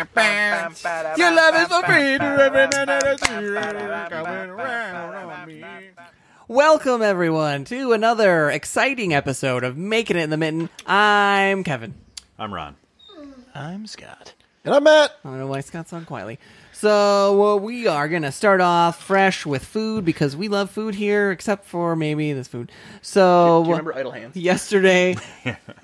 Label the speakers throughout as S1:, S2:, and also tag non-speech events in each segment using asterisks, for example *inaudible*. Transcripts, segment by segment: S1: Your love is so free to every night that you coming around on me.
S2: Welcome everyone to another exciting episode of Making It in the Mitten. I'm Kevin.
S3: I'm Ron.
S1: I'm Scott.
S4: And I'm Matt.
S2: I don't know why Scott's on quietly. So uh, we are gonna start off fresh with food because we love food here, except for maybe this food. So uh,
S1: Do you remember Idle Hands? *laughs*
S2: yesterday,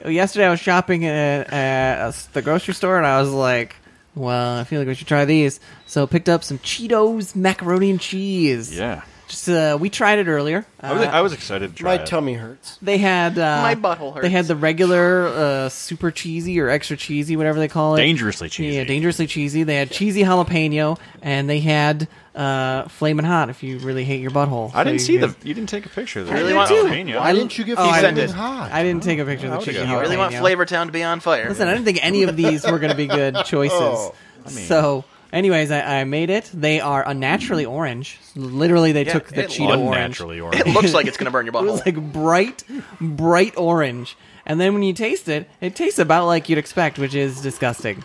S2: yesterday I was shopping at, at a s- the grocery store and I was like, "Well, I feel like we should try these." So I picked up some Cheetos macaroni and cheese.
S3: Yeah.
S2: just uh, we tried it earlier.
S3: I was,
S2: Uh,
S3: I was excited to try
S4: My
S3: it.
S4: tummy hurts.
S2: they had uh,
S1: My butthole hurts.
S2: They had the regular uh, super cheesy or extra cheesy, whatever they call it.
S3: Dangerously cheesy.
S2: Yeah, dangerously cheesy. They had cheesy jalapeno, and they had uh, flaming hot. If you really hate your butthole,
S3: I didn't
S2: So
S3: see
S2: you
S3: the.
S2: could-
S3: You didn't take a picture of the
S1: really want-
S3: jalapeno.
S4: Why didn't you give
S2: Oh,
S4: me
S2: I
S4: something
S2: didn't-
S4: hot?
S2: I didn't take a picture of the
S3: would've
S2: cheesy
S3: got-
S2: jalapeno.
S3: You
S1: I really want Flavortown to be on fire.
S2: Listen, I didn't think any of these were going to be
S3: *laughs*
S2: good choices.
S3: Oh, I mean-
S2: so, anyways, I, I made it. They are unnaturally orange. Literally, they
S1: Yeah,
S2: took the
S1: it
S2: Cheeto orange.
S3: Unnaturally orange.
S1: It looks like it's going to burn your
S2: It
S1: butthole.
S2: was like bright, bright orange. And then when you taste it, it tastes about like you'd expect, which is disgusting.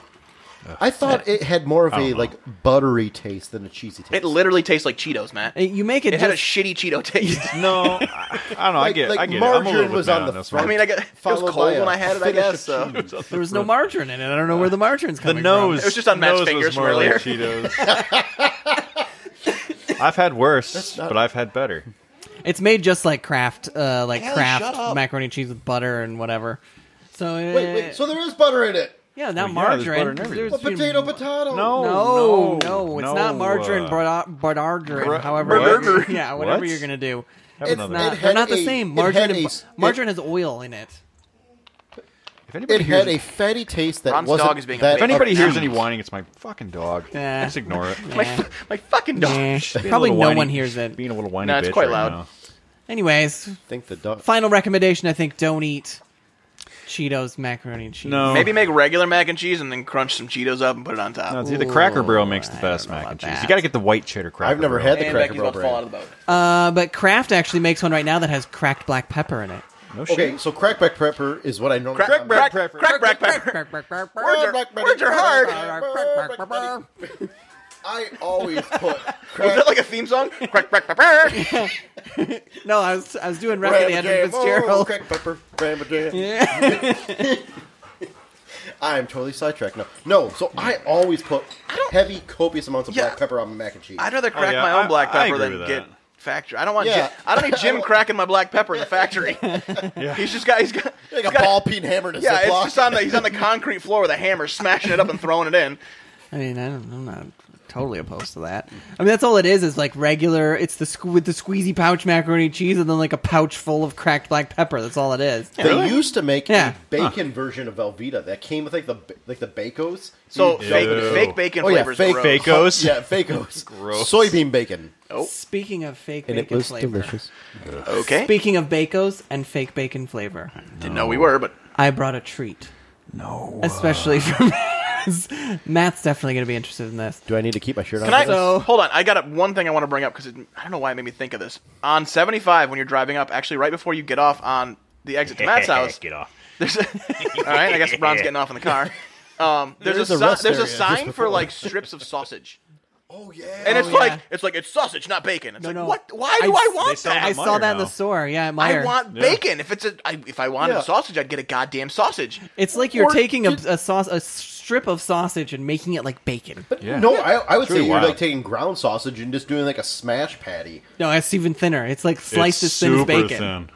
S4: I um, thought it had more of
S3: don't
S4: a
S3: know.
S4: like buttery taste than a cheesy taste.
S1: it literally tastes like Cheetos, Matt.
S2: Uh, You make it,
S1: It had a
S2: just
S1: shitty Cheeto taste.
S3: no, I, I don't know. I
S4: Like-
S3: get.
S4: like
S3: I get. it. I'm a
S4: margarine
S3: little bit
S4: was
S3: mad
S4: on the
S3: this
S4: front.
S1: I
S3: one.
S1: mean, I got it was
S4: Followed
S1: cold
S4: by a
S1: when I had it. I
S4: finish of
S1: guess so.
S4: cheese.
S2: there was no margarine in it. I don't know where the margarine's
S3: the
S2: coming
S3: nose.
S1: It was just on Matt's
S3: nose was
S1: fingers from
S3: more like
S1: earlier.
S3: Cheetos. I've had worse, but I've had better.
S2: from. It's made just like Kraft, uh, like
S4: Kelly, shut
S2: Kraft
S4: up.
S2: macaroni and cheese with butter and whatever. So uh,
S4: Wait, wait. So there is butter in it.
S2: yeah, not
S3: Well, Oh, yeah, there's butter
S2: margarine.
S3: in
S2: 'cause
S3: everything.
S2: there's
S4: Well,
S2: been-
S4: potato, potato.
S2: No,
S3: No, no,
S2: no, it's
S3: no,
S2: not margarine,
S3: uh,
S2: but bardargarine,
S3: bra-
S2: however,
S3: what?
S2: yeah, whatever
S3: What?
S2: you're gonna do.
S3: Have
S4: It's
S3: another.
S4: not-
S2: Uh, they're
S4: had
S2: not the
S4: a-
S2: same.
S4: it
S2: Margarine,
S4: had
S2: and
S4: a-
S2: bu- margarine has oil
S4: *laughs*
S2: in it.
S3: If anybody
S4: It
S3: hears,
S4: had a fatty taste that
S1: Ron's
S4: wasn't
S1: dog is being a
S4: that
S3: if
S1: bitch.
S3: anybody hears any
S4: appealing.
S3: whining, it's my fucking dog.
S2: Yeah.
S3: Just ignore it. Being
S1: My, f- *laughs* my fucking dog.
S2: Eh,
S3: a
S2: Probably no
S3: little whiny-
S2: one hears it.
S3: Being a little whiny.
S1: No, it's
S3: bitch
S1: quite
S3: right
S1: loud.
S3: now.
S2: Anyways,
S4: I think the dog.
S2: final recommendation. I think don't eat Cheetos macaroni and cheese.
S3: No,
S1: Maybe make regular mac and cheese and then crunch some Cheetos up and put it on top.
S3: No, see, the Cracker Barrel makes the
S2: I
S3: best
S2: don't know
S3: mac and
S2: about
S3: cheese.
S2: that.
S3: You got to get the white cheddar Cracker.
S4: I've never
S3: Barrel.
S4: had the
S1: and
S4: Cracker
S1: Becky's
S4: Barrel
S1: about to fall out
S4: brand.
S1: of the boat.
S2: Uh, but Kraft actually makes one right now that has cracked black pepper in it.
S3: No shit.
S4: Okay, so crackback prepper is what I normally.
S1: Crack, crack, crack,
S3: pepper.
S1: crack, crack, pepper. Words are- words are hard.
S4: *laughs* I always put.
S1: Was
S4: Crack,
S1: that like a theme song? Crack, crack, pepper.
S2: No, I was I was doing rep
S4: Grandma
S2: with Andrew
S4: Jam, oh,
S2: Fitzgerald. *laughs*
S4: crack pepper, Grandma Jam. I am totally sidetracked. No, no. So I always put heavy, copious amounts of
S1: Yeah.
S4: black pepper on my mac and cheese.
S1: I'd rather crack
S3: yeah,
S1: my own
S3: I-
S1: black
S3: I
S1: pepper
S3: agree
S1: than
S3: with
S1: get
S3: that.
S1: factory. I don't want.
S4: Yeah.
S1: Jim, I don't need Jim cracking my black pepper in the factory. *laughs* He's just got. He's got.
S4: like
S1: he's
S4: a
S1: got-
S4: ball peen hammer in a
S1: Yeah, it's
S4: Ziploc.
S1: just on the. He's on the concrete floor with a hammer, smashing it up and throwing it in.
S2: I mean, I don't, I'm not totally opposed to that. I mean, that's all it is. Is like regular. It's the sque- with the squeezy pouch macaroni and cheese, and then like a pouch full of cracked black pepper. That's all it is.
S4: They used to make
S2: Yeah.
S4: a bacon version of Velveeta that came with like the like the bacos.
S1: So
S4: You
S1: fake,
S4: shove it-
S3: Ew.
S1: fake bacon
S4: Oh, yeah,
S1: flavors.
S4: fake
S1: gross.
S3: fake. Bacos?
S4: Yeah,
S1: *laughs*
S4: bacos.
S3: Gross.
S4: Soybean bacon.
S2: Speaking of fake
S4: And it
S2: bacon
S4: was
S2: flavor.
S4: delicious.
S1: Okay.
S2: Speaking of bacos and fake bacon flavor,
S1: Didn't know we were, but
S2: I brought a treat.
S3: No.
S2: especially for *laughs* Matt's. Matt's definitely going to be interested in this.
S4: Do I need to keep my shirt
S1: Can I
S4: for this?
S2: So-
S1: hold on? I got a, one thing I want to bring up because I don't know why it made me think of this. On 75, when you're driving up, actually right before you get off on the
S3: *laughs*
S1: exit to Matt's house,
S3: Get off.
S1: there's a, *laughs* all right. I guess Ron's getting off in the car. Um, there's
S4: There
S1: a,
S4: is a
S1: si-
S4: rest
S1: there's a
S4: area
S1: sign
S4: just
S1: for
S4: before.
S1: like strips of sausage,
S4: Oh yeah.
S1: and it's
S2: yeah.
S1: like it's like it's sausage, not bacon. It's
S2: No,
S1: like
S2: no.
S1: what? Why do
S2: I-
S1: I,
S3: They
S1: want
S3: sell
S1: that?
S2: I
S3: At
S2: saw
S3: Meijer
S2: that in the
S3: now.
S2: store. Yeah, at
S1: I
S2: Meijer.
S1: want
S3: Yeah.
S1: bacon. If it's a, I, if I wanted
S4: Yeah.
S1: sausage, I'd get a goddamn sausage.
S2: It's like you're
S4: Or
S2: taking a,
S4: did-
S2: a sauce, a strip of sausage, and making it like bacon.
S3: Yeah.
S4: No, I, I would
S3: It's really
S4: say you're
S3: wild.
S4: like taking ground sausage and just doing like a smash patty.
S2: No, it's even thinner. It's like sliced
S3: It's
S2: as thin as
S3: super
S2: bacon.
S3: thin.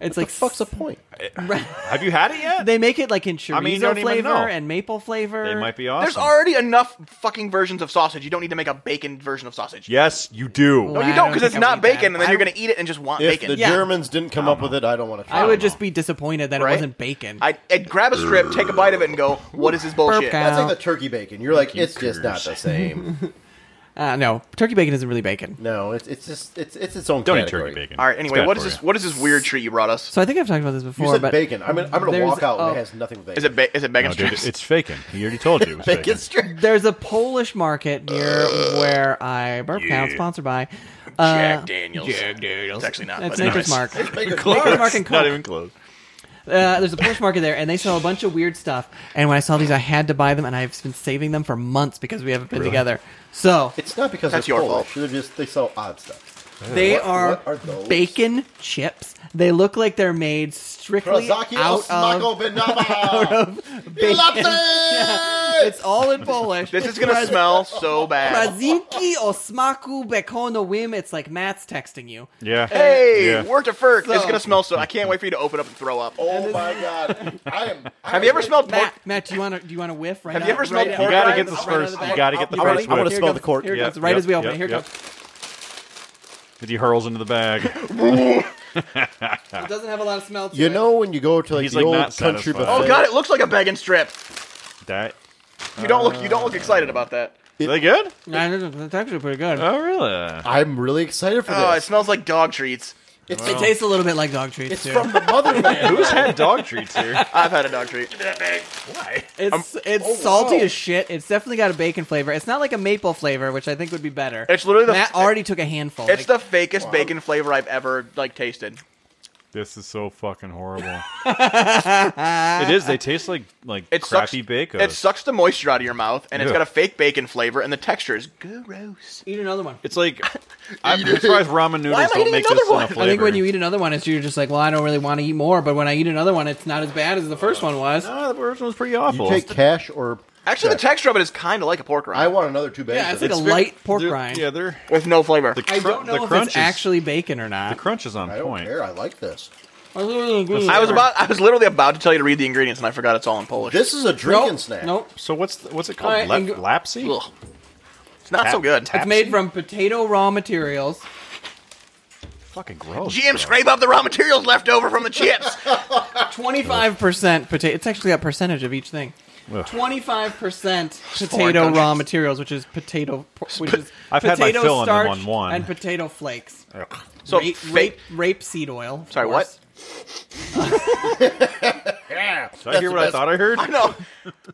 S2: It's like
S4: Fuck's the point?
S3: Have you had it yet?
S2: They make it like in chorizo
S3: I mean, you don't even
S2: flavor
S3: know.
S2: and maple flavor.
S3: They might be awesome.
S1: There's already enough fucking versions of sausage. You don't need to make a bacon version of sausage.
S3: Yes, you do.
S1: No,
S2: I
S1: you don't
S2: don't
S1: because it's
S2: think I
S1: not
S2: would eat that.
S1: bacon, and then
S2: I
S1: you're
S2: don't-
S1: gonna eat it and just want
S4: If
S1: bacon.
S4: the
S2: Yeah.
S4: Germans didn't come up with it, I don't want to try.
S2: I would
S4: it.
S2: just be disappointed that
S1: Right?
S2: it wasn't bacon.
S1: I I'd grab a strip, take a bite of it, and go, "What is this bullshit?"
S2: guy.
S4: That's like the turkey bacon. You're like, it's just not the
S1: *laughs*
S4: same.
S2: uh, no, turkey bacon isn't really bacon.
S4: No, it's it's just it's it's its own
S3: Don't eat
S4: category.
S3: turkey bacon.
S1: All right.
S3: It's
S1: Anyway,
S3: bad
S1: what is
S3: for
S1: this?
S3: you.
S1: What is this weird treat you brought us?
S2: So I think I've talked about this before.
S4: You said
S2: but
S4: bacon. I'm gonna, I'm gonna
S2: There's-
S4: walk out.
S2: oh.
S4: and It has nothing with bacon.
S1: Is it ba- is it bacon
S3: No, dude,
S1: strips?
S3: it's faking. He already told you. It
S4: *laughs*
S3: was
S1: *laughs*
S3: faking.
S4: bacon strip?
S2: There's a Polish market near where I burp now, sponsored by, uh,
S1: Jack Daniels.
S3: Daniels.
S1: It's actually not.
S2: That's
S1: but
S2: Maker's
S1: anyways.
S2: Mark.
S4: Baker's
S2: Maker's
S4: Mark.
S2: Mark and Coke.
S3: Not even close.
S2: uh, there's a Polish market there, and they sell a bunch of weird stuff. And when I saw these, I had to buy them, and I've been saving them for months because we haven't been together. So
S4: It's not because
S1: That's
S4: they're
S1: your
S4: Polish.
S1: fault.
S4: They're just they sell odd stuff.
S2: they
S4: What-
S2: are,
S4: what are those?
S2: bacon chips. They look like they're made strictly
S4: Prozaki
S2: out *laughs*
S4: Osmako
S2: of
S4: Benava.
S2: bacon. *laughs*
S4: Latte!
S2: It's all in Polish.
S1: *laughs* This is gonna smell so bad.
S2: Prazinki osmaku bekona whim. It's like Matt's texting you.
S3: Yeah.
S1: Hey,
S3: Yeah.
S1: work to furk.
S2: So-
S1: it's gonna smell so. I can't wait for you to open up and throw up.
S4: Oh my god! I am. I
S1: Have you ever
S4: am-
S1: smelled pork?
S2: Matt, Matt, do you want to do you want to whiff right
S1: Have
S2: now?
S1: you ever smelled
S2: right
S1: pork
S3: You
S2: Right,
S3: gotta
S1: rinds?
S3: get this
S1: Right
S3: first.
S1: out of the
S3: You
S1: bag?
S3: gotta get the
S2: I'll-
S3: first
S2: I wanna
S3: whip.
S2: smell-
S3: As
S2: Here it
S4: the
S2: comes.
S4: cork.
S2: Here it
S3: Yeah,
S2: comes, right
S3: yeah,
S2: as we open
S3: yeah,
S2: it. Here it
S3: yeah.
S2: comes.
S3: he hurls into the bag. Ah.
S2: It doesn't have a lot of smell. To
S4: You
S2: it.
S4: know when you go to like
S3: He's,
S4: the
S3: like,
S4: old
S3: not
S4: country
S3: satisfied.
S4: buffet?
S1: Oh god, it looks like a bacon strip.
S3: that.
S1: You don't look. You don't look excited about that.
S3: Are they good?
S2: I don't know, that's actually pretty good.
S3: Oh, really?
S4: *laughs* I'm really excited for
S1: Oh, it
S4: this.
S1: smells like dog treats.
S4: It's,
S2: it tastes a little bit like dog treats
S4: it's
S2: too.
S4: from the
S1: *laughs*
S4: motherland.
S3: Who's had dog treats here?
S1: I've had a dog treat.
S3: Why?
S2: it's it's
S4: oh,
S2: salty
S4: wow.
S2: as shit. It's definitely got a bacon flavor. It's not like a maple flavor, which I think would be better.
S1: It's literally the-
S2: Matt already took a handful.
S1: It's
S2: like,
S1: the fakest bacon flavor I've ever like tasted.
S3: This is so fucking *laughs* horrible. it is. They taste like like
S1: It
S3: crappy
S1: sucks.
S3: bacon.
S1: It sucks the moisture out of your mouth, and it's
S3: Yeah.
S1: got a fake bacon flavor, and the texture is gross.
S2: eat another one.
S3: It's *laughs* like I'm surprised ramen
S1: Why am
S3: noodles
S1: I
S3: don't
S1: eating
S3: make this
S1: another
S3: kind
S1: one?
S3: of flavor.
S2: I think when you eat another one, it's you're just like, well, I don't really want to eat more. But when I eat another one, it's not as bad as the first one was.
S3: Ah, the first one's pretty
S4: you
S3: awful.
S4: take cash or
S1: Actually, the texture of it is kind of like a pork
S4: I
S1: rind
S4: want another two bags.
S2: yeah, it's like
S4: of
S2: a
S4: this.
S2: light pork
S3: They're-
S2: rind.
S3: Yeah, they're
S1: with no flavor.
S3: the cr-
S2: I don't
S3: the
S2: know if
S3: crunch
S2: it's
S3: is,
S2: actually bacon or
S3: the
S2: not.
S3: crunch is on
S4: I don't
S3: point.
S4: care. I like this.
S1: I was about. I was literally about to tell you to read the ingredients, and I forgot it's all in Polish.
S4: This is a drinking
S2: nope,
S4: snack.
S2: Nope.
S3: So what's the, what's it
S2: All
S3: called?
S2: right,
S3: Lap
S2: and go-
S3: lapsy?
S1: Ugh. it's not
S3: Tap-
S1: so good.
S3: tap-
S2: It's made from potato raw materials.
S3: Fucking gross.
S1: GM,
S3: bro.
S1: scrape up the raw materials left over from the chips.
S2: Twenty-five percent potato. It's actually got percentage of each thing.
S3: Ugh.
S2: Twenty-five percent
S1: foreign
S2: potato
S1: countries.
S2: raw materials, which is potato, which is
S3: I've had my
S2: potato
S3: fill on them
S2: starch
S3: on one. Uh,
S2: and potato flakes.
S3: Ugh.
S1: So
S2: rape,
S1: fake-
S2: rape, rape seed oil. of
S1: Sorry,
S2: course.
S4: Yeah,
S3: Did I hear what I thought I heard?
S1: No,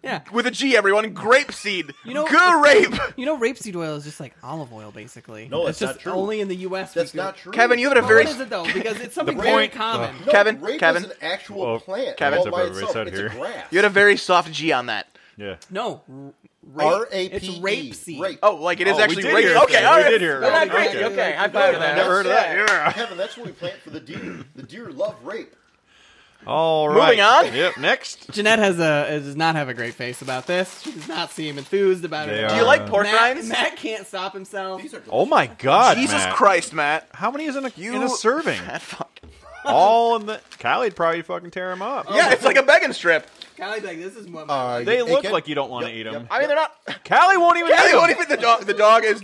S2: Yeah,
S1: with a G, everyone. Grape seed. You
S2: know-
S1: grape.
S2: you know, rapeseed oil is just like olive oil, basically.
S4: No,
S2: it's
S4: that's not
S2: just
S4: true.
S2: only in the U.S.
S4: That's
S2: we do
S4: not
S2: it.
S4: true.
S1: Kevin, you had a
S2: Well,
S1: very.
S2: What is it though? Because it's something
S3: The
S2: very
S3: point-
S2: common.
S4: No,
S1: Kevin,
S4: grape
S1: Kevin.
S4: is an actual
S3: Well,
S4: plant.
S1: Kevin.
S4: all by
S3: That's what
S4: itself.
S3: everybody
S4: It's
S3: said
S4: a
S3: here.
S4: grass.
S1: You had a very soft G on that.
S3: Yeah.
S2: No, r- rape.
S4: R A P
S2: It's
S4: E.
S2: rapeseed.
S4: Rape.
S1: Oh, like it is
S3: Oh, we
S1: actually
S3: did
S1: rape.
S3: hear it
S1: Okay,
S3: today.
S1: all
S3: We
S1: right.
S3: did hear it.
S1: Well, not
S2: Okay.
S1: grape.
S2: Okay.
S1: Okay, high five to that.
S3: Never heard of that. Yeah.
S4: *laughs* Kevin, that's what we plant for the deer. The deer love rape.
S3: All right.
S1: Moving on.
S3: Yep. Next.
S2: Jeanette has a does not have a great face about this. She does not seem enthused about
S3: They
S2: it.
S3: Do
S1: you like pork
S2: Matt,
S1: rinds?
S2: Matt can't stop himself.
S4: These are delicious.
S3: Oh my God.
S1: Jesus
S3: Matt.
S1: Christ, Matt.
S3: How many is in a
S1: You
S3: in a serving?
S1: *laughs* Fat fuck.
S3: All in the. Kylie'd probably fucking tear them up.
S1: Yeah, it's like a bacon strip.
S2: Callie's like, this is what.
S4: Uh,
S3: They
S4: it
S3: look
S4: can-
S3: like you don't want
S4: Yep,
S3: to eat them.
S1: I mean, they're *laughs* not.
S3: Callie won't even.
S1: Callie
S3: eat 'em.
S1: won't even the dog. The dog is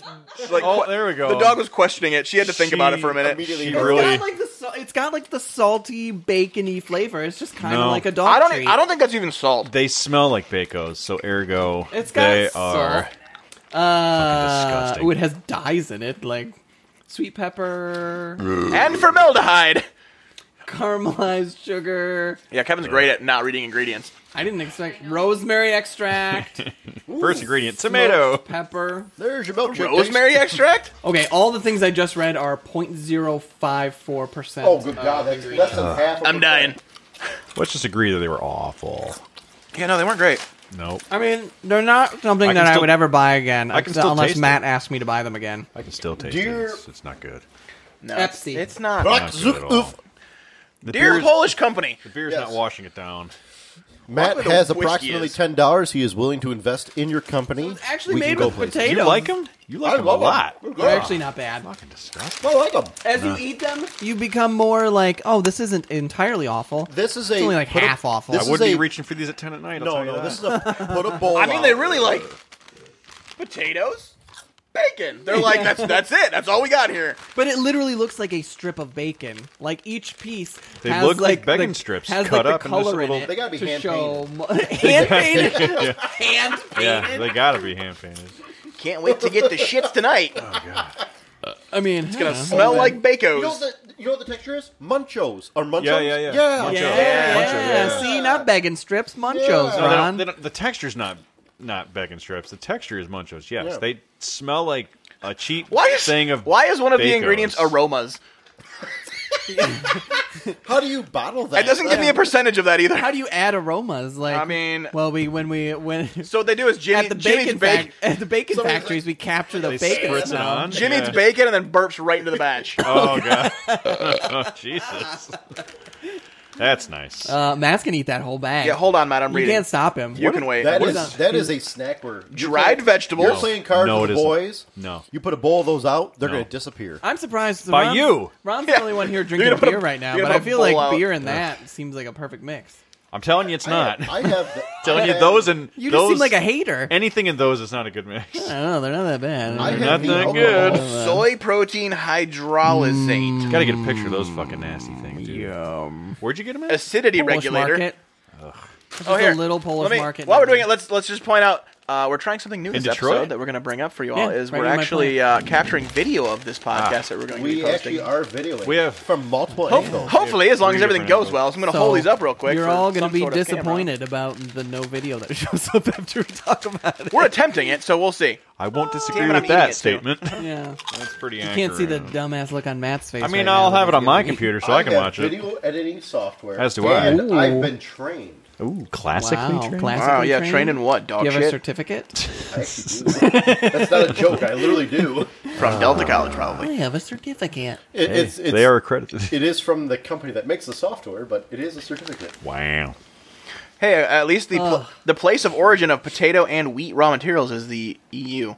S1: like.
S3: Oh,
S1: que-
S3: there we go.
S1: The dog was questioning it. She had to think
S3: She
S1: about it for a minute.
S4: Immediately
S3: She
S4: knows.
S3: really-
S2: It's got like the sa- it's got like the salty bacony flavor. It's just kind of
S3: No.
S2: like a dog
S1: I don't. e,
S2: treat.
S1: I don't think that's even salt.
S3: They smell like Bacos, so ergo
S2: It's got
S3: they
S2: salt.
S3: are.
S2: Uh,
S3: disgusting.
S2: ooh, it has dyes in it, like sweet pepper,
S1: And formaldehyde.
S2: caramelized sugar.
S1: Yeah, Kevin's great at not reading ingredients.
S2: I didn't expect rosemary
S3: *laughs*
S2: extract,
S3: First ingredient: tomato.
S2: smoked pepper.
S4: There's your milk.
S3: *laughs*
S4: chick.
S1: Rosemary extract.
S2: Okay, all the things I just read are 0.054 percent.
S4: Oh, good God. That's less than half. Of
S1: I'm
S4: a-
S1: dying.
S3: Let's just agree that they were awful.
S1: Yeah, no, they weren't great.
S3: Nope.
S2: I mean, they're not something
S3: I can
S2: that I
S3: still-
S2: would ever buy again,
S3: I can
S2: except-
S3: still
S2: unless
S3: taste
S2: Matt asked me to buy them again.
S3: I can still taste
S4: Dear-
S3: it. It's, it's not good.
S1: No,
S2: Pepsi.
S1: It's, it's not.
S4: Fuck,
S3: Not good at
S4: zook,
S3: all.
S4: oof.
S3: The
S1: Dear
S3: beer's-
S1: Polish company.
S3: the beer's not
S4: Yes.
S3: washing it down.
S4: Matt
S1: Fuck with
S4: has
S1: the whiskey
S4: approximately
S1: is.
S4: ten dollars he is willing to invest in your company.
S2: It's actually
S4: We
S2: made
S4: can go
S2: with
S4: places.
S2: potatoes.
S3: You like them? You like
S4: I
S3: them a
S4: love 'em.
S3: lot.
S4: They're good.
S2: They're actually not bad.
S3: Fucking disgusting.
S4: I like them.
S2: As you eat them, you become more like, oh, this isn't entirely awful.
S4: This is a
S2: it's only like
S4: put a-
S2: half awful.
S3: I
S4: this
S3: wouldn't
S4: is
S3: be
S4: a-
S3: reaching for these at ten at night. I'll
S4: No,
S3: tell you
S4: no,
S3: that.
S4: this is a put
S3: *laughs*
S4: a bowl.
S1: I mean, they
S4: out.
S1: really like potatoes, bacon.
S3: *laughs*
S1: They're like, that's that's it. That's all we got here.
S2: But it literally looks like a strip of bacon. Like each piece,
S3: They
S2: has
S3: look like
S2: the-
S3: bacon strips
S2: has
S3: cut
S2: like
S3: up
S2: the
S3: in this
S2: color in,
S3: little-
S2: it.
S4: They gotta be
S2: to
S4: hand
S2: show *laughs* hand painted, hand painted.
S3: *laughs* yeah, they gotta be hand painted.
S1: Can't wait to get the shits
S3: *laughs*
S1: tonight.
S3: Oh,
S2: I mean, it's
S1: Gonna smell
S4: man.
S1: like
S4: You know
S1: bacos.
S4: what the you know what the texture is? Munchos or munchos?
S3: Yeah, yeah, yeah.
S4: yeah.
S3: Munchos.
S2: yeah,
S1: Yeah.
S2: yeah.
S3: Munchos, yeah.
S2: See, not bacon strips, munchos,
S3: No, they
S4: Yeah.
S3: don't-
S2: Ron.
S3: they don't- the texture's not not bacon strips. The texture is munchos. Yes,
S4: Yeah.
S3: they smell like a cheap
S1: Why is
S3: thing of
S1: why is one of the
S3: Bakos.
S1: ingredients aromas?
S4: How do you bottle that?
S1: It doesn't give me a percentage of that either.
S2: How do you add aromas? Like
S1: I mean-
S2: well, we when we when
S1: so what they do is Jimmy,
S2: *laughs* at the
S1: Jimmy's
S2: bacon
S1: bake-
S2: fac- at the bacon
S4: Somebody's
S2: factories we capture the
S3: They
S2: bacon
S3: spritz it
S2: now.
S3: on.
S1: Jimmy's
S3: Yeah.
S1: bacon and then burps right into
S2: *laughs*
S1: the batch.
S3: Oh god. *laughs* oh, Jesus. That's nice.
S2: Uh, Matt's gonna eat that whole bag.
S1: yeah, hold on, Matt. I'm
S2: you
S1: reading.
S2: can't stop him.
S1: You can wait.
S4: That
S2: What
S4: is
S2: is-
S4: that is a snack where you're
S1: Dried
S4: playing-
S1: vegetables?
S4: You're playing cards
S3: No,
S4: with
S3: it
S4: the
S3: isn't.
S4: boys.
S3: No.
S4: you put a bowl of those out, they're
S3: No.
S4: going to disappear.
S2: I'm surprised
S3: By
S2: Ron-
S3: you.
S2: Ron's
S1: Yeah.
S2: the only one here
S1: gonna
S2: drinking
S1: put a-
S2: beer right now,
S1: you're
S2: but
S1: gonna
S2: I
S1: put a
S2: feel like
S1: bowl out.
S2: beer and that seems like a perfect mix.
S3: I'm telling you, it's not.
S4: I have. The, I
S3: *laughs* telling you,
S4: have-
S3: those and
S2: You just
S3: those,
S2: seem like a hater.
S3: anything in those is not a good mix.
S2: I
S3: *laughs*
S2: don't know, they're not that bad.
S4: I
S3: They're not
S4: have the
S3: that
S4: alcohol.
S3: good.
S1: Soy protein hydrolysate.
S2: Mm.
S3: Gotta get a picture of those fucking nasty things, dude.
S2: Yum.
S3: Where'd you get them at?
S1: Acidity
S2: Polish
S1: regulator.
S2: market.
S1: Oh,
S2: a
S1: here.
S2: little Polish
S1: Let me-
S2: market
S1: While we're
S2: number.
S1: doing it, let's let's just point out uh, we're trying something new
S3: In
S1: this
S3: Detroit?
S1: episode that we're going to bring up for you
S2: Yeah,
S1: all is
S2: right
S1: we're
S2: in my
S1: actually uh, capturing video of this
S3: Ah.
S1: podcast that we're going to be
S4: We
S1: posting.
S4: actually are videoing.
S3: We have- Oh.
S4: from multiple angles.
S1: Hopefully, as long as
S3: Three
S1: everything
S3: different
S1: goes well, so I'm going to
S2: So,
S1: hold these up real quick.
S2: You're
S1: for
S2: all gonna
S1: some
S2: be
S1: sort of camera.
S2: disappointed about the no video that *laughs* shows up after we talk about it.
S1: We're attempting it, so we'll see.
S3: I won't disagree
S1: Damn it, I'm
S3: with that
S1: eating
S3: statement.
S2: yeah.
S3: That's pretty
S2: You
S3: accurate.
S2: can't see the dumbass look on Matt's face.
S3: I mean,
S2: right
S3: I'll
S2: now,
S3: have it
S2: but
S3: on
S2: it's
S3: my
S2: gonna be-
S3: computer so I, can
S4: have
S3: watch it.
S4: Video editing software.
S3: As do I.
S4: And
S2: Ooh.
S4: I've been trained.
S3: Ooh, classically
S2: wow,
S3: trained?
S2: classically
S1: Wow, yeah,
S2: trained?
S1: trained in what,
S2: Do
S1: dog
S2: you have a
S1: Oh,
S3: *laughs*
S1: shit?
S2: certificate?
S4: I actually do. That's not a joke. I literally do.
S1: From Delta College,
S2: I
S1: probably.
S2: have a certificate.
S4: It,
S3: Hey,
S4: it's, it's,
S3: they are accredited.
S4: It is from the company that makes the software, but it is a certificate.
S3: *laughs* wow.
S1: Hey, at least the pl-
S2: Ugh.
S1: the place of origin of potato and wheat raw materials is the E EU.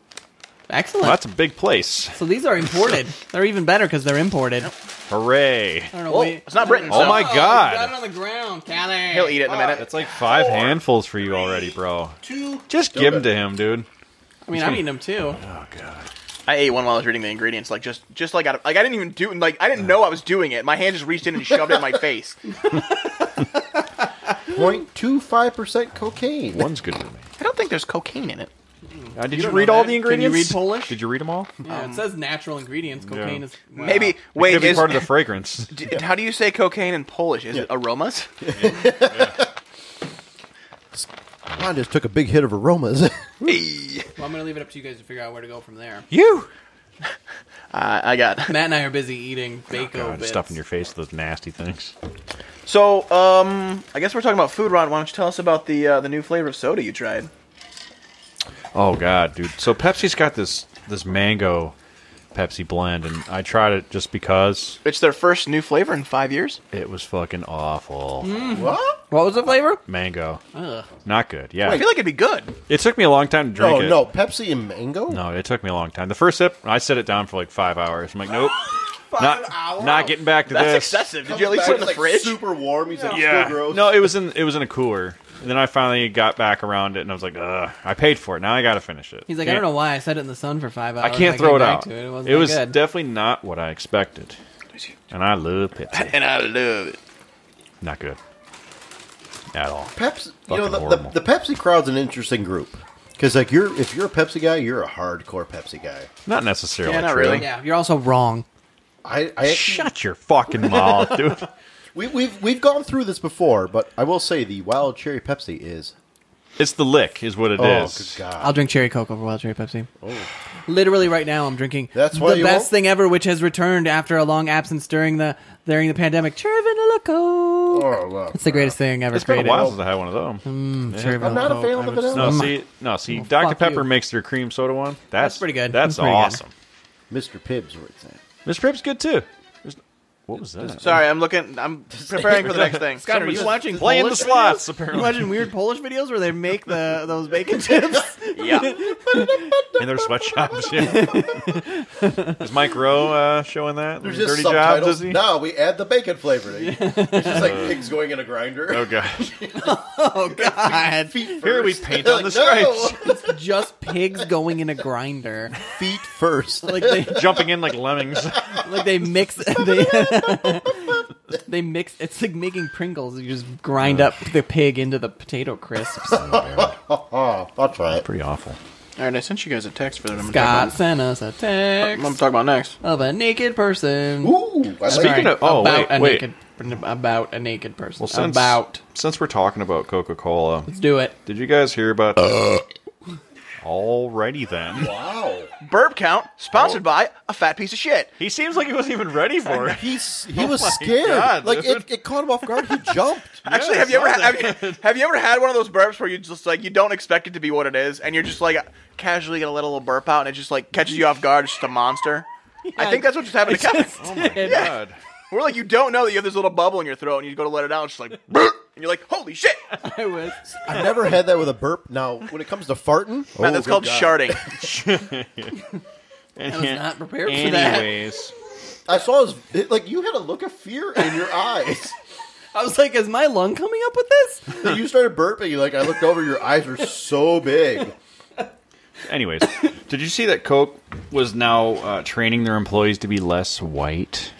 S2: Excellent.
S3: Well, that's a big place.
S2: so these are
S3: *laughs*
S2: imported. they're even better because they're imported.
S3: Hooray.
S2: I don't know.
S1: Well,
S2: wait.
S1: it's not Britain.
S3: Oh
S1: so
S3: my
S2: He got it
S3: god.
S2: on the ground, Callie.
S1: He'll eat it in a minute.
S3: That's like five handfuls for you already, bro.
S4: Two.
S3: Just give them to him, dude.
S2: I mean, I'm eating them too.
S3: Oh, God.
S1: I ate one while I was reading the ingredients, like just just like out of, like I didn't even do like I didn't know I was doing it. My hand just reached in and shoved it
S2: *laughs*
S1: in my face.
S4: 0.25 percent cocaine.
S3: One's good for me.
S1: I don't think there's cocaine in it.
S3: Uh, did
S2: You
S3: you,
S2: don't
S3: read
S2: know
S3: all
S2: that?
S3: the
S2: Can you
S3: ingredients?
S2: read Polish?
S3: Did you read them all?
S2: Yeah, it says natural ingredients. Cocaine is wow.
S1: Maybe
S3: Wait,
S1: wait,
S3: could be
S1: is,
S3: part of
S2: *laughs*
S3: the fragrance.
S1: d- how do you say cocaine in Polish? Is it aromas?
S4: Ron just took a big hit of aromas.
S1: Hey.
S2: Well, I'm gonna leave it up to you guys to figure out where to go from there.
S3: You.
S1: I I got
S2: Matt and I are busy eating bacon.
S3: Oh, God, stuff in your face those nasty things.
S1: so um I guess we're talking about food, Ron. Why don't you tell us about the uh, the new flavor of soda you tried?
S3: Oh God, dude. So Pepsi's got this this mango Pepsi blend, and I tried it just because
S1: It's their first new flavor in five years.
S3: it was fucking awful.
S4: *laughs* what?
S2: What was the flavor?
S3: Mango,
S2: Ugh.
S3: not good. Yeah,
S1: I feel like it'd be good.
S3: it took me a long time to drink
S4: No,
S3: it.
S4: Oh, no, Pepsi and mango.
S3: no, it took me a long time. The first sip, I set it down for like five hours. I'm like, nope, not
S4: hours?
S3: not getting back to
S1: That's
S3: this.
S1: excessive. Did
S4: Comes
S1: you at least
S4: back,
S1: put it in the
S4: it's, like,
S1: fridge?
S4: Super warm. He's like,
S3: Yeah.
S4: still gross.
S3: No, it was in it was in a cooler. And then I finally got back around it, and I was like, Ugh, I paid for it. Now I got to finish it.
S2: He's like, I don't know why I said it in the sun for five hours.
S3: I can't
S2: came
S3: throw it
S2: back
S3: out.
S2: to It,
S3: It,
S2: wasn't that
S3: was
S2: good.
S3: definitely not what I expected, and I love Pepsi.
S1: *laughs* And I love it.
S3: not good at all.
S4: Pepsi. You know,
S3: Fucking
S4: the,
S3: horrible.
S4: the, the Pepsi crowd's an interesting group because, like, you're if you're a Pepsi guy, you're a hardcore Pepsi guy.
S3: Not necessarily.
S1: Yeah, not
S3: true.
S1: really.
S2: yeah, you're also wrong.
S4: I, I actually,
S3: Shut your fucking mouth, dude.
S4: we, we've we've gone through this before, but I will say the wild cherry Pepsi is.
S3: It's the lick, is what it is.
S4: Oh, good God.
S2: I'll drink cherry coke over wild cherry Pepsi. Literally right now, I'm drinking
S4: Oh. That's why
S2: the
S4: you
S2: best
S4: won't-
S2: thing ever, which has returned after a long absence during the during the pandemic. Cherry vanilla coke.
S4: Oh, well.
S2: It's the greatest thing ever
S3: It's been
S2: created.
S3: a while since I had one of them.
S2: Cherry
S4: I'm
S2: vanilla
S4: not a
S2: Coke.
S4: Oh, fan
S2: I
S4: of the
S2: would-
S4: vanilla.
S3: No, see, no, see.
S2: Mm, fuck
S3: Dr Pepper
S2: you.
S3: makes their cream soda one. That's,
S2: pretty good.
S3: That's,
S2: That's pretty good.
S3: awesome.
S4: Mr. Pibbs, where it's at.
S3: Miss Prip's good too. There's- What was that?
S1: Sorry, I'm looking. I'm preparing for the next thing.
S2: Scott, are you watching
S3: Playing the
S2: Polish
S3: *laughs* slots,
S2: Videos? You
S3: apparently,
S2: watching weird Polish videos where they make the those bacon chips?
S4: *laughs*
S1: Yeah.
S3: in their sweatshops. Yeah. *laughs* is Mike Rowe uh, showing that?
S4: There's just
S3: Dirty job,
S4: subtitles.
S3: does he?
S4: No, we add the bacon flavor.
S1: *laughs*
S4: To it. It's just like pigs going in a grinder.
S1: Uh,
S3: Oh god. *laughs*
S2: Oh *laughs* God!
S4: *laughs* Feet
S3: Here we
S4: first.
S3: paint on the
S4: Like,
S3: stripes.
S4: *laughs* No,
S2: Just pigs going in a grinder.
S4: feet first.
S2: Like they
S3: Jumping in like lemmings.
S2: like they mix *laughs* they they mix. It's like making Pringles. You just grind up the pig into the potato
S4: *laughs*
S2: crisps.
S4: oh, I'll try
S3: *laughs*
S4: it.
S3: Pretty awful.
S1: All right, I sent you guys a text for that. I'm gonna talk
S2: Scott
S1: about-
S2: sent us a
S1: I'm gonna
S2: text
S1: talk about next.
S2: of a naked person.
S4: Ooh, I
S2: Sorry,
S4: like
S3: Speaking of- oh,
S2: about
S3: wait,
S2: a
S3: wait.
S2: naked about a naked person.
S3: Well, since
S2: about
S3: since we're talking about Coca Cola,
S2: let's do it.
S4: Uh.
S3: did you guys hear about Alrighty then.
S4: Wow.
S1: Burp count sponsored
S3: Oh.
S1: by a fat piece of shit.
S3: He seems like he wasn't even ready for it.
S4: He's,
S1: Oh
S4: he was
S3: my
S4: scared.
S3: God,
S4: like
S3: dude.
S4: it, it caught him off guard. He jumped.
S1: Actually,
S3: Yeah,
S1: have you ever
S3: sounds
S1: have
S3: like
S1: you, have you ever had one of those burps where you just like you don't expect it to be what it is, and you're just like casually gonna let a little burp out, and it just like catches you off guard. It's just a *laughs* monster. I think that's what just happened to Kevin.
S3: Oh my god.
S1: *laughs* We're like you don't know that you have this little bubble in your throat, and you go to let it out, it's just like *laughs* burp, and you're like,
S3: *laughs*
S1: holy shit!
S2: I was.
S4: I've never had that with a burp. Now, when it comes to farting, Oh,
S1: Man, that's
S4: good
S1: called
S4: God.
S1: sharding.
S3: *laughs* And
S2: was not prepared for
S3: anyways,
S4: I saw his it- like you had a look of fear in your eyes. *laughs*
S2: I was like, is my lung coming up with this?
S4: you started burping. Like I looked over, your eyes were so big.
S3: anyways, did you see that Coke was now uh, training their employees to be less white?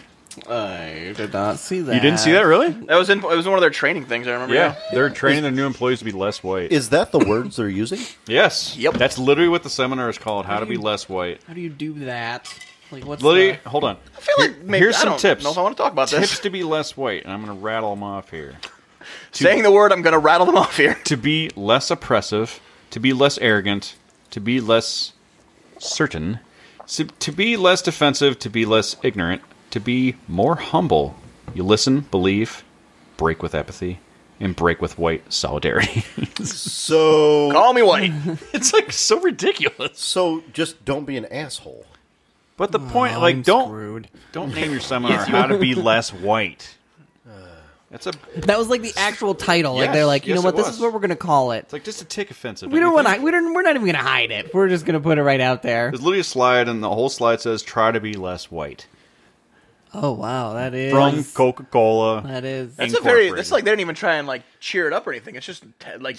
S2: I did not see that.
S3: You didn't see that, really?
S1: That was in it was one of their training things. I remember.
S3: Yeah, they're training their new employees to be less white.
S4: Is that the words they're using?
S3: yes.
S1: Yep.
S3: That's literally what the seminar is called: How to be less white.
S2: How do you do that? Like, what's
S3: Literally,
S2: the...
S3: hold on.
S1: I feel like maybe
S3: here's
S1: I
S3: some
S1: don't
S3: tips.
S1: Know if I want to talk about
S3: Tips *laughs*
S1: this,
S3: to be less white, and I'm going to rattle them off here.
S1: saying the word, I'm gonna rattle them
S3: *laughs*
S1: off here. *laughs*
S3: To be less oppressive, to be less arrogant, to be less certain, to, to be less defensive, to be less ignorant, to be more humble. You listen, believe, break with apathy, and break with white solidarity. *laughs*
S4: So,
S1: Call me *laughs* white.
S3: it's like so ridiculous.
S4: so just don't be an asshole.
S3: But the point,
S2: Oh,
S3: like,
S2: I'm
S3: don't
S2: screwed.
S3: don't name your seminar "How to Be Less White." That's a. It's
S2: That was like the actual title. Like
S3: Yes,
S2: they're like, you
S3: yes,
S2: know what?
S3: it
S2: This
S3: was.
S2: is what we're gonna call it.
S3: like just a tick offensive.
S2: we
S3: don't
S2: don't
S3: you
S2: want
S3: think?
S2: to. We don't. We're not even gonna hide it. We're just gonna put it right out there.
S3: There's literally a slide, and the whole slide says "Try to be less white."
S2: Oh wow, that is
S3: From Coca Cola,
S2: That is.
S1: That's a very.
S3: Incorporated.
S1: That's like they didn't even try and like cheer it up or anything. It's just te-
S3: *laughs*
S1: like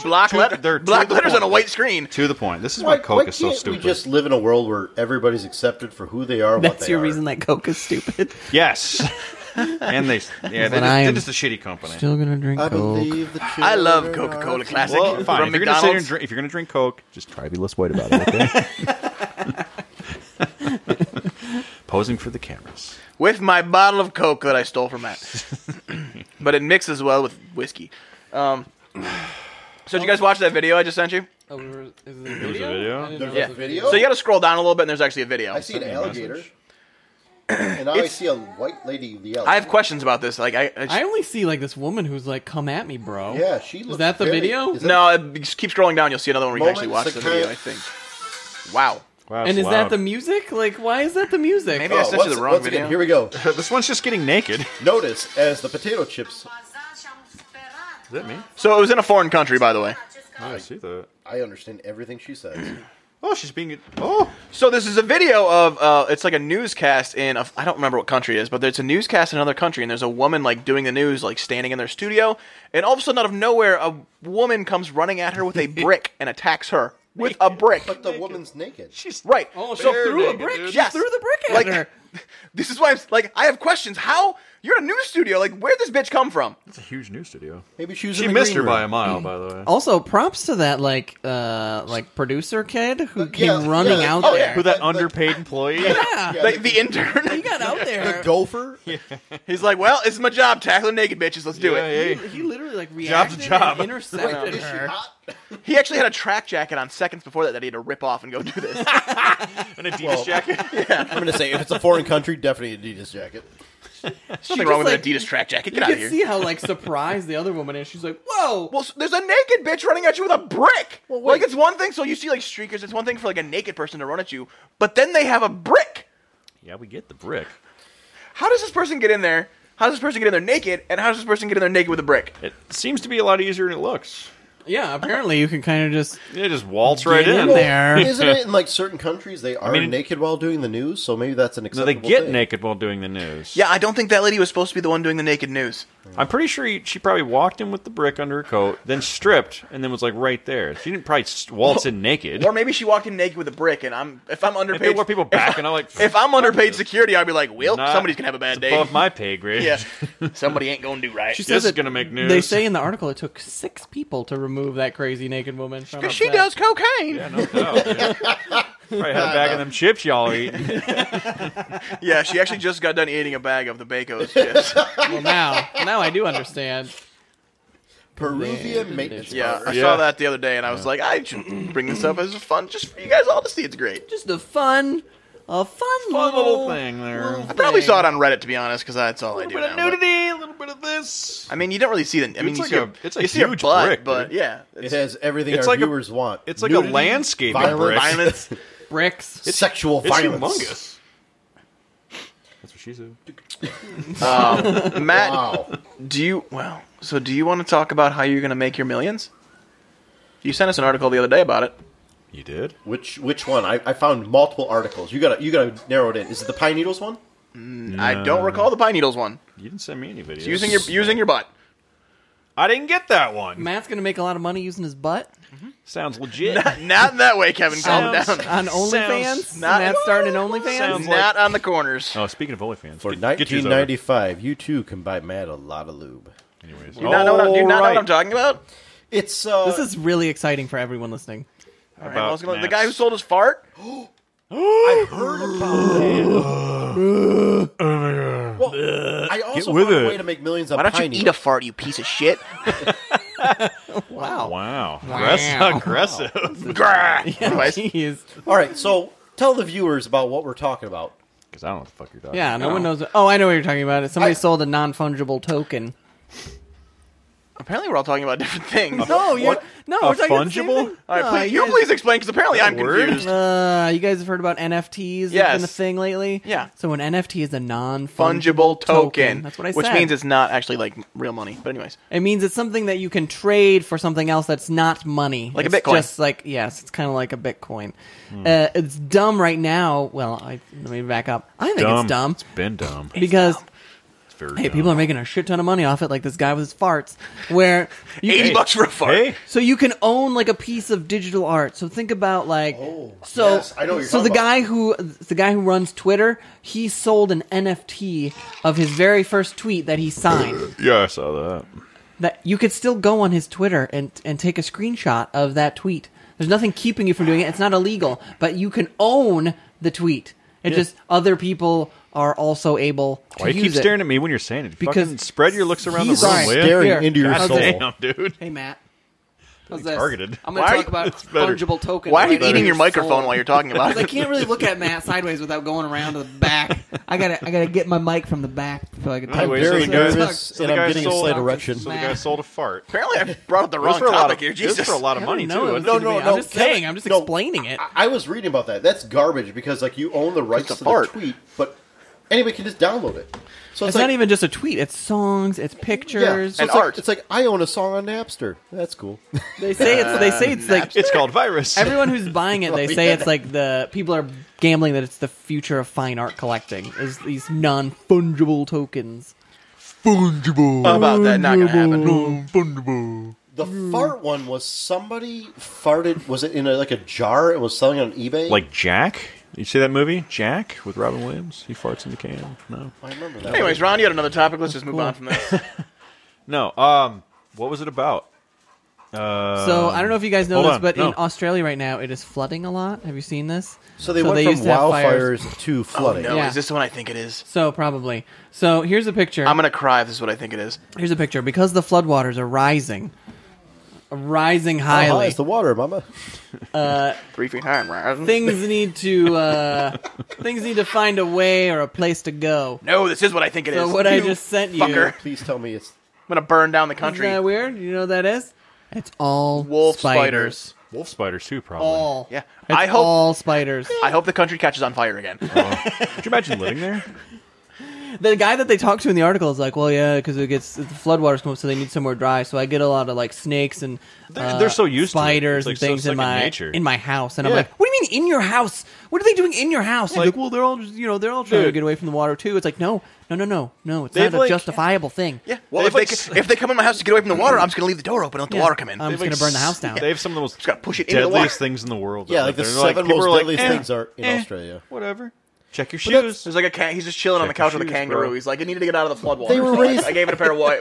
S1: black
S3: to- they're
S1: letter,
S3: to
S1: black
S3: the
S1: letters on
S3: point.
S1: a white screen.
S3: to the point. This is why,
S4: Why, why
S3: Coke
S4: can't
S3: is so stupid.
S4: we just live in a world where everybody's accepted for who they are? and what
S2: That's
S4: they
S2: your
S4: are?
S2: reason that Coke is stupid.
S3: Yes, and they yeah, they
S2: But I
S3: just,
S2: am
S3: they're just a shitty company.
S2: Still gonna drink
S4: I
S2: Coke.
S4: believe the
S1: I love
S4: children are
S1: Coca Cola
S4: free.
S1: Classic
S3: well, fine.
S1: from
S3: If you're, gonna sit here and
S1: McDonald's.
S3: drink, if you're gonna drink Coke, just try to be less white about it. Okay. Posing for the cameras.
S1: With my bottle of Coke that I stole
S3: *laughs*
S1: from Matt. but it mixes well with whiskey. Um, so, did you guys watch that video I just sent you?
S2: Oh, we were- is it a
S3: It was a video.
S4: There's
S1: Yeah.
S4: a video.
S1: So, you got to scroll down a little bit, and there's actually a video.
S4: I see an alligator, *clears throat* and now I see a white lady yell.
S1: I have questions about this. Like, I, I just-
S2: I only see like this woman who's like, "Come at me, bro."
S4: Yeah, she
S2: Is
S4: looks
S2: that the
S4: very-
S2: video?
S4: is that-
S1: no, I- just keep scrolling down. You'll see another one where you can actually watch
S4: Moments
S1: the
S4: occur.
S1: video. I think. Wow.
S3: Wow,
S2: And
S3: it's
S2: is that
S3: loud.
S2: the music? Like, why is that the music?
S1: Maybe
S4: Oh,
S1: I sent
S4: once-
S1: you the wrong
S4: once
S1: video.
S4: Again, here we go.
S3: *laughs* This one's just getting naked.
S4: Notice as the potato chips.
S5: Is
S3: that me?
S1: so it was in a foreign country, by the way.
S3: I see that.
S4: I understand everything she says.
S3: Oh, she's being. Oh,
S1: So this is a video of uh, it's like a newscast in a, I don't remember what country it is, but it's a newscast in another country, and there's a woman like doing the news, like standing in their studio, and all of a sudden out of nowhere, a woman comes running at her with
S2: *laughs*
S1: a brick and attacks her with a brick.
S4: But the woman's naked.
S3: she's
S1: Right.
S2: Oh, she
S3: Bare
S2: threw a
S3: naked,
S2: brick.
S3: dude.
S2: She
S1: Yes.
S2: threw the brick at
S1: Like-
S2: her.
S1: This is why I'm s- like I have questions. How you're in a news studio? Like where'd this bitch come from?
S3: It's a huge news studio.
S4: Maybe she was
S3: She
S4: in the
S3: missed her
S4: green
S3: by a
S4: room.
S3: mile, by the way.
S2: Also, props to that like uh like producer kid who
S4: yeah,
S2: came
S4: yeah.
S2: running out
S4: Oh, yeah.
S2: there.
S3: Who that
S4: I- I-
S3: underpaid
S2: *laughs*
S3: employee?
S2: Yeah.
S4: Yeah,
S1: Like
S4: the,
S1: the intern.
S2: He got out there.
S4: gopher.
S1: *laughs* He's like, well, it's my job tackling naked bitches. Let's do it.
S2: He, he literally like reacted
S3: job. *laughs*
S2: and intercepted
S4: Wait, is she
S2: her.
S4: hot?
S1: He actually had a track jacket on seconds before that that he had to rip off and go do
S2: *laughs*
S1: this.
S3: An Adidas jacket. *laughs*
S4: I'm gonna say if it's a foreign country, definitely Adidas jacket.
S1: There's nothing wrong
S2: just,
S1: with an
S2: like-
S1: Adidas track jacket. Get
S2: You
S1: out of
S2: can
S1: here.
S2: see how like surprised the other woman is. She's like, "Whoa!"
S1: Well, s- there's a naked bitch running at you with a brick.
S4: Well, wait.
S1: like it's one thing. So you see like streakers. It's one thing for like a naked person to run at you, but then they have a brick.
S3: Yeah, we get the brick.
S1: How does this person get in there? How does this person get in there naked? And how does this person get in there naked with a brick?
S3: It seems to be a lot easier than it looks.
S2: yeah, apparently you can kind of just
S3: It just waltz right
S2: Get in
S3: in.
S2: there. Fair.
S4: isn't it in like certain countries they are
S3: mean-
S4: naked while doing the news? So maybe that's an
S3: So
S4: acceptable.
S3: they get
S4: thing.
S3: naked while doing the news.
S1: Yeah, I don't think that lady was supposed to be the one doing the naked news.
S3: I'm pretty sure he, she probably walked in with the brick under her coat, then stripped, and then was like right there. She didn't probably s- waltz in naked.
S1: Or maybe she walked in naked with a brick. And I'm if I'm
S3: If
S1: underpaid,
S3: there were people backing, I'm like, *laughs*
S1: if I'm underpaid security, I'd be like, well,
S3: nah,
S1: somebody's gonna have a bad
S3: it's
S1: day.
S3: above my pay grade. *laughs*
S1: yeah, *laughs* somebody ain't gonna do right.
S2: She
S3: This
S2: says
S3: is
S2: it-
S3: gonna make
S2: They
S3: news.
S2: say in the article it took six people to remove that crazy naked woman. From a
S1: Because she
S2: set.
S1: does cocaine.
S3: Yeah, no doubt. *laughs* Yeah. probably had a bag of them chips y'all eating.
S1: Yeah, she actually just got done eating a bag of the Bacos chips.
S2: Well, now, now I do understand.
S4: Peruvian maintenance.
S1: Yeah, I
S4: burger.
S1: saw that the other day, and I was like, I should *clears throat* bring this up as a fun, just for you guys all to see. It's great.
S2: Just a fun, a fun,
S3: Fun little thing there.
S1: I probably saw it on Reddit to be honest, because that's all I do. now, but-
S3: nudity, a little bit of this.
S1: I mean, you don't really see the. I mean,
S3: It's
S1: you
S3: like
S1: see
S3: a-
S1: her-
S3: it's a
S1: you see her
S3: huge
S1: butt,
S3: brick,
S1: but
S3: dude.
S1: yeah,
S4: It has everything
S3: It's
S4: our
S3: like a-
S4: viewers want.
S3: It's like
S4: Nudity,
S3: a landscape
S4: violence, *laughs*
S3: brick.
S1: violence.
S2: bricks.
S4: sexual
S3: It's
S4: violence.
S3: humongous.
S4: *laughs*
S3: That's what she said.
S1: Matt,
S4: Wow.
S1: do you? Well, so do you want to talk about how you're going to make your millions? You sent us an article the other day about it.
S3: You did?
S4: Which which one? I, I found multiple articles. You gotta you gotta narrow it in. Is it the pine needles one?
S1: I don't recall the pine needles one.
S3: You didn't send me any videos.
S1: It's using your using your butt.
S3: I didn't get that one.
S2: Matt's gonna make a lot of money using his butt
S3: Sounds legit. *laughs*
S1: Not that way, Kevin. Calm
S3: Sounds-
S1: down.
S2: on OnlyFans.
S3: Sounds-
S1: Not-
S2: Matt's starting an OnlyFans.
S3: Sounds-
S1: *laughs* Not on the corners.
S3: oh, speaking of OnlyFans,
S4: For
S3: get, get yours over.
S4: 1995, you too can buy Matt a lot of lube.
S3: Anyways.
S1: Do you not, know what, I- do you not know
S3: Alright.
S1: what I'm talking about?
S4: It's uh,
S2: This is really exciting for everyone listening.
S1: Alright, well, I was gonna- the
S3: Matt's-
S1: guy who sold his fart.
S4: I heard
S2: *laughs*
S4: about that. well, I also
S3: with
S4: found a
S3: it.
S4: way to make millions on
S1: Why don't
S4: pine
S1: you eat a
S4: needles.
S1: fart, you piece of shit?
S2: Wow.
S3: Wow. Aggress- aggressive. *laughs*
S1: Grr. Anyways,
S2: Jeez.
S4: All right, so tell the viewers about what we're talking about.
S3: Because I don't know what the fuck you're talking
S2: Yeah, no
S3: about.
S2: one knows. Oh, I know what you're talking about. Somebody
S4: I-
S2: sold a non fungible token.
S1: *laughs* apparently we're all talking about different things.
S2: No, uh, you.
S3: what?
S2: No,
S3: A
S2: we're talking about the same
S3: fungible?
S2: thing.
S1: All
S2: No,
S1: right, please,
S2: you
S1: you
S2: guys-
S1: please explain because apparently I'm
S3: word?
S1: confused.
S2: Uh, you guys have heard about NFTs. That's
S1: Yes.
S2: been a thing lately.
S1: Yeah.
S2: So an NFT is a non-fungible
S1: Fungible token.
S2: That's what I
S1: Which
S2: said.
S1: means it's not actually like real money. But anyways,
S2: it means it's something that you can trade for something else that's not money,
S1: Like
S2: It's
S1: a Bitcoin.
S2: Just like yes, it's kind of like a Bitcoin. Uh, it's dumb right now. Well, I, let me back up. I think it's dumb
S3: It's been dumb.
S2: because
S3: It's very
S2: hey,
S3: dumb.
S2: people are making a shit ton of money off it. Like this guy with his farts,
S4: *laughs*
S2: where you
S1: eighty
S2: can-
S1: bucks for a fart.
S3: Hey,
S2: so you can own like a piece of digital art. So think about like
S4: Oh,
S2: so
S4: yes, I know what you're
S2: so the
S4: talking about.
S2: guy who the guy who runs Twitter, he sold an NFT of his very first tweet that he signed.
S3: yeah, I saw that.
S2: that you could still go on his Twitter and and take a screenshot of that tweet. There's nothing keeping you from doing it. It's not illegal, but you can own the tweet. It just other people are also able to
S3: Why you
S2: use
S3: keep
S2: it.
S3: staring at me when you're saying it?
S2: Because
S3: Fucking spread your looks around the room.
S2: he's Sorry.
S3: will ya?
S4: Staring
S2: Here.
S4: into your
S3: God *laughs*
S4: soul.
S3: damn, dude.
S2: Hey Matt. How's
S3: Really
S2: this?
S3: targeted.
S2: I'm going
S1: Why
S2: to
S1: are
S2: talk
S1: you-
S2: about
S3: *laughs* It's better.
S2: fungible tokens.
S1: Why are you
S2: Better.
S1: eating your microphone
S2: Sold. *laughs*
S1: while you're talking about
S2: Because I
S1: it?
S2: can't really look at Matt sideways without going around to the back. I gotta, I gotta get my mic from the back so I can talk.
S4: I'm
S3: Anyways,
S4: very
S3: so the guy-
S4: nervous,
S3: so
S4: and
S3: the guy
S4: I'm getting a
S3: sold-
S4: slight erection.
S3: So the guy sold a fart.
S1: Apparently, I brought up the wrong
S3: It was for a lot
S1: topic
S3: of,
S1: *laughs* here.
S3: it was
S1: Jesus,
S3: for a lot of money
S2: No,
S3: too.
S2: it was
S3: wasn't
S2: gonna
S3: it?
S2: be-
S4: no,
S2: I'm
S4: no,
S2: just
S4: Kevin,
S2: saying. I'm just
S4: no,
S2: explaining it.
S4: I, I was reading about that. That's garbage because like you own the rights
S1: a
S4: to the
S1: fart.
S4: tweet, but anybody can just download it. So it's,
S2: It's
S4: like,
S2: not even just a tweet. It's songs. It's
S4: yeah.
S2: pictures.
S4: so
S1: And
S4: it's like,
S1: art.
S4: It's like I own a song on Napster. That's cool. *laughs*
S2: They say it's. They say it's like
S3: It's called virus.
S2: everyone who's buying it. They
S4: Oh,
S2: say
S4: yeah.
S2: it's like the people are gambling that it's the future of fine art collecting. Is these non fungible tokens?
S1: about that. Not
S3: *laughs*
S1: gonna happen.
S4: The fart one was somebody farted. Was it in a, like a jar and was selling it on eBay?
S3: like Jack. You see that movie, Jack, with Robin Williams? He farts in the can. No,
S4: I remember that.
S1: Anyways, Ron, you had another topic. Let's just move on from this.
S3: *laughs* no. Um, what was it about?
S2: so I don't know if you guys know
S3: hold
S2: this,
S3: on,
S2: but
S3: no.
S2: in Australia right now it is flooding a lot. Have you seen this?
S4: so they went
S2: used
S4: from
S2: to have fires.
S4: wildfires to flooding.
S1: No,
S2: Yeah.
S1: is this the one I think it is?
S2: So probably. So here's a picture.
S1: I'm gonna cry if this is what I think it is.
S2: Here's a picture because the floodwaters are rising, rising
S4: How high
S2: highly.
S4: is Uh-huh, the water, Mama?
S1: Three feet high. Ron.
S2: things need to uh, things need to find a way or a place to go.
S1: No, this is what I think it is.
S2: So what I
S1: You
S2: just sent you,
S1: fucker.
S4: Please tell me it's
S1: I'm gonna burn down the
S2: isn't
S1: country.
S2: that weird? You know what that is? It's all
S1: Wolf
S2: spiders.
S1: spiders.
S3: Wolf spiders too, probably.
S2: All
S1: Yeah.
S2: It's
S1: I hope-
S2: all
S3: *laughs*
S2: spiders.
S1: I hope the country catches on fire again.
S3: Could you imagine living there?
S2: The guy that they talked to in the article is like, well, yeah, because it gets the floodwaters come up, so they need somewhere dry. So I get a lot of like snakes and
S3: They're-
S2: uh,
S3: they're so used to it.
S2: spiders
S3: It's, like,
S2: and
S3: so
S2: things in
S3: second
S2: my
S3: nature.
S2: in my house, and I'm
S3: Yeah.
S2: like, what do you mean in your house? What are they doing in your house? Like,
S3: Like-
S2: like well, they're all just, you know they're all trying to
S3: Dude.
S2: get away from the water too. It's like, no, no, no, no, no. It's
S3: They've,
S2: not a
S3: like-
S2: justifiable thing.
S1: Yeah. Well,
S3: They've,
S1: if they
S3: like,
S1: c- if they come in my house to get away from the water, I'm just gonna leave the door open and let the
S2: Yeah.
S1: water come in.
S2: Um, It's gonna
S3: They've,
S2: burn the house down.
S3: They have some of the most
S1: gotta push it into the
S3: deadliest
S1: water.
S3: things in the world.
S4: Yeah, like the
S3: They're
S4: seven
S3: people
S4: most
S3: are like,
S4: deadliest
S3: eh,
S4: things are in
S3: eh,
S4: Australia.
S3: Whatever. Check your
S4: that's-
S3: shoes.
S1: *laughs* There's like a cat. He's just chilling on the
S3: Check your
S1: couch with a
S3: shoes,
S1: kangaroo.
S3: bro.
S1: He's like, it needed to get out of the floodwater.
S4: They were
S1: So, like,
S4: raised-
S1: *laughs* I gave it a pair of wa-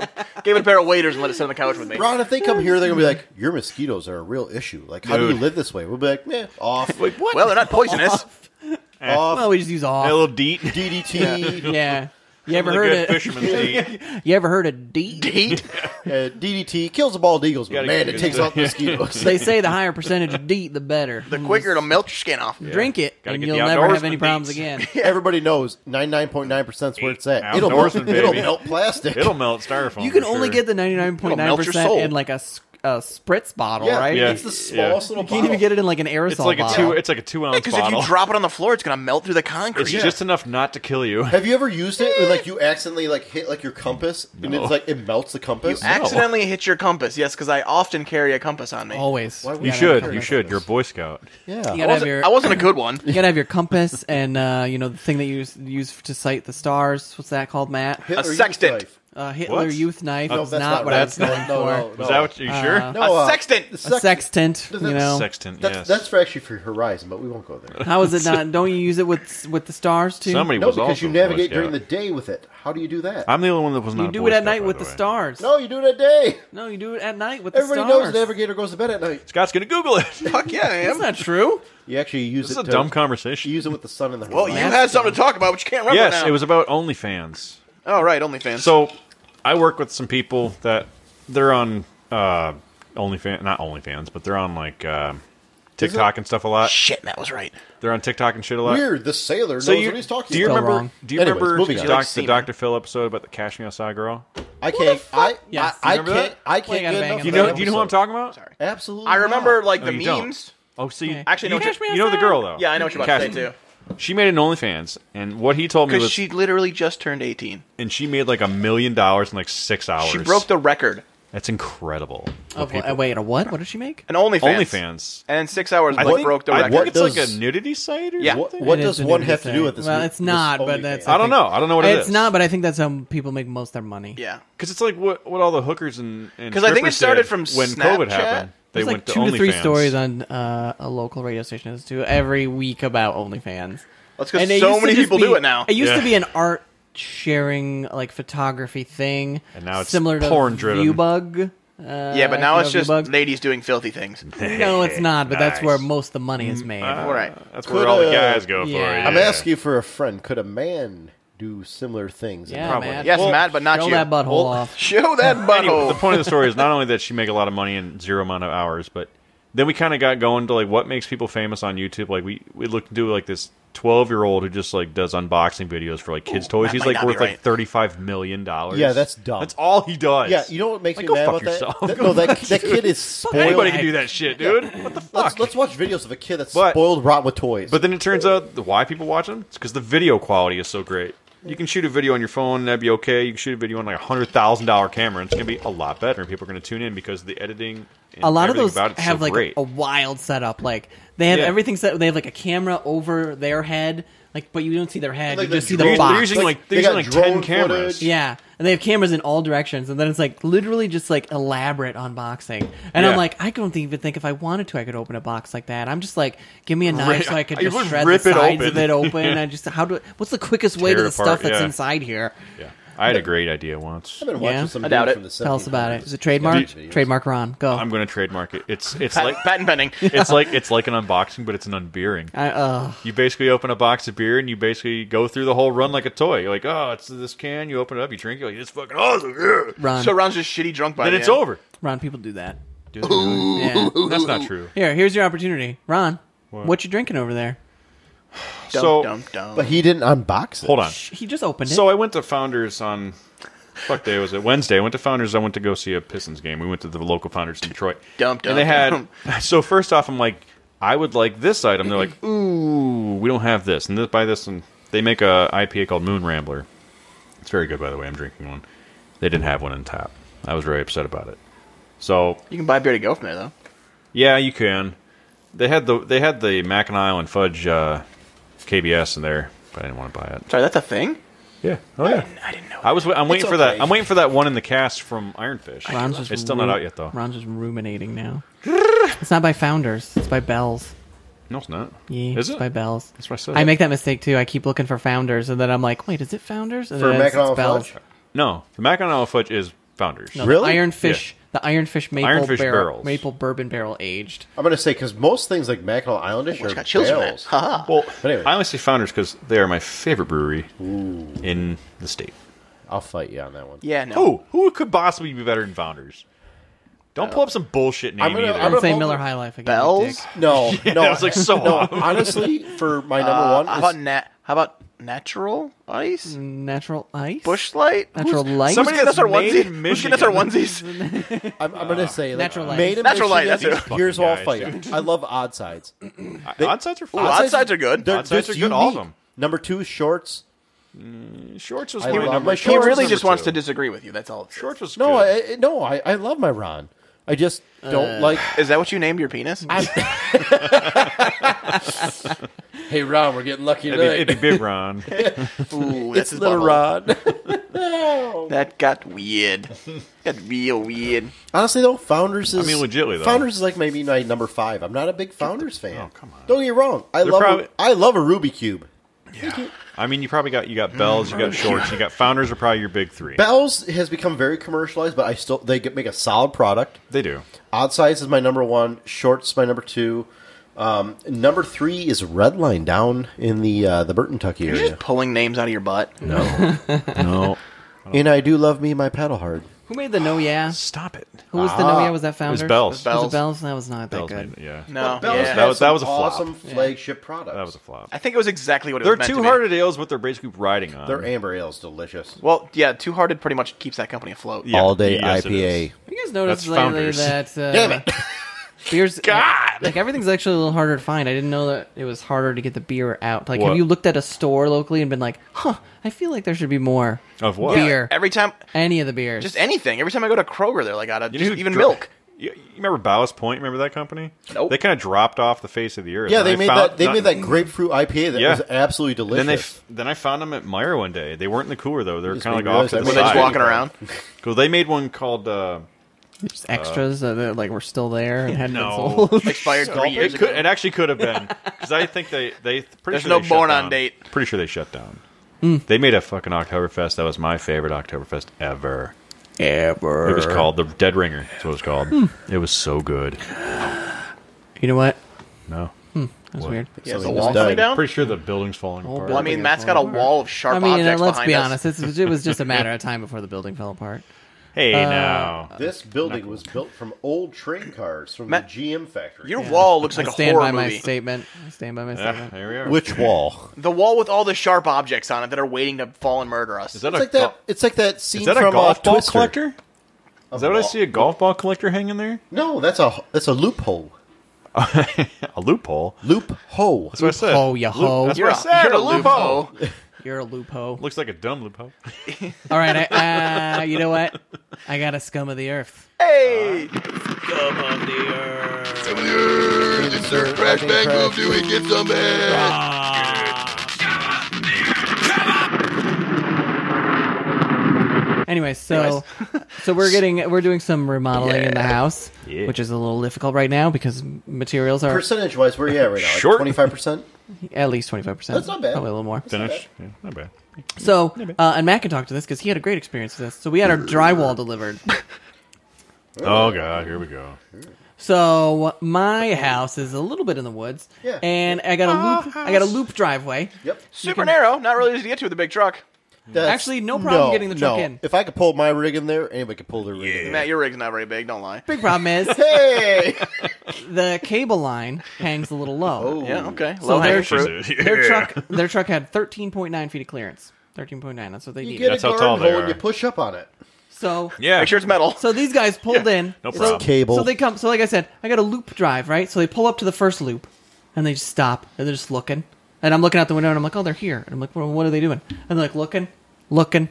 S1: gave it a pair of waders and let it sit on the couch with me.
S4: Ron, if they come here, they're gonna be like, "Your mosquitoes are a real issue. Like, how do you
S3: Dude.
S4: live this way?" We'll be *laughs* like, "Meh, off,
S3: like *laughs* what?
S1: Well, they're not poisonous.
S4: off,
S3: *laughs*
S2: Well, we just use all.
S3: Little deet.
S4: DDT."
S2: Yeah.
S3: *laughs*
S2: You ever
S3: the
S2: heard
S3: good
S2: of
S3: fisherman's eat.
S2: You ever heard of
S3: *laughs*
S2: D?
S1: Heat.
S4: Uh, DDT kills the bald eagles, but
S3: Gotta
S4: man,
S3: get
S4: it
S3: good
S4: takes
S3: stuff.
S4: out the *laughs* mosquitoes.
S2: They say the higher percentage of DEET, the better. Mm.
S1: The quicker it'll melt your skin off.
S2: Drink it,
S3: Gotta
S2: and
S3: get
S2: you'll
S3: the
S2: never have any
S3: outdoorsman
S2: problems
S3: deets. *laughs*
S2: again.
S4: Everybody knows 99.9% is where it's at.
S3: Out
S4: It'll melt,
S3: north,
S4: it'll
S3: baby.
S4: melt plastic.
S3: It'll melt
S4: Oh,
S3: styrofoam.
S2: You can
S3: for
S2: only
S3: sure.
S2: get the ninety nine point nine
S1: It'll melt
S2: percent
S1: your soul.
S2: in like a, s- a spritz bottle,
S4: yeah,
S2: right?
S3: Yeah.
S4: It's the smallest little
S2: You can't even get it in like an aerosol
S3: It's like a
S2: bottle.
S3: two. It's like a two ounce
S1: Because if
S3: bottle.
S1: you drop it on the floor, it's gonna melt through the concrete.
S3: it's just enough not to kill you.
S4: Have you ever used it? Where, like you accidentally like hit like your compass, and
S3: No.
S4: it's like it melts the
S1: you
S4: compass.
S1: accidentally hit your compass. Yes, because I often carry a compass on me.
S2: Always.
S4: Why would
S3: You
S4: Yeah,
S3: should.
S4: that's
S3: You
S4: nice.
S3: should. You're a Boy Scout.
S4: yeah.
S2: You
S1: I
S2: gotta have
S1: wasn't,
S2: your
S1: I wasn't a good one.
S2: you gotta have your compass and uh, you know the thing that you use, use to sight the stars. What's that called, Matt?
S4: Hitler used
S1: sextant.
S4: knife.
S2: Uh, Hitler
S3: What?
S2: youth knife.
S4: No,
S2: is
S4: that's
S2: not,
S4: not
S2: what I was
S4: that's
S2: going
S4: not- no,
S2: for.
S4: no, no.
S3: Was that what you sure?
S4: No,
S1: a
S4: uh,
S1: sextant.
S4: the
S2: A
S4: sex-
S2: sextant.
S4: Does
S2: You
S4: that-
S2: know.
S3: Sextant.
S4: That's,
S3: yes.
S4: that's for actually for Horizon, but we won't go there.
S2: How is
S3: *laughs*
S2: it not? Don't you use it with with the stars too?
S3: Somebody
S4: No,
S3: was
S4: because
S3: also
S4: you
S3: a Boy
S4: navigate during the
S3: Scout.
S4: day with it. How do you do that?
S3: I'm the only one that was not.
S2: you
S3: a
S2: do
S3: Boy
S2: it at
S3: Scout,
S2: night
S3: by
S2: with
S3: the
S2: the
S3: way.
S2: stars.
S4: no, you do it at day.
S2: No, you do it at night with
S4: Everybody
S2: the stars.
S4: knows Navigator goes to bed at night.
S3: Scott's gonna Google it.
S1: Fuck yeah, I
S2: That's
S1: am.
S2: not true.
S4: You actually use
S3: This is
S4: it.
S3: a
S4: to-
S3: dumb
S4: You
S3: conversation.
S4: use it with the sun in the
S1: Well, you
S4: horizon.
S1: had something to talk about, but you can't remember
S3: Yes,
S1: now.
S3: it was about OnlyFans.
S1: Oh right, OnlyFans.
S3: So I work with some people that they're on uh, OnlyFans, not OnlyFans, but they're on like uh, TikTok and stuff a lot.
S1: shit, that was right.
S3: They're on TikTok and shit a lot.
S4: Weird. The sailor
S3: So
S4: knows
S3: you
S4: what he's talking
S3: do you
S2: Still
S4: about.
S3: remember?
S2: wrong.
S3: Do you
S4: Anyways,
S3: remember
S4: moving on.
S3: doc-
S1: Like
S3: the
S1: semen.
S3: Doctor Phil episode about the Cashmere Saw girl?
S4: I can't. I,
S2: Yes.
S4: I, I
S2: Remember
S4: can't. I can't
S2: Play
S4: get
S2: Gotta Bang
S4: enough.
S2: It.
S4: of
S3: Do you
S4: that
S3: know? Do you know what I'm
S4: episode.
S3: talking about?
S1: Sorry.
S4: Absolutely.
S1: I remember
S4: not.
S1: like
S3: No,
S1: the
S3: you
S1: memes.
S3: don't. Oh, see,
S2: Okay.
S1: Actually, I know what
S2: Cashmere
S3: you know the
S2: Saw.
S3: girl though.
S1: Yeah, I know what you're about to say
S3: Cashmere.
S1: too.
S3: She made an OnlyFans, and what he told me
S1: Because
S3: was,
S1: she literally just turned 18.
S3: and she made like a million dollars in like six hours.
S1: She broke the record.
S3: That's incredible.
S2: Of, uh, wait, a what? What did she make?
S1: An OnlyFans.
S3: OnlyFans.
S1: And in six hours,
S3: I
S1: what
S3: think,
S1: broke the
S3: I
S1: record?
S3: think
S4: What
S3: it's like
S4: does-
S3: a nudity site or
S1: Yeah.
S3: something.
S4: What
S2: It
S4: does
S2: is a
S4: one
S2: nudity
S4: have to do
S2: site.
S4: with this?
S2: Well,
S4: mo-
S2: it's
S4: this
S2: not, but
S4: OnlyFans?
S2: that's-
S3: I don't know. I don't know what it
S2: it's
S3: is.
S2: not, but I think that's how people make most of their money.
S1: yeah.
S3: because it's like what what all the hookers and because
S1: 'Cause I think it started from
S3: when COVID
S1: Snapchat.
S3: happened. They
S2: There's like
S3: went
S2: two
S3: to
S2: to three
S3: OnlyFans.
S2: stories on uh, a local radio station as to every week about OnlyFans.
S1: That's 'cause
S2: And it
S1: so
S2: used to
S1: many
S2: just
S1: people
S2: be-
S1: do it now.
S2: It used
S3: Yeah.
S2: to be an art sharing like photography thing,
S3: And now it's
S2: similar to
S3: porn-driven. *laughs*
S2: Viewbug. Uh,
S1: Yeah, but
S2: if
S1: now
S2: you
S1: it's
S2: know
S1: just
S2: Viewbug.
S1: ladies doing filthy things.
S3: Uh,
S2: no, it's not. But that's
S3: Nice. Mm, uh,
S2: where most of the money is made.
S1: All right.
S3: That's
S4: Could,
S3: where all the
S4: uh,
S3: guys go for it.
S2: yeah.
S4: I'm
S3: yeah.
S4: asking for a friend. Could a man do similar things?
S2: yeah,
S3: Probably.
S2: Matt.
S1: Yes,
S2: Well,
S1: Matt, but not
S2: Roll
S1: you.
S2: that butthole
S1: Well,
S2: off.
S1: *laughs* Show that
S3: Anyway, the
S1: butthole.
S3: point of the story is not only that she make a lot of money in zero amount of hours, but then we kind of got going to like what makes people famous on YouTube. Like we we looked into like this twelve year old who just like does unboxing videos for like kids toys.
S1: that
S3: He's
S1: might
S3: like
S1: not be
S3: worth like
S1: right.
S3: thirty five million dollars.
S4: Yeah, that's dumb.
S3: That's all he does.
S4: Yeah, you know what makes
S3: Like,
S4: me
S3: go
S4: mad
S3: fuck
S4: about
S3: yourself.
S4: that? That- No, that, that kid is spoiled.
S3: anybody
S2: Boy,
S3: can do that shit, dude. What the fuck?
S4: Let's, let's watch videos of a kid that's
S3: But-
S4: spoiled rot with toys.
S3: But then it turns out the- why people watch them. It's because the video quality is so great. You can shoot a video on your phone, that'd be okay. You can shoot a video on like a hundred thousand dollar camera, and it's gonna be a lot better. And people are gonna tune in because the editing. And
S2: a lot of
S3: everything
S2: those
S3: about it's
S2: have
S3: so
S2: like
S3: great.
S2: a wild setup. Like they have
S3: Yeah.
S2: everything set. They have like a camera over their head, like but you don't see their head.
S4: like
S2: you
S4: the
S2: just see
S3: they're,
S2: the
S4: drone-
S3: they're
S2: box.
S3: using
S4: Like,
S3: like
S4: they
S3: they're using
S4: got
S3: like ten
S4: drone
S3: cameras.
S4: footage.
S2: yeah, and they have cameras in all directions, and then it's like literally just like elaborate unboxing. And
S3: Yeah.
S2: I'm like, I don't even think if I wanted to, I could open a box like that. I'm just like, give me a knife so I
S3: *laughs*
S2: could
S3: I
S2: just
S3: would
S2: shred
S3: rip
S2: the
S3: it
S2: sides
S3: open.
S2: of it
S3: *laughs*
S2: open. I just how do what's the quickest way to
S3: Tear
S2: the
S3: it apart,
S2: stuff that's
S3: yeah.
S2: inside here?
S3: Yeah, I had a great idea once.
S4: I've been watching
S2: Yeah.
S4: some
S1: I doubt
S4: dude
S1: it.
S4: from the
S2: Tell us about it.
S4: 1700s.
S2: Is it trademark?
S4: Videos.
S2: Trademark Ron. Go.
S3: I'm gonna trademark it. It's it's
S1: Pat-
S3: like
S2: *laughs*
S1: patent pending.
S3: it's like it's like an unboxing, but it's an unbeering.
S2: I, uh,
S3: You basically open a box of beer and you basically go through the whole run like a toy. You're like, oh, it's this can. You open it up, you drink. it. You're like, this is fucking awesome. Yeah.
S2: Ron.
S1: so Ron's just shitty drunk by
S3: Then
S1: the
S3: it's
S1: end.
S3: over.
S2: Ron, people do that.
S3: Dude, really?
S4: *laughs*
S2: Yeah.
S3: That's not true.
S2: Here, here's your opportunity, Ron. What, you drinking over there?
S1: Dum,
S3: so
S1: dum, dum.
S4: But he didn't unbox it.
S3: hold on.
S2: Shh, He just opened it.
S3: So I went to Founders on fuck day was it Wednesday? I went to Founders. I went to go see a Pistons game. We went to the local Founders in Detroit.
S1: Dum, dum,
S3: and they had
S1: dum.
S3: *laughs* so first off, I'm like, I would like this item. They're like, ooh, we don't have this. And this buy this, and they make a IPA called Moon Rambler. It's very good, by the way. I'm drinking one. They didn't have one in tap. I was very upset about it. So
S1: you can buy beer to go from there, though.
S3: Yeah, you can. They had the they had the Mackinac Island fudge uh, KBS in there, but I didn't want to buy it.
S1: Sorry, that's a thing?
S3: Yeah, oh yeah.
S1: I didn't know.
S3: I was I'm waiting
S4: It's
S3: for that.
S4: okay.
S3: I'm waiting for that one in the cast from Ironfish.
S2: Ron's just
S3: it's still
S2: ru-
S3: not out yet though.
S2: Ron's just ruminating
S3: *laughs*
S2: now. it's not by Founders. It's by Bell's.
S3: No, it's not.
S2: Yeah,
S3: is
S2: it's
S3: it?
S2: by Bell's.
S3: That's what I said.
S2: I make that mistake too. I keep looking for Founders, and then I'm like, wait, is it Founders? And
S4: For
S2: then it's-
S4: Mac and
S2: it's Bell's.
S4: Fudge?
S3: no, the Mackinac Island fudge is Founders.
S2: No,
S4: Really?
S2: The Iron Fish. the Ironfish maple
S3: Ironfish
S2: barrel,
S3: barrels.
S2: maple bourbon barrel aged.
S4: I'm gonna say because most things like Mackinac Islandish are
S1: Just got chills from it.
S4: barrels.
S1: Haha.
S3: Well,
S4: But anyway.
S3: I only say Founders because they are my favorite brewery in the state.
S4: I'll fight you on that one.
S1: Yeah, no.
S3: Who? Who could possibly be better than Founders? Don't pull up some bullshit name
S4: I'm gonna-
S3: either.
S4: I'm
S2: Don't
S4: gonna-
S2: say
S4: Well,
S2: Miller High Life again. you
S1: Bells?
S2: dick.
S3: *laughs*
S4: No, no,
S3: that was, like, so *laughs*
S4: no.
S3: off.
S4: Honestly, for my number
S1: Uh,
S4: one,
S1: how
S4: is-
S1: about nat? How about natural ice?
S2: Natural ice.
S1: Bushlight?
S2: Natural light.
S3: somebody-
S1: Who's that's our
S3: Made
S1: onesie.
S3: in
S1: Who's getting us our onesies?
S4: I'm, I'm gonna say like,
S2: uh, Natural Light.
S4: Made in
S1: Natural Light,
S4: Michigan,
S1: that's
S3: it.
S4: Here's where I'll
S3: Fucking guys,
S4: fight. you. I love odd sides.
S3: They, Oddsides are fun.
S1: Odd sides are good.
S4: They're
S1: Odd
S3: sides
S4: just
S3: are good, all of
S4: unique.
S3: them.
S4: Number two, shorts.
S3: Shorts was
S4: I
S3: my
S4: love
S3: number.
S4: my
S3: two.
S1: He
S4: Shorts
S1: really
S4: is
S1: just
S3: number
S1: wants
S3: two.
S1: to disagree with you. That's all. it says.
S3: Shorts was
S4: No,
S3: good.
S4: I, I- no, I, I love my Ron. I just
S2: Uh,
S4: don't like.
S1: Is that what you named your penis?
S4: Hey Ron, we're getting lucky
S3: it'd, be, it'd be Big
S4: *laughs*
S3: Ron.
S1: Ooh, that's
S4: it's
S1: his
S4: little
S1: butthole.
S4: Ron.
S1: *laughs* That got weird. got real weird.
S4: Honestly though, Founders is.
S3: I mean, legitly, though.
S4: Founders is like maybe my number five. I'm not a big Founders fan. Oh come on. Don't get me wrong. I love.
S3: probably-
S4: I love a Ruby cube.
S3: I mean, you probably got you got Bells,
S4: *laughs*
S3: you got Shorts, you got Founders are probably your big three.
S4: Bell's has become very commercialized, but I still they get- make a solid product.
S3: They do.
S4: Odd size is my number one. Shorts my number two. Um, number three is Red Line down in the uh, the Burton Tucky
S1: You're
S4: area.
S1: just pulling names out of your butt.
S4: No,
S3: No,
S4: *laughs* and I do love me my paddle hard.
S2: Who made the No Yeah?
S3: stop Ah, it.
S2: Who was the No Yeah? Was that Founders?
S3: Bells.
S2: Was it
S1: Bells.
S2: Bells? That was not
S3: Bells
S2: that
S3: made
S2: good.
S3: it, yeah.
S1: No.
S4: Bell's
S1: yeah.
S4: has
S3: That was- that
S4: some
S3: was a flop.
S4: awesome flagship product.
S3: That was a flop.
S1: I think it was exactly what it
S3: They're
S1: was meant
S3: two
S1: to be.
S3: hearted ales, what they're basically riding on.
S4: Their amber ale's delicious.
S1: Well, yeah, Two Hearted pretty much keeps that company afloat.
S3: Yeah.
S4: All day
S3: Yes, it
S4: IPA.
S3: is.
S2: Have You guys noticed
S3: That's
S2: lately
S3: Founders.
S2: that uh,
S4: Damn it!
S2: beers
S3: God!
S2: like everything's actually a little harder to find. I didn't know that it was harder to get the beer out. Like,
S3: What?
S2: have you looked at a store locally and been like, "Huh, I feel like there should be more
S3: Of what?
S2: beer?
S1: Every time,
S2: any of the beers?
S1: just anything. Every time I go to Kroger, they're like, out of
S3: You know
S1: just
S3: who
S1: even
S3: dro-
S1: milk.
S3: You, you remember Ballast Point? Remember that company?
S1: Nope.
S3: They kind of dropped off the face of the earth.
S4: Yeah,
S3: and
S4: they
S3: I
S4: made
S3: found-
S4: that. They
S3: not-
S4: made that grapefruit IPA that
S3: Yeah.
S4: was absolutely
S3: Then they
S4: delicious.
S3: f- then I found them at Meyer one day. They weren't in the cooler though. They were
S4: Just
S3: kind of
S4: made me
S3: like off to
S4: realize
S3: the
S4: that was
S1: Were they just
S4: Right.
S1: walking around?
S3: Because they made one called uh,
S2: Just extras uh, that like were still there and hadn't
S3: No.
S2: been sold. *laughs*
S1: Expired three years
S3: it, could,
S1: ago.
S3: it actually could have
S1: *laughs*
S3: been because I think they they pretty
S1: There's
S3: sure
S1: no
S3: they shut
S1: born on
S3: down.
S1: date.
S3: Pretty sure they shut down.
S4: Hmm.
S3: They made a fucking Oktoberfest. That was my favorite Oktoberfest ever.
S2: Ever.
S3: It was called the Dead Ringer. That's what it was called.
S2: Hmm.
S3: It was so good.
S2: You know what?
S3: No,
S2: That's
S3: What?
S2: weird.
S1: Yeah, is the
S4: Something
S1: wall
S4: just
S1: coming
S4: died.
S1: down?
S3: pretty sure the building's falling
S2: Whole
S3: apart.
S1: Well, I
S2: building
S1: mean,
S2: is
S1: Matt's got a
S2: falling apart.
S1: wall of sharp
S2: I mean, uh,
S1: objects
S2: let's
S1: behind
S2: be
S1: us.
S2: honest. It's, it was just a matter of time before the building fell apart.
S3: hey
S2: Uh,
S3: now,
S4: this building was built from old train cars from
S1: Matt-
S4: the GM factory.
S1: Your wall looks
S2: I
S1: like a
S2: stand by
S1: horror
S2: my
S1: movie.
S2: statement. I stand by my
S3: yeah,
S2: statement.
S3: here we are.
S4: Which wall?
S1: The wall with all the sharp objects on it that are waiting to fall and murder us.
S3: is that
S4: It's
S3: a
S4: like that.
S3: gol-
S4: It's like that scene
S3: Is that
S4: from
S3: a golf
S4: uh,
S3: ball
S4: Twister.
S3: collector? Is that what I
S4: ball.
S3: see? A golf ball collector hanging there?
S4: No, that's a that's a loophole.
S3: A loophole.
S4: Loop ho.
S3: That's what I said.
S2: Loophole, you
S3: Loop-
S2: hoe.
S3: That's
S1: You're
S3: what I
S1: a,
S3: said.
S1: you're a
S3: loophole.
S1: loophole.
S2: Oh, You're a loophole.
S3: Looks like a dumb loophole.
S2: All right, I, uh, you know what? I got a scum of the earth.
S1: Hey!
S4: Crash bang boom do it.
S2: Anyway, so *laughs* so we're getting we're doing some remodeling in the house,
S3: Yeah.
S2: which is a little difficult right now because materials are
S4: Percentage wise, where you at right now?
S3: Short.
S4: Twenty five percent.
S2: at least twenty five percent.
S4: That's not bad.
S2: Probably a little more.
S3: Finished. Yeah, not bad.
S2: So uh, and Matt can talk to this because he had a great experience with this. So we had our drywall delivered.
S3: Oh god, here we go.
S2: So my house is a little bit in the woods,
S4: Yeah.
S2: and I got a loop. I got a loop driveway.
S4: Yep.
S1: Super narrow. Not really easy to get to with a big truck.
S4: That's-
S2: Actually, no problem getting the truck
S4: no.
S2: in.
S4: If I could pull my rig in there, anybody could pull their rig in there.
S1: Matt, your rig's not very big. Don't lie.
S2: Big problem
S4: *laughs*
S2: is
S4: Hey,
S2: the cable line hangs a little low.
S3: Mm.
S1: Yeah, okay.
S2: So
S1: Low hanging
S2: there's-
S1: fruit.
S4: Oh,
S2: Their truck, their truck had 13.9 feet of clearance. 13.9. That's what they
S4: you
S2: needed.
S4: get
S3: That's
S4: a
S3: how
S4: garden
S3: tall they
S4: hole and
S3: are.
S4: you push up on it.
S2: So
S3: Yeah.
S1: Make sure it's metal.
S2: So these guys pulled in.
S3: no
S2: So-
S3: problem.
S4: Cable.
S2: So they come. So like I said, I got a loop drive, right? So they pull up to the first loop, and they just stop, and they're just looking. And I'm looking out the window, and I'm like, oh, they're here. And I'm like, well, what are they doing? And they're like looking, looking. And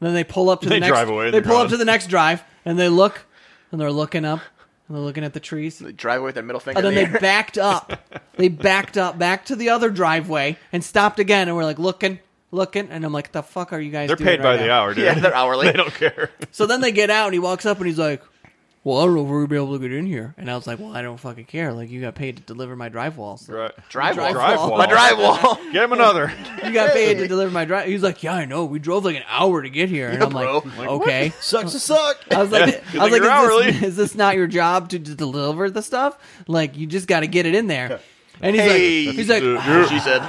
S2: then they pull up to the
S3: They
S2: next.
S3: drive away,
S2: They
S3: they're
S2: pull up
S3: gone.
S2: to the next drive, and they look, and they're looking up, and they're looking at the trees.
S1: They drive away with their middle finger.
S2: And Oh, then
S1: in the
S2: they
S1: air.
S2: backed up. They backed up back to the other driveway and stopped again. And we're like looking, looking. And I'm like, the fuck are you guys
S3: They're
S2: doing
S3: paid by
S2: right
S3: *laughs*
S1: *laughs*
S3: the
S2: now?"
S3: hour, dude.
S1: Yeah, they're hourly.
S3: They don't care.
S2: So then they get out and he walks up and he's like, well, I don't know if we're gonna be able to get in here. And I was like, well, I don't fucking care. Like, you got paid to deliver my drywall. So
S3: Right.
S1: Drywall.
S3: Drywall.
S1: My
S3: *laughs*
S1: drywall. *laughs*
S3: Get him another.
S2: you got paid to deliver my drywall. He's like, yeah, I know. We drove like an hour to get here. And
S1: Yeah,
S2: I'm
S1: bro.
S2: like,
S1: Like,
S2: okay.
S3: *laughs*
S4: Sucks to suck.
S2: I was like, I was like, is,
S3: like, "You're
S2: this, *laughs*
S3: hourly."
S2: is this not your job to, to deliver the stuff? Like, you just got to get it in there. And he's
S1: Hey,
S2: like, he's like,
S1: she said.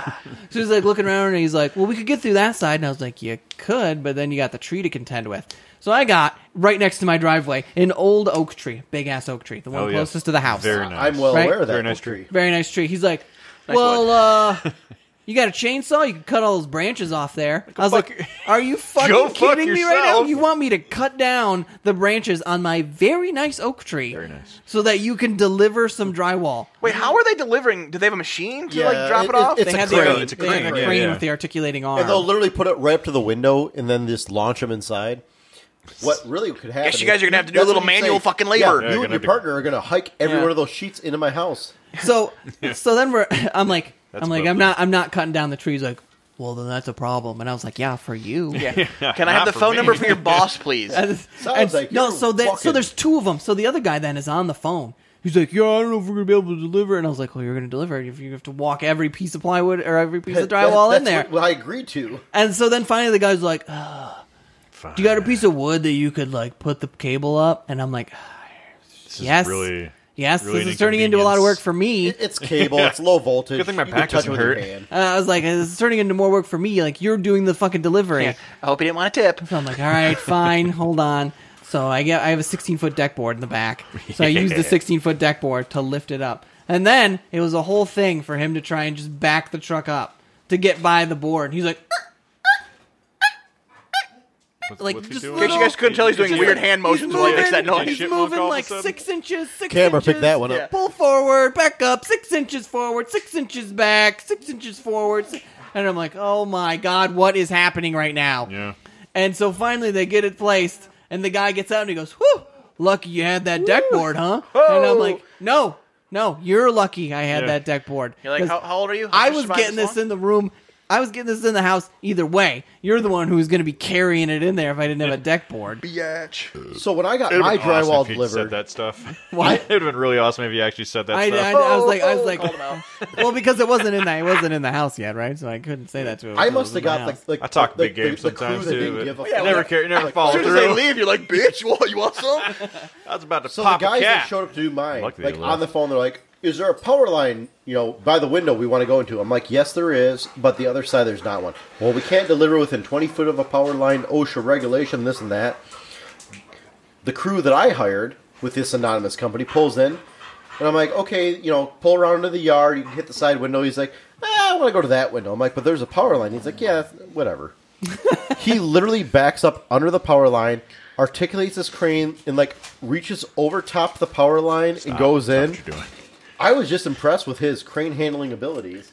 S2: so he's like looking around and he's like, well, we could get through that side. And I was like, you could, but then you got the tree to contend with. So I got right next to my driveway an old oak tree, big ass oak tree, the one
S3: Oh, yes.
S2: closest to the house.
S3: Very nice.
S4: I'm well
S2: Right?
S4: aware of that.
S3: Very nice
S4: oak tree.
S2: Very nice tree. He's like, well,
S3: *laughs*
S2: uh, you got a chainsaw? You can cut all those branches off there. I was
S3: fuck
S2: like,
S3: your-
S2: are you fucking
S3: *laughs* Go fuck
S2: kidding me right now?
S3: yourself.
S2: You want me to cut down the branches on my very nice oak tree? Very
S3: nice.
S2: So that you can deliver some drywall.
S1: Wait, how are they delivering? Do they have a machine to like
S4: Yeah,
S1: drop it,
S4: it- it-
S1: off?
S4: it's
S2: they
S4: a
S2: had
S4: crane.
S2: the,
S3: It's a
S2: they had
S3: crane,
S2: a
S3: yeah,
S2: crane
S3: yeah.
S2: with the articulating
S4: And they'll
S2: arm.
S4: literally put it right up to the window and then just launch them inside. What really could happen?
S1: Guess you guys
S4: is-
S1: are gonna have to do a
S4: That's
S1: little
S4: what you
S1: manual
S4: say.
S1: fucking
S4: Yeah,
S3: Yeah,
S4: you
S1: labor.
S3: gonna
S4: and your
S3: have to-
S4: partner are going to hike every
S2: Yeah.
S4: one of those sheets into my house. *laughs*
S2: So, so then we're, I'm like, I'm like,
S3: about
S2: I'm not, I'm not cutting down the trees. Like, well, then that's a problem. And I was like, yeah, for you.
S1: Yeah. Can I
S3: Not
S1: have the
S3: for
S1: phone
S3: me.
S1: number for
S3: *laughs*
S1: your boss, please?
S2: And-
S4: Sounds
S2: and-
S4: like
S2: no.
S4: you're
S2: So that so
S4: fucking-
S2: there's two of them. So the other guy then is on the phone. He's like, yeah, I don't know if we're gonna be able to deliver. And I was like, well, you're gonna deliver if you have to walk every piece of plywood or every piece of
S4: *laughs* That- that-
S2: drywall in
S4: that's
S2: there.
S4: what- What I agreed to.
S2: and so then finally the guy's like, Ugh, do you got a piece of wood that you could like put the cable up? And I'm like,
S3: This is
S2: yes,
S3: Really.
S2: yes,
S3: really an
S2: this is turning into a lot of work for me.
S4: *laughs* It- It's cable. It's low voltage.
S3: Good thing my
S4: You can
S3: back
S4: touch
S3: doesn't
S4: it with your
S3: hurt.
S4: hand.
S2: Uh, I was like, this is turning into more work for me. Like you're doing the fucking delivery.
S1: Yeah. I hope you didn't want a tip.
S2: So I'm like, all right, fine, hold on. So I get I have a 16 foot deck board in the back. So I use the 16 foot deck board to lift it up, and then it was a whole thing for him to try and just back the truck up to get by the board. He's like, Like,
S3: what's he
S2: just
S3: doing?
S1: In case you guys couldn't tell, he's doing weird hand motions
S2: *laughs* he's
S1: while he
S2: moving,
S1: makes that noise.
S2: he's
S3: Shit
S2: moving
S3: all of a
S2: like
S3: sudden.
S2: six inches, six
S4: Camera,
S2: inches.
S4: pick that one up.
S2: Pull forward, back up, six inches forward, six inches back, six inches forward. si- And I'm like, oh my god, what is happening right now?
S3: Yeah.
S2: And so finally they get it placed, and the guy gets out and he goes, "Whew, lucky you had that deck board, huh?" And I'm like, "No, no, you're lucky I had
S3: Yeah.
S2: that deck board."
S1: You're like,
S2: 'Cause
S1: how, how old are you?
S2: I
S1: Have you
S2: was
S1: survived
S2: getting this
S1: long?
S2: in the room. I was getting this in the house either way. You're the one who was going to be carrying it in there if I didn't have a deck
S1: *laughs*
S2: board.
S4: So when I got
S3: It'd
S4: my
S3: have been awesome
S4: drywall
S3: if you said
S4: delivered,
S3: that stuff. *laughs*
S2: What?
S3: it would have been really awesome if you actually said that
S2: I,
S3: *laughs*
S2: I,
S3: stuff.
S2: I was like, I was
S1: Oh. Called him
S2: like, *laughs*
S1: out.
S2: well, because it wasn't in, the, it wasn't in the house yet, right? So I couldn't say that to him.
S4: I
S2: until it
S4: must
S2: was in
S4: have
S2: my
S4: got like,
S2: house.
S4: like
S3: I talk
S4: the,
S3: big games
S4: the, the crew
S3: sometimes
S4: that
S3: too.
S4: didn't
S3: but
S4: give a
S3: yeah,
S4: fuck.
S3: never care, never follow
S1: As soon as they
S3: through.
S1: leave, you're like, bitch, what, you want some?
S3: I was about to
S4: So
S3: pop
S4: the guys
S3: a
S4: that
S3: cat. *laughs*
S4: showed up to do mine,
S3: Lucky they
S4: like
S3: left.
S4: on the phone, they're like, "Is there a power line? You know, by the window we want to go into?" I'm like, "Yes, there is, but the other side there's not one." Well, we can't deliver within 20 foot of a power line, OSHA regulation, this and that. The crew that I hired with this anonymous company pulls in, and I'm like, "Okay, you know, pull around into the yard. You can hit the side window." He's like, ah, "I want to go to that window." I'm like, "But there's a power line." He's like, "Yeah, that's- whatever." he literally backs up under the power line, articulates his crane, and like reaches over top the power line and goes in. I was just impressed with his crane handling abilities.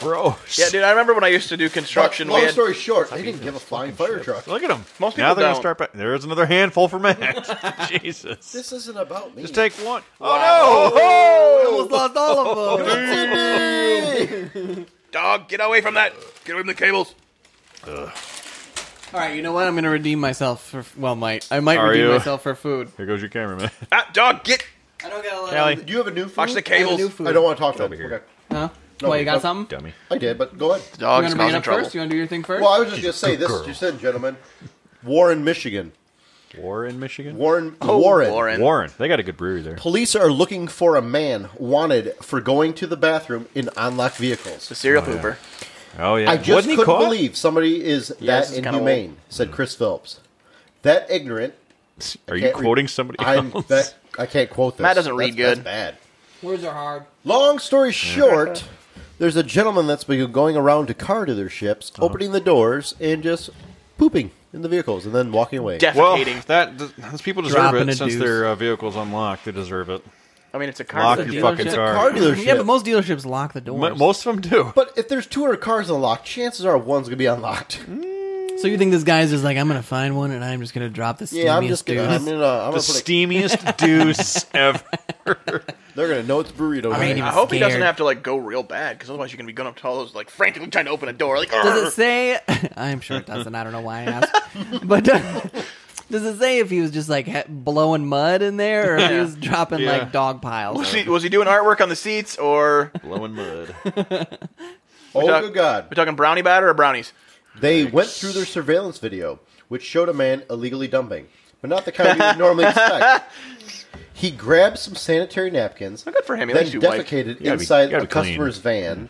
S3: Bro,
S1: yeah, dude, I remember when I used to do construction.
S4: But long
S1: we had-
S4: story short, they didn't give a flying fire truck.
S3: Look at them.
S1: Most people
S3: now they're
S1: don't.
S3: gonna start. Back. There's another handful for Matt. *laughs* Jesus.
S4: This isn't about me.
S3: Just take one. Oh no!
S2: I almost lost all of *laughs* them.
S1: Dog, get away from that. Get away from the cables.
S2: all right, you know what? I'm going to redeem myself for. Well, might I might
S3: Are
S2: redeem
S3: you?
S2: myself for food.
S3: Here goes your *laughs* cameraman.
S1: Ah, dog, get.
S2: I don't get a lot.
S3: Callie.
S4: *laughs*
S2: Of,
S4: Do you have a new food?
S1: Watch the
S4: I have a
S1: cables.
S4: new food. Oh, I don't want to talk to
S3: over
S4: him.
S3: here.
S4: Okay.
S2: huh? Well, you got something?
S3: Dummy.
S4: I did, but go ahead.
S2: You
S1: Dog
S2: want to bring it up first? You want to do your thing first?
S4: Well, I was just going to say this, you said, gentlemen. Warren, Michigan.
S3: War in Michigan.
S4: Warren,
S1: Oh,
S4: Warren.
S1: Warren.
S3: Warren. They got a good brewery there.
S4: Police are looking for a man wanted for going to the bathroom in unlocked vehicles.
S1: The serial pooper.
S3: Oh yeah.
S4: I just
S3: Wasn't he
S4: couldn't
S3: caught?
S4: believe somebody is
S1: Yeah, this
S4: that
S1: is kinda
S4: inhumane," said Chris Phelps. That *laughs* ignorant.
S3: Are you
S4: can't re-
S3: quoting somebody
S4: I'm
S3: else?
S4: that I can't quote this.
S1: Matt doesn't read
S4: That's-
S1: good.
S4: That's bad.
S2: Words are hard.
S4: Long story short, there's a gentleman that's been going around to car dealerships, opening the doors and just pooping in the vehicles and then walking away.
S3: well,
S1: Defecating.
S3: that those people deserve
S2: Dropping a
S3: it since
S2: deuce.
S3: their uh, vehicle's unlocked. They deserve it.
S1: I mean, it's a car.
S3: Lock
S1: it's a
S3: your
S1: dealer.
S3: fucking
S2: dealership.
S3: car.
S4: car dealership.
S2: Yeah, but most dealerships lock the doors.
S3: M- most of them do.
S4: But if there's 200 cars unlocked, chances are one's gonna be unlocked.
S2: so you think this guy's just like, I'm gonna find one and I'm just gonna drop this?
S4: Yeah, I'm just gonna. I'm gonna. I'm
S3: The
S4: gonna put a,
S3: steamiest deuce ever.
S4: they're gonna know it's a burrito.
S2: mean,
S4: right?
S2: he
S1: I
S2: was
S1: hope he doesn't
S2: scared.
S1: have to like go real bad, because otherwise you're gonna be going up to all those like frantically trying to open a door. Like,
S2: Does *laughs*
S1: "Arr."
S2: it say? I'm sure it doesn't. I don't know why I asked, but. uh, Does it say if he was just like ha- blowing mud in there, or if he was dropping
S3: Yeah.
S2: like dog piles?
S1: Was he, was he doing artwork on the seats, or
S3: blowing mud.
S4: Oh,
S1: talk-
S4: good God.
S1: we talking brownie batter or brownies?
S4: They went through their surveillance video, which showed a man illegally dumping, but not the kind you would normally
S1: *laughs*
S4: expect. He grabbed some sanitary napkins,
S1: Well, good for him. He
S4: then
S1: likes to wipe.
S4: defecated
S3: You gotta be-
S4: inside
S3: you gotta
S4: a
S3: be clean.
S4: customer's van,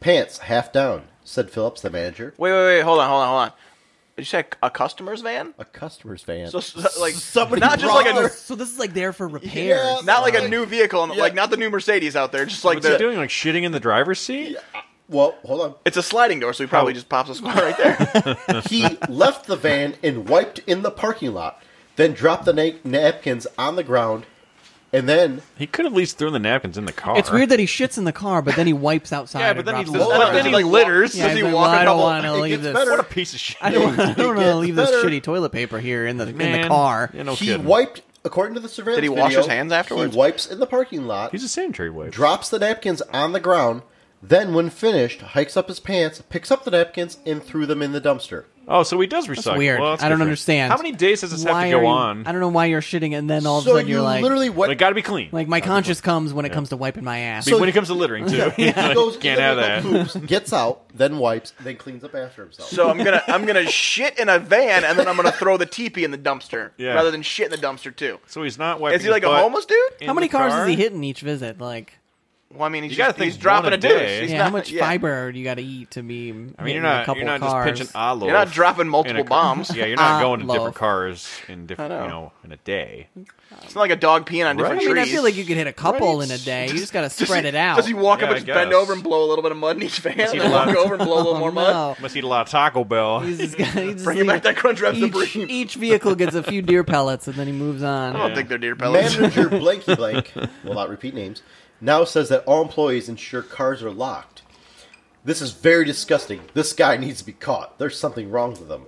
S4: pants half down, said Phillips, the manager.
S1: Wait, wait, wait. Hold on, hold on, hold on. Did you say a customer's van?
S4: A customer's van.
S1: So, so- like
S4: Somebody
S1: not just like
S4: brought
S1: a
S4: us-
S2: So this is like there for repairs.
S4: Yeah.
S1: not like a new vehicle, and
S4: Yeah.
S1: like not the new Mercedes out there. Just like
S3: What's he
S1: the
S3: doing? Like shitting in the driver's seat?
S4: well, hold on.
S1: it's a sliding door, so he probably
S3: Oh.
S1: just pops a squat right there.
S4: He
S1: *laughs*
S4: left the van and wiped in the parking lot, then dropped the na- napkins on the ground, and then
S3: He could have at least thrown the napkins in the car.
S2: It's weird that he shits in the car, but then he wipes outside.
S3: Yeah,
S2: and
S3: but then he,
S2: drops
S3: does,
S2: it.
S4: Well,
S3: but then he
S1: like,
S3: litters.
S2: Yeah,
S1: does he
S2: he's like,
S1: walk
S2: well,
S1: a
S2: I don't
S1: couple-
S2: want to
S4: It
S2: leave
S4: gets
S2: this.
S4: better.
S3: What a *laughs* piece of shit.
S2: I don't, I don't want
S4: It *laughs*
S2: to
S4: gets
S2: leave this
S4: better.
S2: shitty toilet paper here in the in
S3: *laughs* Man.
S2: the car.
S3: Yeah, no
S4: he
S3: kidding.
S4: wiped. According to the surveillance,
S1: Did he wash
S4: video,
S1: his hands afterwards?
S4: He wipes in the parking lot.
S3: He's a sanitary wipe.
S4: drops the napkins on the ground, then, when finished, hikes up his pants, picks up the napkins, and threw them in the dumpster.
S3: oh, so he does recycle.
S2: weird.
S3: Well, that's
S2: I don't
S3: different.
S2: understand.
S3: How many days does this have to
S2: Why
S3: go
S2: are you-
S3: on?
S2: I don't know why you're shitting, and then all of a
S4: so
S2: sudden
S4: you
S2: you're like,
S4: literally what?
S3: They got to be clean.
S2: like my conscience comes when it comes to wiping my ass.
S3: I mean, when it comes to littering too.
S2: *laughs*
S4: he goes in
S3: Can't
S4: the
S3: have
S4: middle,
S3: that.
S4: poops, gets out, then wipes, then cleans up after himself.
S1: so I'm gonna I'm gonna shit in a van, and then I'm gonna throw the teepee in the dumpster
S3: Yeah.
S1: rather than shit in the dumpster too.
S3: *laughs* So he's not wiping.
S1: Is he like a
S3: his butt
S1: homeless dude?
S3: in
S2: how many
S3: the
S2: cars
S3: car?
S2: does he hit in each visit? Like,
S1: Well, I mean, he's,
S3: You gotta
S1: just, he's
S3: think
S1: dropping
S3: one
S1: a
S3: a
S1: deuce.
S3: day.
S1: He's
S2: yeah,
S1: not,
S2: how much
S1: yeah.
S2: fiber do you got to eat to be?
S3: I mean, you're
S2: a
S3: not.
S2: couple
S3: You're not
S2: cars?
S3: just pitching a loaf.
S1: You're not dropping
S3: in a car.
S1: multiple bombs.
S3: Yeah, you're not
S2: A
S3: going to
S2: loaf.
S3: different cars in different,
S1: know.
S3: you know, in a day.
S1: It's not like a dog peeing on
S3: Right.
S1: different
S2: I mean, I
S1: trees.
S2: feel like you could hit a couple in a day. You just got to spread it out.
S1: Does he walk
S3: Yeah,
S1: up
S3: I
S1: and just bend
S3: guess.
S1: over and blow a little bit of mud in each van, *laughs*
S3: he
S1: and then walk
S3: allowed-
S1: over and blow a little
S2: Oh,
S1: more mud?
S2: *laughs* no.
S3: Must eat a lot of Taco Bell.
S2: He's just got,
S1: *laughs*
S2: he's just
S1: Bringing
S2: like-
S1: back that Crunchwrap
S2: each,
S1: Supreme.
S2: *laughs* each vehicle gets a few deer pellets and then he moves on.
S1: I
S3: Oh.
S1: don't think they're deer
S4: *laughs*
S1: pellets.
S4: Manager Blanky Blank, will not repeat names, now says that all employees ensure cars are locked. This is very disgusting. This guy needs to be caught. There's something wrong with him.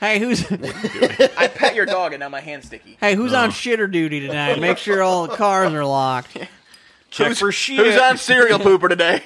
S2: Hey, who's
S1: *laughs* I pet your dog, and now my hand's sticky.
S2: hey who's
S3: Oh.
S2: on shitter duty tonight? Make sure all the cars are
S1: *laughs*
S2: locked.
S3: Check
S1: who's,
S3: for shit.
S1: who's on cereal pooper today?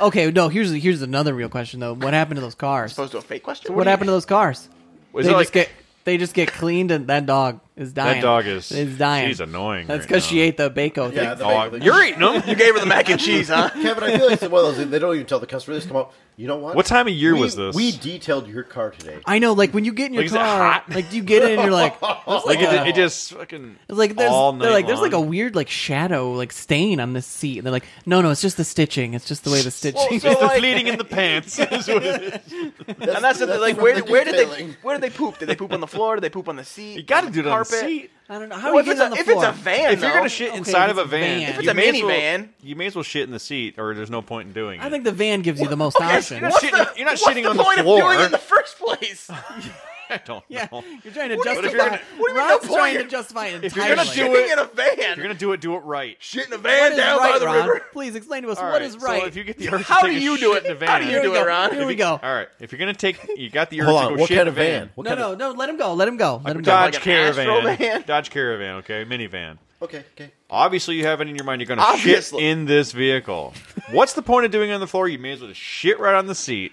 S2: Okay, no. Here's here's another real question though. What happened to those cars?
S1: Supposed to a fake question.
S2: what happened to those cars?
S3: Was
S2: they
S3: it
S2: just
S3: like-
S2: get they just get cleaned and that dog is dying.
S3: That dog is.
S2: is dying.
S3: She's annoying.
S2: That's
S3: right
S2: because she
S3: now.
S2: ate the bacon.
S4: Yeah,
S2: thing.
S4: the
S3: Oh, I-
S4: bacon-
S3: you're eating them.
S1: You gave her the mac and cheese, huh?
S4: Kevin, I feel like it's one of those. They don't even tell the customer. They just come up. You know what?
S3: What time of year
S4: We-
S3: was this?
S4: We detailed your car today.
S2: I know. Like when you get in your
S3: Like, is it
S2: car,
S3: hot?
S2: like you get in and you're like, there's
S3: Like
S2: like,
S3: it,
S2: a-
S3: it just fucking.
S2: it's like there's
S3: all
S2: they're
S3: night
S2: like there's like a
S3: long.
S2: weird like shadow like stain on this seat. And they're like, no, no, it's just the stitching. It's just the
S3: *laughs*
S2: way the stitching.
S1: so-
S3: It's the
S1: like-
S3: bleeding in the pants. is what it is.
S1: and that's the, thing, like where,
S4: the
S1: where did they
S4: detailing.
S1: where did they poop? Did they poop on the floor? Did they poop on the seat?
S3: You got to do it on the
S1: carpet?
S3: seat.
S2: *laughs* I don't know how
S1: Well,
S2: do
S1: if
S2: you
S1: it's
S2: get it
S1: a
S2: on the
S1: if
S2: floor.
S1: it's a van,
S3: If you're
S1: though-
S3: gonna shit
S2: Okay,
S3: inside
S2: if
S3: of a
S2: it's a
S3: van,
S2: van. If
S1: it's
S3: you
S1: a
S3: may as well-
S1: minivan.
S3: you may as well shit in the seat, or there's no point in doing it.
S2: I think the van gives you the most
S1: Yes,
S2: options.
S3: not
S1: what's
S3: shitting- you're not
S1: what's
S3: shitting on the
S1: point
S3: floor.
S1: Of doing it in the first place.
S3: I don't *laughs*
S2: Yeah,
S3: know.
S2: you're trying to
S1: What do you
S2: justify.
S1: mean- what do you mean no
S2: Rod's trying
S1: point?
S2: to justify it entirely.
S3: If you're
S1: You're
S3: gonna
S1: not
S3: do
S1: shitting
S3: it-
S1: in a van.
S3: You're gonna do it. Do it right.
S1: shit in a
S2: What
S1: van
S2: is
S1: down
S2: right,
S1: by the
S2: Ron?
S1: river.
S2: Please explain to us
S3: All
S2: what
S3: right,
S2: is right.
S3: So if you get the urge,
S1: How
S3: to
S1: do
S3: take a
S1: you do
S3: shit
S1: it?
S3: In a van,
S1: How do you
S2: Here
S1: do
S2: we
S1: it,
S2: go.
S1: Ron?
S2: Here we go.
S3: All right. If you're gonna take, you got the urge
S4: Hold
S3: to
S4: on.
S3: go
S4: What
S3: shit in
S4: kind of
S3: a
S4: van? What
S2: No,
S4: kind
S2: no,
S4: Of,
S2: no. Let him go. Let him go. Let him go.
S3: Dodge
S1: Like an Astro
S3: Caravan.
S1: van?
S3: Dodge Caravan. Okay, minivan.
S4: okay. Okay.
S3: Obviously, you have it in your mind. You're gonna
S1: Obviously.
S3: shit in this vehicle. What's the point of doing it on the floor? You may as well just shit right on the seat,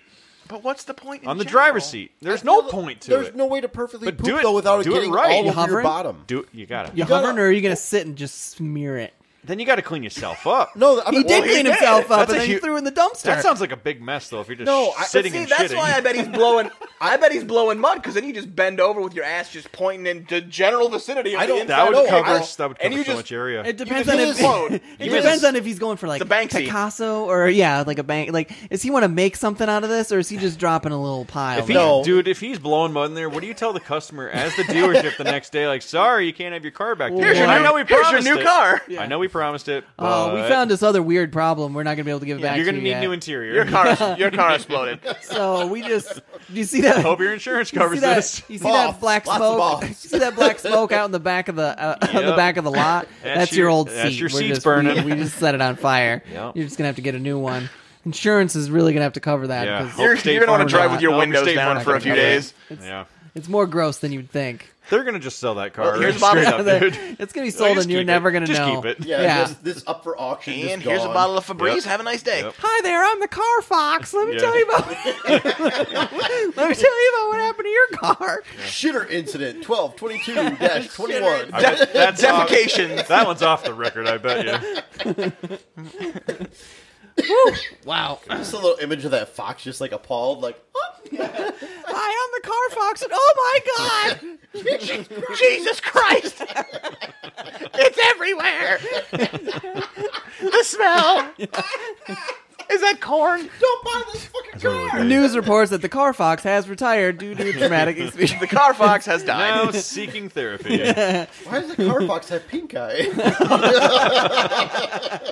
S1: But what's the point? In
S3: on the
S1: general?
S3: driver's seat. There's no
S4: Well,
S3: point to
S4: There's
S3: it.
S4: no way to perfectly
S3: But
S4: poop
S3: do it-
S4: though without
S3: do
S4: it
S3: it
S4: getting
S3: right.
S4: all
S3: You
S4: over your
S2: hovering?
S4: bottom.
S3: Do it. You gotta.
S2: You
S4: gotta-
S2: hovering, or are you gonna sit and just smear it?
S3: Then you gotta clean
S1: *laughs*
S3: yourself up.
S4: No, I
S2: He
S4: mean,
S2: did
S4: well,
S2: clean himself up,
S3: That's
S2: and
S3: a
S2: then he
S3: hu-
S2: threw in the dumpster.
S3: That sounds like a big mess, though. If you're just
S4: No, I-
S3: sitting
S1: See,
S3: and
S1: that's
S3: shitting.
S1: why I bet he's blowing. I bet he's blowing mud because then you just bend over with your ass just pointing into general vicinity. Of
S4: I don't-
S1: The
S3: that
S1: inside
S3: would
S4: No,
S1: of the
S3: cover.
S1: car.
S3: that would
S1: And
S3: cover
S1: you
S3: so
S1: just-
S3: much area.
S2: It depends
S4: You
S2: on
S4: can
S2: if it
S1: explode. You
S3: can
S2: depends
S3: just-
S2: on if he's going for like
S1: It's a Banksy.
S2: Picasso or yeah, like a bank. Like, is he want to make something out of this, or is he just dropping a little pile?
S3: If he,
S4: No.
S3: dude, if he's blowing mud in there, what do you tell the customer as the dealership the next day? Like, sorry, you can't have your car back. there.
S2: Here's your
S3: I
S2: new-
S3: know we
S1: here's your
S3: promised
S1: new
S3: it.
S1: car.
S3: I know we promised it.
S2: oh, we
S3: but
S2: found this other weird problem. We're not gonna be able to give it back.
S3: uh, You're gonna
S2: to
S3: need
S2: you yet.
S3: new interior.
S1: Your car, your *laughs* car exploded.
S2: So we
S3: *laughs*
S2: just. Do you see that?
S3: Hope your
S2: *laughs*
S3: insurance
S2: you
S3: covers
S2: see that,
S3: this.
S2: You see
S4: Moths.
S2: that black
S4: Lots of
S2: smoke?
S4: moths.
S2: You see that
S4: *laughs*
S2: black smoke out in the back of the uh, on the
S3: Yep.
S2: back of the lot?
S3: *laughs* That's
S2: That's, your,
S3: your-
S2: old
S3: that's
S2: seat.
S3: your
S2: We're
S3: seat's
S2: just- we-
S3: burning.
S2: We, just set it on fire.
S3: *laughs* Yep.
S2: You're just gonna have to get a new one. Insurance is really gonna have to cover that.
S3: Yeah.
S2: 'cause-
S3: Hope
S1: You're,
S3: State
S1: you're gonna want
S3: Farm's
S1: to drive
S2: not-
S1: with your
S3: no,
S1: windows
S3: State
S1: down
S3: Farm's
S1: for a
S3: not
S1: few
S3: gonna cover
S1: days.
S3: yeah.
S2: It's more gross than you'd think.
S3: They're gonna just sell that car.
S1: Oh, here's
S3: *laughs*
S2: *laughs*
S3: straight
S1: Bobby-
S3: up, dude.
S2: It's gonna be
S3: Like,
S2: sold,
S3: just
S2: and you're
S3: keep
S2: never
S3: it.
S2: gonna
S3: just
S2: know.
S3: keep it.
S4: Yeah,
S2: Yeah.
S4: This, this up for auction.
S1: And
S4: just
S1: here's a
S4: gone.
S1: bottle of Febreze.
S3: Yep.
S1: Have a nice day. *laughs*
S3: Yep.
S2: Hi there, I'm the car fox. Let me
S3: Yeah.
S2: tell you
S3: *laughs*
S2: about. *laughs* Let me tell you about what happened to your car.
S4: shitter incident *laughs* 1222-21.
S3: I bet that's off-
S1: Defecations.
S3: That one's off the record. I bet
S2: *laughs*
S3: you.
S2: Wow,
S4: Just a little image of that fox just like appalled, like,
S2: hi, I'm the car fox, and oh my
S3: *laughs*
S2: god,
S1: Jesus *laughs* Christ! it's everywhere. *laughs* the smell. *laughs* Is that corn?
S4: don't buy this fucking car.
S2: News reports that the car fox has retired due to a traumatic experience.
S1: The car fox has died.
S3: Now seeking
S2: *laughs*
S3: therapy.
S4: Why does the car fox have pink eye? *laughs*
S1: I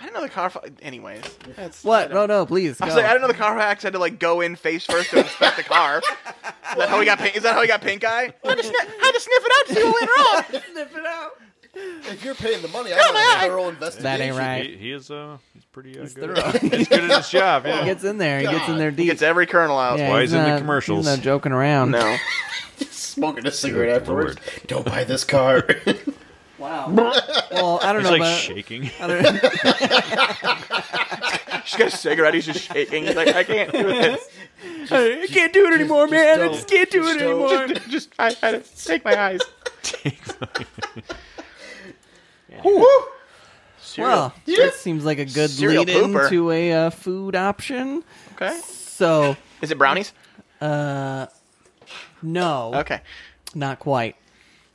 S1: didn't know the car fox. Anyways, that's
S2: What? No, no, please.
S1: I
S2: go. *laughs*
S1: was like, I didn't know the car fox had to like go in face first to inspect the car. Is that how he got pink? Is that how he got pink eye? I had to, sni- had to sniff it out to see what went wrong.
S2: Sniff it out.
S4: if you're paying the money, I want
S1: my
S4: a thorough investigation.
S2: That ain't right.
S3: He, he is. Uh, he's pretty uh, good.
S2: thorough.
S3: He's good at his job.
S2: *laughs* He
S3: Yeah.
S2: gets in there. He gets in there deep.
S1: Gets every kernel out.
S2: Yeah,
S3: why
S2: he's
S3: he's in the
S2: not-
S3: commercials.
S2: He's not joking around.
S1: No.
S4: Smoking a cigarette
S3: Good
S4: afterwards.
S3: lord.
S4: Don't buy this car. *laughs*
S2: Wow. well, I don't
S3: He's
S2: know
S3: like
S2: about.
S3: shaking.
S2: I don't-
S1: *laughs* She's got a cigarette. He's just shaking. He's like, I can't do this.
S2: I can't do it anymore, man. I
S4: don't.
S2: just can't do
S4: Just
S2: it
S4: don't.
S2: anymore.
S1: Just, just I had to take my eyes.
S2: Well,
S1: Yeah.
S2: that seems like a good
S1: Serial
S2: lead in
S1: pooper.
S2: to a uh, food option.
S1: Okay.
S2: So,
S1: Is it brownies?
S2: no,
S1: Okay.
S2: not quite.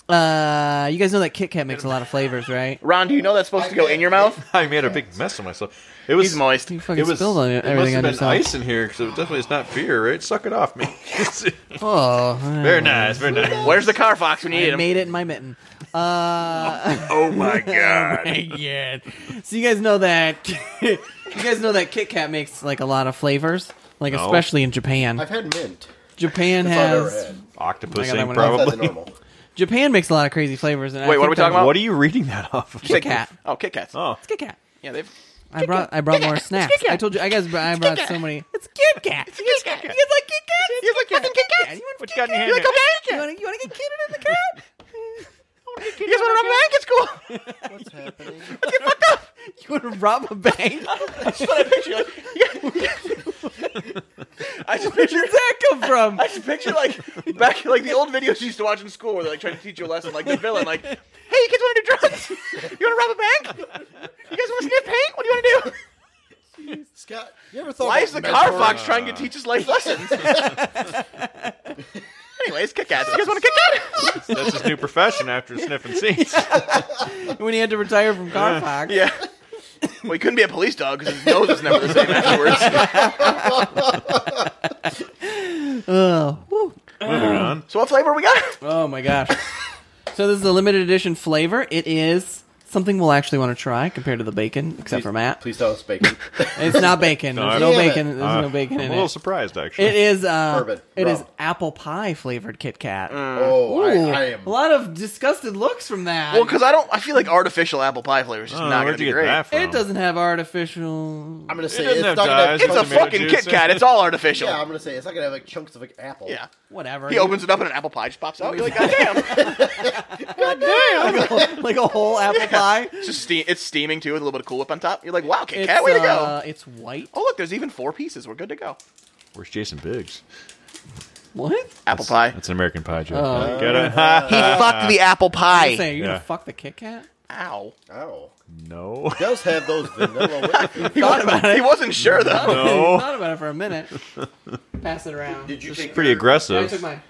S2: Uh, you guys know that Kit Kat makes a lot of flavors, right?
S1: Ron, do you know that's supposed to go in your mouth?
S3: *laughs* I made a big mess of myself. It was
S1: He's moist.
S2: You fucking spilled on it,
S3: it must
S2: everything
S3: have
S2: on
S3: been
S2: yourself.
S3: ice in here because it definitely is not beer, right? Suck it off *laughs* me.
S2: Oh, uh,
S3: very nice, very *laughs* nice.
S1: Where's the car fox when you
S2: I
S1: need him?
S2: made it in my mitten.
S3: Oh my
S2: *laughs*
S3: god!
S2: yeah. So you guys know that *laughs* you guys know that Kit Kat makes like a lot of flavors, like
S3: No.
S2: especially in Japan.
S4: I've had mint.
S2: Japan
S4: That's all I've ever
S2: has
S4: had.
S3: Octopus
S2: I got that
S3: ink,
S2: one off.
S4: That's the
S3: probably.
S4: normal.
S2: Japan makes a lot of crazy flavors. And I
S1: Wait, what
S2: think
S1: are we talking
S2: that-
S1: about?
S3: What are you reading that off of?
S2: Kit Kat.
S1: Oh, Kit Kats.
S3: Oh,
S2: It's Kit Kat.
S1: Yeah, they've.
S2: I brought I brought more snacks. I told you I guys br- I brought so many. It's Kit Kat. It's Kit Kat. You guys like Kit Kat? You like fucking Kit Kat? You want
S3: What you
S2: Kit
S3: got in
S2: Kat?
S3: your
S2: You
S3: hand
S2: want to you want to get kitted in the cat?
S1: You guys want to rob a bank at school?
S4: What's happening?
S2: *laughs* You want to rob a bank? *laughs*
S1: That's what I picture. like- I just picture.
S2: Where'd that come from?
S1: I just picture like back like the old videos you used to watch in school where they like trying to teach you a lesson, like the villain, like, "Hey, you kids want to do drugs? You want to rob a bank? You guys want to sniff paint? What do you want to do?"
S4: Scott, *laughs* you ever thought
S1: *laughs* Why
S4: about
S1: is the car
S4: mentoring?
S1: fox trying to teach us life *laughs* lessons? Anyways, kick ass. You guys want to kick ass?
S3: that's his new profession after
S2: *laughs*
S3: sniffing seats.
S2: when he had to retire from Car *laughs* Fox.
S1: Yeah. Well, he couldn't be a police dog because his nose is never the same afterwards. *laughs*
S3: Moving on.
S1: So, what flavor we got?
S2: Oh my gosh. so this is a limited edition flavor. It is something we'll actually want to try compared to the bacon, except for Matt.
S4: Please tell us *laughs* bacon.
S2: It's not bacon. There's
S3: Darn.
S2: no
S4: Damn it.
S2: bacon. There's
S3: Uh,
S2: no bacon
S3: I'm
S2: in
S3: a little
S2: it.
S3: surprised, actually.
S2: It is uh
S4: Bourbon.
S2: it is
S4: Rum.
S2: apple pie flavored Kit Kat.
S4: oh, I,
S2: Ooh,
S4: I am.
S2: a lot of disgusted looks from that.
S1: Well, because I don't. I feel like artificial apple pie flavor is just
S3: Oh,
S1: not going
S3: where'd
S1: to
S3: you
S1: be
S3: get
S1: great.
S3: that from?
S2: it doesn't have artificial.
S4: I'm gonna say
S3: doesn't
S4: it's
S3: have
S4: not gonna have
S3: dyes,
S1: It's a
S3: Tomato
S1: fucking
S3: juice.
S1: Kit Kat. It's all artificial.
S4: Yeah, I'm
S1: Yeah.
S4: gonna say it's not gonna have like chunks of like apple.
S2: Whatever.
S1: He opens it up and an apple pie just pops out. You're like, goddamn.
S2: *laughs* like a whole apple pie.
S1: it's just steam. It's steaming too with a little bit of Cool Whip on top. You're like, wow, Kit
S2: It's,
S1: Kat, way to
S2: uh,
S1: go.
S2: It's white.
S1: Oh look, there's even four pieces. We're good to go.
S3: Where's Jason Biggs?
S2: What?
S1: Apple pie.
S3: That's an American Pie joke.
S2: Oh. *laughs*
S3: Get it?
S1: He fucked the apple
S2: I'm
S1: pie.
S2: saying you're
S3: Yeah.
S2: gonna fuck the Kit Kat.
S1: Ow.
S4: Oh,
S3: *laughs* no.
S4: does have those *laughs* vanilla. wafers.
S1: He
S2: Thought
S1: wasn't,
S2: about it.
S1: *laughs* he wasn't sure though.
S3: No.
S2: Thought about it for a minute. Pass it around.
S4: Did you take
S3: Pretty
S2: I
S4: your-
S3: aggressive.
S2: took mine.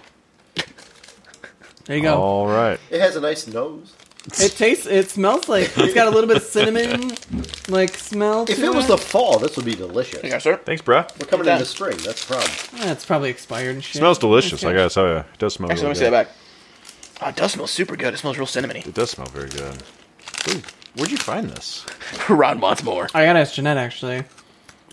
S2: There you go.
S3: All right.
S4: It has a nice nose.
S2: It tastes. It smells like it's got a little bit of cinnamon, like smell.
S4: If
S2: to
S4: it was the fall, this would be delicious.
S1: Yes, sir.
S3: Thanks, bruh.
S4: We're coming
S1: Yeah.
S4: into spring. That's the problem.
S2: Eh, it's probably expired and shit.
S3: smells delicious.
S2: Okay.
S3: I gotta tell you, it does smell.
S1: Actually, let me
S3: really
S1: see that
S3: good.
S1: back. Oh, it does smell super good. It smells real cinnamony. *laughs*
S3: It does smell very good. Ooh, where'd you find this?
S1: Ron wants more.
S2: I gotta ask Jeanette actually.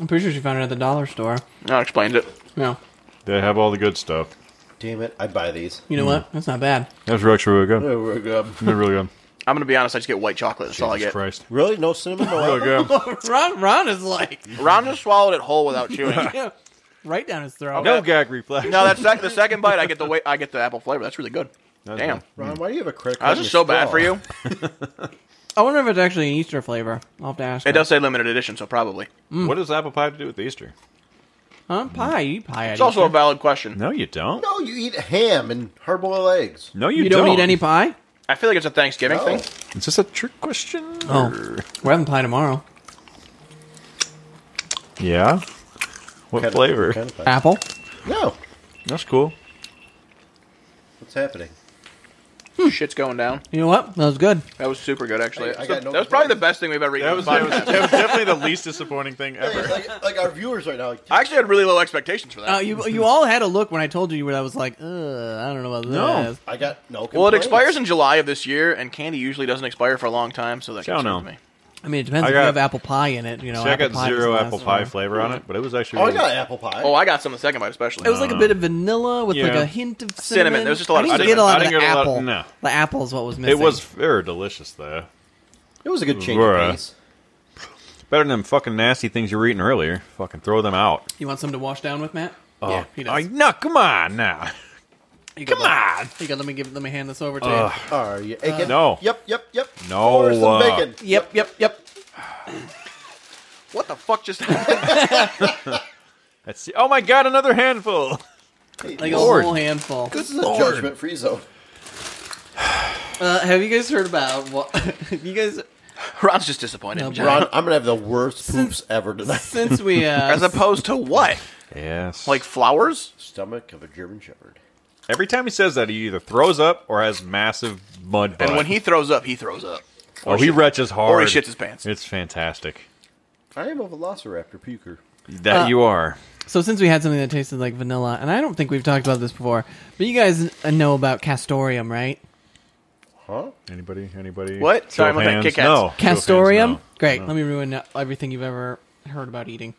S2: I'm pretty sure she found it at the dollar store.
S1: That explains it.
S2: No,
S3: They have all the good stuff.
S4: Damn it! I buy these.
S2: you know what? That's not bad. *laughs*
S3: That was actually really good.
S4: Oh, we're good.
S3: They're really good.
S1: I'm gonna be honest. I just get white chocolate. That's all I
S3: Jesus
S1: get.
S3: Christ.
S4: Really? *laughs* No cinnamon? No
S3: Really good.
S2: Ron, Ron is like,
S1: Ron just swallowed it whole without chewing.
S2: yeah, right down his throat.
S3: No gag reflex.
S1: No, that's sec- the second bite. I get the way I get the apple flavor. That's really good.
S3: That's
S1: Damn,
S3: good.
S4: Ron, why do you have a credit card?
S1: that's
S4: in
S1: just so
S4: your
S1: bad
S4: straw?
S1: for you.
S2: I wonder if it's actually an Easter flavor. I'll have to ask.
S1: It
S2: her.
S1: does say limited edition, so probably.
S3: What does apple pie have to do with Easter?
S2: Huh? Pie. You eat pie. at
S1: It's also a
S2: Easter.
S1: valid question.
S3: No, you don't.
S4: No, you eat ham and hard-boiled eggs.
S3: No, you,
S2: You don't eat any pie.
S1: I feel like it's a Thanksgiving
S4: No.
S1: thing.
S3: Is this a trick question?
S2: Oh, we're having pie tomorrow.
S3: Yeah. What
S4: Kind of-
S3: flavor?
S4: kind of-
S2: Apple.
S4: no.
S3: That's cool.
S4: What's happening?
S1: Shit's going down.
S2: You know what? That was good.
S1: That was super good, actually.
S4: I- I got no
S1: that was probably the
S4: complaints.
S1: best thing we've ever eaten. on the podcast.
S3: definitely the least disappointing thing
S4: Like, like, like our viewers right now. Like,
S1: I actually had really low expectations for that.
S2: Uh, you you all had a look when I told you where I was like, Ugh, I don't know about
S3: No.
S2: this.
S4: I got no.
S1: well, it
S4: complaints.
S1: expires in July of this year, and candy usually doesn't expire for a long time, so that
S3: Don't
S1: concerns
S3: know.
S1: me.
S2: I mean, it depends
S3: I
S2: if
S3: got-
S2: you have apple pie in it. You know,
S3: See, I
S2: apple
S3: got
S2: pie doesn't
S3: zero
S2: last
S3: apple pie
S2: forever.
S3: flavor on it, but it was actually.
S4: Oh, I
S3: really-
S4: got apple pie.
S1: Oh, I got some the second bite, especially.
S2: It was like a bit of vanilla with like
S3: Yeah.
S2: a hint of cinnamon.
S1: Cinnamon. There was just a lot
S2: I
S1: of
S2: didn't
S1: cinnamon.
S2: get a lot
S3: I
S2: of
S3: didn't
S2: the
S3: get a lot-
S2: apple.
S3: no.
S2: The apple's what was missing.
S3: It was very delicious, though.
S4: it was a good change
S3: Bruh.
S4: of pace.
S3: Better than them fucking nasty things you were eating earlier. Fucking throw them out.
S2: You want some to wash down with, Matt?
S3: Oh,
S2: yeah, he does.
S3: Oh, no, come on
S1: *laughs*
S3: now.
S2: You
S3: Come
S2: go, let-
S3: on.
S2: You go, let me give. Let me hand this over to
S3: Ugh.
S4: Are you egg it?
S3: No.
S4: Yep, yep, yep.
S3: No,
S4: Or some
S3: uh,
S4: bacon.
S2: you. Yep, yep, yep.
S1: what the fuck *laughs* just happened?
S3: That's oh my god, another handful.
S2: Like
S3: Lord.
S2: a whole handful.
S4: This is a
S3: Lord.
S4: judgment-free zone.
S2: Uh, have you guys heard about what? *laughs* have you guys
S1: Ron's just disappointed.
S2: No,
S1: Jack.
S4: Ron, I'm gonna have the worst poops ever tonight.
S2: since we
S1: As
S2: uh,
S1: opposed to what?
S3: Yes.
S1: Like flowers?
S4: Stomach of a German Shepherd.
S3: every time he says that, he either throws up or has massive mud. Butt.
S1: And when he throws up, he throws up.
S3: oh, he retches hard,
S1: or he shits his pants.
S3: It's fantastic.
S4: I am a Velociraptor puker.
S3: That
S2: Uh,
S3: you are.
S2: so since we had something that tasted like vanilla, and I don't think we've talked about this before, but you guys uh, know about castoreum, right?
S4: Huh?
S3: Anybody? Anybody?
S1: What?
S3: Show
S1: Sorry,
S3: of
S1: I'm looking
S3: hands.
S1: at Kit Kats.
S3: No. Show of hands,
S2: Castoreum.
S3: no.
S2: Great.
S3: No.
S2: Let me ruin everything you've ever heard about eating.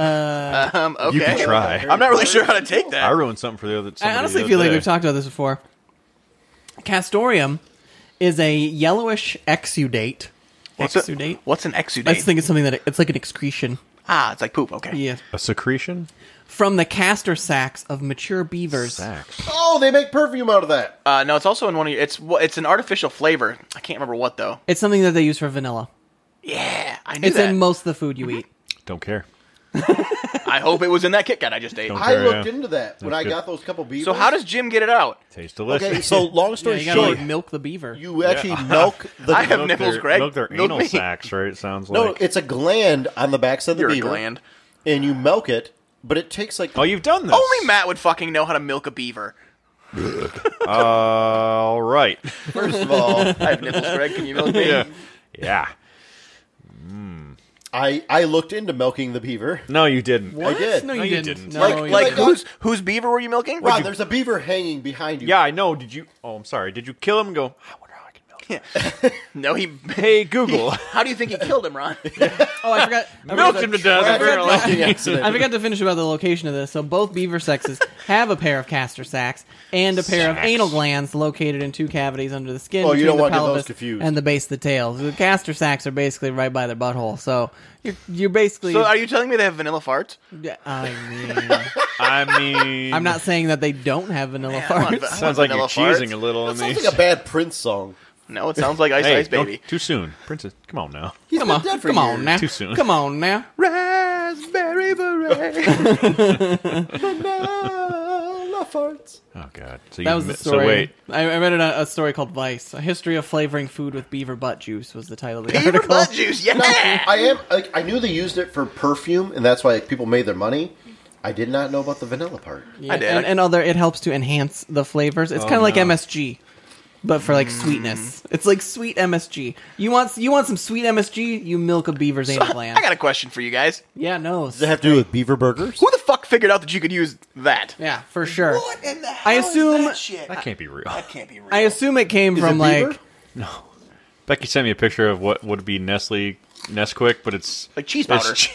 S1: Um, okay.
S3: You can try.
S1: I'm not really sure how to take that.
S3: I ruined something for the other.
S2: I
S3: somebody
S2: honestly
S3: the
S2: feel
S3: other
S2: like
S3: day.
S2: we've talked about this before. Castoreum is a yellowish exudate.
S1: What's a-
S2: exudate.
S1: What's an exudate?
S2: I just think it's something that it's like an excretion.
S1: ah, it's like poop. Okay.
S2: Yeah.
S3: a secretion.
S2: From the castor sacks of mature beavers.
S3: Sacks.
S4: Oh, they make perfume out of that.
S1: Uh, no, it's also in one of your. It's wha- it's an artificial flavor. I can't remember what though.
S2: It's something that they use for vanilla.
S1: Yeah, I knew
S2: It's
S1: that.
S2: in most of the food you eat.
S3: Don't care.
S1: I hope it was in that Kit Kat I just ate.
S3: Don't-
S4: I
S3: Okay,
S4: looked
S3: yeah.
S4: into that when
S3: That's
S4: I
S3: good.
S4: got those couple beavers.
S1: So how does Jim get it out?
S3: Tastes *laughs*
S4: Okay,
S3: delicious.
S4: so long
S2: Yeah,
S4: story
S2: you gotta
S4: short,
S2: like milk the beaver.
S4: you actually
S1: *laughs*
S4: milk the.
S1: I have
S3: Milk
S1: nipples,
S3: their-
S1: Greg.
S3: Milk their
S1: Milk
S3: anal
S1: me.
S3: sacks, right? It sounds
S4: no,
S3: like.
S4: it's a gland on the backside of the
S1: You're a
S4: beaver,
S1: gland.
S4: and you milk it, but it
S2: *laughs*
S4: takes like
S3: Oh, you've done this.
S1: Only Matt would fucking know how to milk a beaver.
S3: Uh, all right.
S4: first of all,
S1: I have nipples, Greg. Can you
S2: *laughs*
S1: milk me?
S3: yeah. Yeah.
S4: I I looked into milking the beaver.
S3: No, you didn't.
S2: What?
S4: did.
S2: No, you,
S3: No, you
S2: didn't.
S3: didn't.
S2: No,
S1: Like,
S2: you
S1: like
S2: didn't.
S1: whose whose beaver were you milking?
S4: Ron, there's a beaver hanging behind you. *laughs*
S3: Yeah, I know. Did you? Oh, I'm sorry. Did you kill him? And go. I wonder how I can
S2: *laughs*
S3: milk. Him.
S1: No, *laughs* he.
S3: Hey, Google.
S1: How do you think he killed him, *laughs* Ron?
S2: Oh, I forgot. I forgot
S3: Milked him to death.
S4: Tragic
S3: Apparently.
S4: milking
S2: I
S3: *laughs*
S4: accident.
S2: forgot to finish about the location of this. So both beaver sexes have a pair of castor sacs and a pair of
S3: Sacs.
S2: anal glands located in two cavities under the skin
S4: Oh, you
S2: between
S4: don't
S2: the
S4: wanna get those
S2: pelvis
S4: confused.
S2: and the base of the tail. The castor sacs are basically right by their butthole. So you're you're basically.
S1: so are you telling me they have vanilla farts?
S2: I mean,
S3: I mean,
S2: I'm not saying that they don't have vanilla
S1: Man, I want
S2: farts.
S1: that.
S3: Sounds like you're
S1: Vanilla
S3: cheesing
S1: farts.
S3: a little in
S4: Sounds
S3: these.
S4: like a bad Prince song.
S1: No, it sounds like Ice
S3: hey,
S1: Ice Baby.
S2: *laughs*
S3: don't- too soon, Princess. Come on now.
S4: He's
S2: Come
S4: been
S2: on,
S4: dead for
S2: come on
S4: years.
S2: now,
S3: Too soon.
S2: come on now.
S1: Raspberry beret.
S4: Vanilla Ah, farts.
S3: Oh God. So
S2: That
S3: you
S2: was the
S3: mi-
S2: story.
S3: So wait.
S2: I, I read it, a, a story called Vice: A History of Flavoring Food with Beaver Butt Juice was the title of the
S1: Beaver
S2: article.
S1: butt juice. Yeah.
S4: No, I am. Like, I knew they used it for perfume, and that's why people made their money. I did not know about the vanilla part.
S2: Yeah,
S1: I did.
S2: And, and other, it helps to enhance the flavors.
S4: Oh,
S2: It's kind of like MSG, but for
S4: Mm.
S2: like sweetness. It's like sweet MSG. You want you want some sweet MSG? You milk a beaver's
S1: *laughs*
S2: anal gland.
S1: I got a question for you guys.
S2: yeah, no.
S4: Does it have to do with beaver burgers?
S1: Who the fuck figured out that you could use that?
S2: Yeah, for sure.
S1: in the
S2: hell is assume- that
S1: shit?
S3: That can't be real.
S1: can't be real.
S2: I assume it came
S4: Is it
S2: from
S4: beaver?
S2: like
S3: Becky sent me a picture of what would be Nestle Nesquik, but it's
S1: Like cheese
S3: it's
S1: *laughs* powder.
S3: che-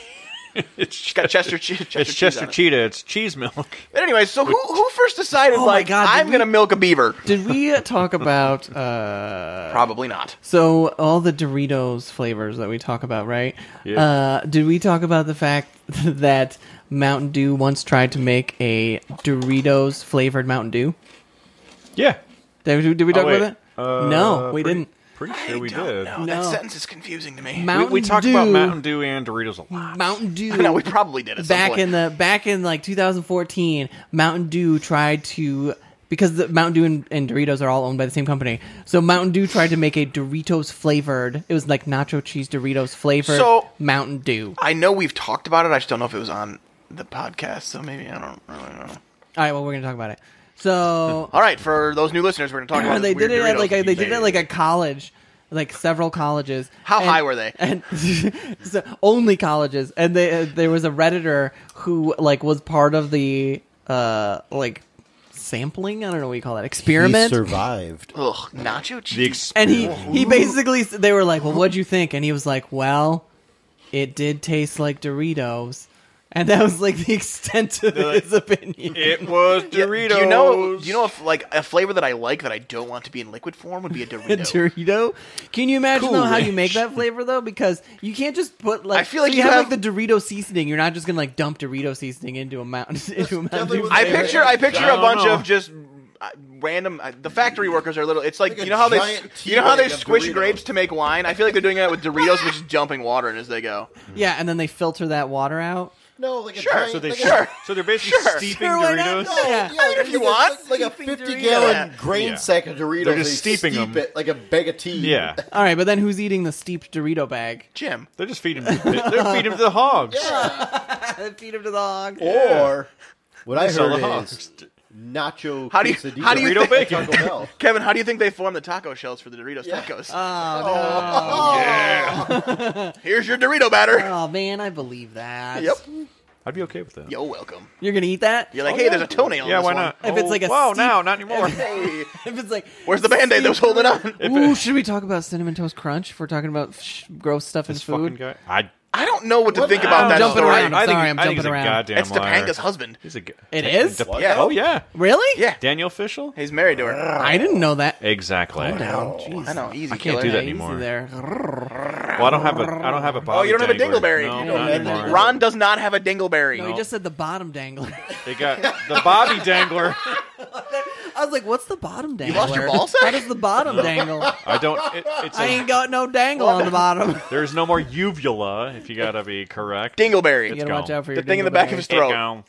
S1: She's got Chester, che- Chester
S3: it's
S1: cheese.
S3: Chester
S1: on it.
S3: Cheetah. It's cheese milk.
S1: But anyway, so who who first decided
S2: Oh my
S1: like
S2: God, did
S1: I'm
S2: we-
S1: gonna milk a beaver?
S2: Did
S4: *laughs*
S2: we uh, talk about uh,
S1: Probably not.
S2: so all the Doritos flavors that we talk about, right?
S3: Yeah.
S2: Uh, did we talk about the fact *laughs* that Mountain Dew once tried to make a Doritos flavored Mountain Dew?
S3: Yeah.
S2: Did we, did we
S3: Oh,
S2: talk
S3: wait.
S2: about it?
S3: Uh,
S2: no, we
S3: pretty-
S2: didn't.
S3: Pretty sure we
S1: I don't
S3: did.
S1: know.
S2: No.
S1: That sentence is confusing to me.
S3: We,
S2: Mountain
S3: we talked
S2: Dew,
S3: about Mountain Dew and Doritos a lot. *laughs*
S2: Mountain Dew.
S1: *laughs* no, we probably did at some
S2: back
S1: point.
S2: in the back in like 2014 mountain dew tried to because the mountain dew and, and doritos are all owned by the same company so mountain dew tried to make a doritos flavored it was like nacho cheese doritos flavored
S1: So-
S2: mountain dew all
S1: I know we've talked about it. I just don't know if it was on the podcast, so maybe I don't really know.
S2: right well we're gonna talk about it so
S1: All right, for those new listeners, we're going to talk about
S2: they
S1: this
S2: did it
S1: weird
S2: at
S1: Doritos
S2: like a,
S1: that
S2: they
S1: you
S2: did it
S1: made.
S2: at like a college like several colleges
S1: How high were they?
S2: and *laughs* so only colleges and they, uh, there was a redditor who like was part of the uh like sampling i don't know what you call that
S4: He
S2: experiment
S4: survived.
S1: Ugh, nacho
S3: The
S1: cheese.
S3: ex-
S2: and he he basically s- they were like well what'd you think and he was like well it did taste like doritos and that was like the extent of his opinion
S3: *laughs* it was
S1: Yeah,
S3: Doritos.
S1: Do you know? Do you know if like a flavor that I like that I don't want to be in liquid form would be a
S2: *laughs* A
S1: Dorito?
S2: Dorito? Can you imagine though how you
S3: Cool.
S2: make that flavor though? Because you can't just put like
S1: I feel like
S2: so
S1: you
S2: have,
S1: have-
S2: like the Dorito seasoning. You're not just gonna like dump Dorito seasoning into a mountain. *laughs* Into a
S4: definitely
S2: mountain
S4: what
S1: I
S4: they
S1: picture I picture
S3: I
S1: a
S3: don't
S1: bunch
S3: know.
S1: of just uh, random. Uh, the factory workers are little. It's like,
S4: Like a
S1: you know how they
S4: giant tea
S1: you know how they
S4: bag of
S1: squish
S4: Doritos.
S1: grapes to make wine. I feel like they're doing that with Doritos, which is dumping water in as they go.
S2: yeah, and then they filter that water out.
S4: No, like a
S1: Sure,
S4: giant,
S1: so
S4: like a-
S1: Sure.
S3: So they're basically
S1: Sure.
S3: steeping
S2: Sure, why not?
S3: Doritos.
S2: No. Yeah.
S4: Yeah,
S1: Even if you
S4: like
S1: want.
S4: a, like a
S2: Steeping
S4: fifty
S2: Doritos.
S4: gallon
S1: Yeah.
S4: grain
S3: Yeah.
S4: sack of Doritos.
S3: They're
S4: they
S3: just steeping
S4: steep
S3: them.
S4: it like a bag of tea.
S3: Yeah.
S2: All right, but then who's eating the steeped Dorito bag?
S1: Jim,
S3: They're just feeding. Them, they're feeding them to the hogs.
S2: Feed him to *laughs* the hog.
S1: Oh,
S4: Or what I
S3: Sell the
S4: heard
S3: hogs.
S4: is nacho
S1: How do you-
S4: quesadilla.
S1: how do you
S3: Dorito
S4: at
S3: bacon.
S4: Taco Bell.
S1: Kevin, how do you think they form the taco shells for the Doritos
S4: Yeah.
S1: tacos?
S2: Oh, uh,
S3: Yeah.
S1: Here's your Dorito batter.
S2: Oh man, I believe that.
S1: *laughs* yep.
S3: I'd be okay with that.
S1: Yo, welcome.
S2: You're gonna eat that?
S1: You're like, hey, there's a toenail.
S3: Yeah,
S1: on this
S3: why
S1: one.
S3: not? Oh,
S2: If it's like a
S3: wow,
S2: steep-
S3: now not anymore.
S1: Hey,
S2: *laughs* if it's like,
S1: where's the band-aid that was
S3: *laughs*
S1: holding on? *laughs*
S2: ooh, should we talk about cinnamon toast crunch? If we're talking about sh- gross stuff in
S3: This fucking
S2: food,
S3: guy. I
S1: I don't know what to think about
S2: I'm
S1: that
S2: jumping
S1: story.
S2: around. I'm
S3: I think,
S2: sorry, I'm
S3: I think
S2: jumping
S3: he's
S2: around.
S3: A goddamn
S1: It's
S3: liar.
S1: Topanga's husband.
S3: He's a g-
S2: It
S3: Da-
S2: is?
S3: Dep-
S1: Yeah.
S3: Oh yeah.
S2: really?
S1: Yeah,
S3: Daniel Fishel.
S1: he's married to her.
S2: I didn't know that.
S3: Exactly. Well,
S2: Down, jeez.
S1: I know, easy.
S3: I can't
S1: killer.
S3: do
S2: Yeah,
S3: that
S2: easy
S3: anymore.
S2: There.
S3: I don't have a. I don't have a.
S1: Oh, you don't have a
S3: dangler.
S1: dingleberry.
S3: No,
S1: You
S3: not
S4: have
S3: anymore.
S4: that.
S1: Ron does not have a dingleberry.
S2: No, he just said the bottom dangler.
S3: They got the Bobby dangler.
S2: I was like, "What's the bottom dangler?
S1: lost your ball sack?
S2: How does the bottom
S1: *laughs*
S2: dangle?
S3: I don't.
S2: *laughs*
S3: It, it's
S2: I ain't
S3: a,
S2: got no dangle on the bottom."
S3: there's no more uvula. If you gotta be correct.
S2: You
S1: dingleberry.
S2: gotta
S3: gone.
S2: watch out for
S1: The
S2: your
S1: thing in the back of
S2: dingleberry.
S1: his
S3: It
S1: throat.
S3: gone.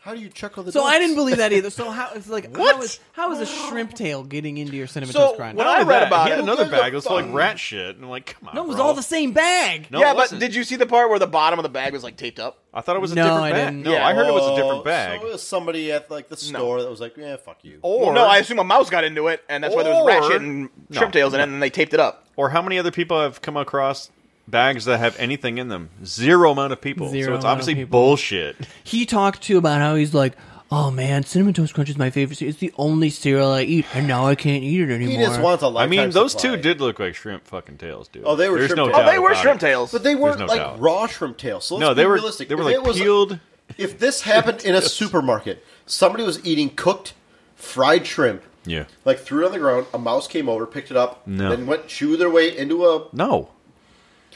S4: How do you chuckle the?
S2: So I
S4: donuts?
S1: *laughs*
S2: didn't believe that either. So how it's like
S3: What?
S2: how is how is a shrimp tail getting into your cinnamon
S1: So
S2: toast crunch?
S1: when
S3: Not
S1: I
S3: only
S1: read
S3: that,
S1: about
S3: he had
S1: it-
S3: another
S4: Who gives
S3: bag.
S4: a
S3: It's like
S4: fuck?
S3: rat shit, and like, come on.
S2: no, it was
S3: bro.
S2: all the same bag.
S3: No,
S1: Yeah,
S3: it
S1: but
S3: wasn't.
S1: did you see the part where the bottom of the bag was like taped up?
S3: I thought it was a
S2: No,
S3: different
S2: I
S3: bag.
S2: didn't.
S3: No,
S1: Yeah.
S3: I heard it was a
S4: Oh,
S3: different bag.
S4: So it was somebody at like the store that was like, "Yeah, fuck you."
S3: or
S1: no, I assume a mouse got into it, and that's why there was rat
S3: Or-
S1: shit and
S3: No.
S1: shrimp tails in it, and then they taped it up.
S3: or how many other people have come across bags that have anything in them? Zero amount of people.
S2: Zero
S3: so it's
S2: amount of
S3: obviously
S2: people.
S3: bullshit.
S2: He talked too about how he's like, "Oh man, cinnamon toast crunch is my favorite. cereal. It's the only cereal I eat, and now I can't eat it anymore."
S4: He just wants a
S3: I
S4: lifetime
S3: mean, those
S4: supply.
S3: two did look like shrimp fucking tails, dude.
S4: Oh, they were
S3: There's
S4: shrimp
S3: no
S4: tails.
S1: Oh,
S3: doubt
S1: they were
S3: about
S1: shrimp
S3: it.
S1: tails.
S4: but they weren't
S3: no
S4: like
S3: doubt.
S4: raw shrimp tails. So let's
S3: No,
S4: be
S3: they were
S4: realistic.
S3: they were
S4: If
S3: like
S4: it was-
S3: peeled.
S4: If this happened in a supermarket, somebody was eating cooked fried shrimp,
S3: Yeah.
S4: like threw it on the ground. A mouse came over, picked it up,
S3: No.
S4: then went chew their way into a.
S3: No.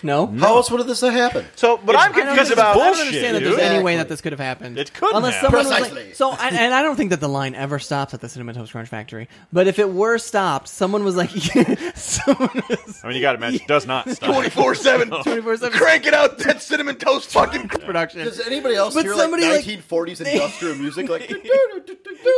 S2: no.
S4: How else would this have happened?
S1: So, but I'm
S2: I don't
S1: confused
S2: think-
S1: about.
S2: I
S3: bull-
S2: don't understand that
S3: bullshit,
S2: there's
S4: dude.
S2: any way that
S4: Exactly.
S2: this could have happened.
S3: It couldn't
S2: unless
S3: have.
S2: someone was
S4: Precisely.
S2: like, so. I, and I don't think that the line ever stops at the cinnamon toast crunch factory. But if it were stopped, someone was like, *laughs* someone was
S3: I mean, you got to
S4: *laughs*
S3: imagine it does not stop.
S2: *laughs*
S1: 24 7.
S2: 24/7.
S1: Cranking out that cinnamon toast fucking.
S2: production.
S4: Does anybody else
S2: But
S4: hear
S2: somebody, like-
S4: like 1940s industrial music?
S2: *laughs*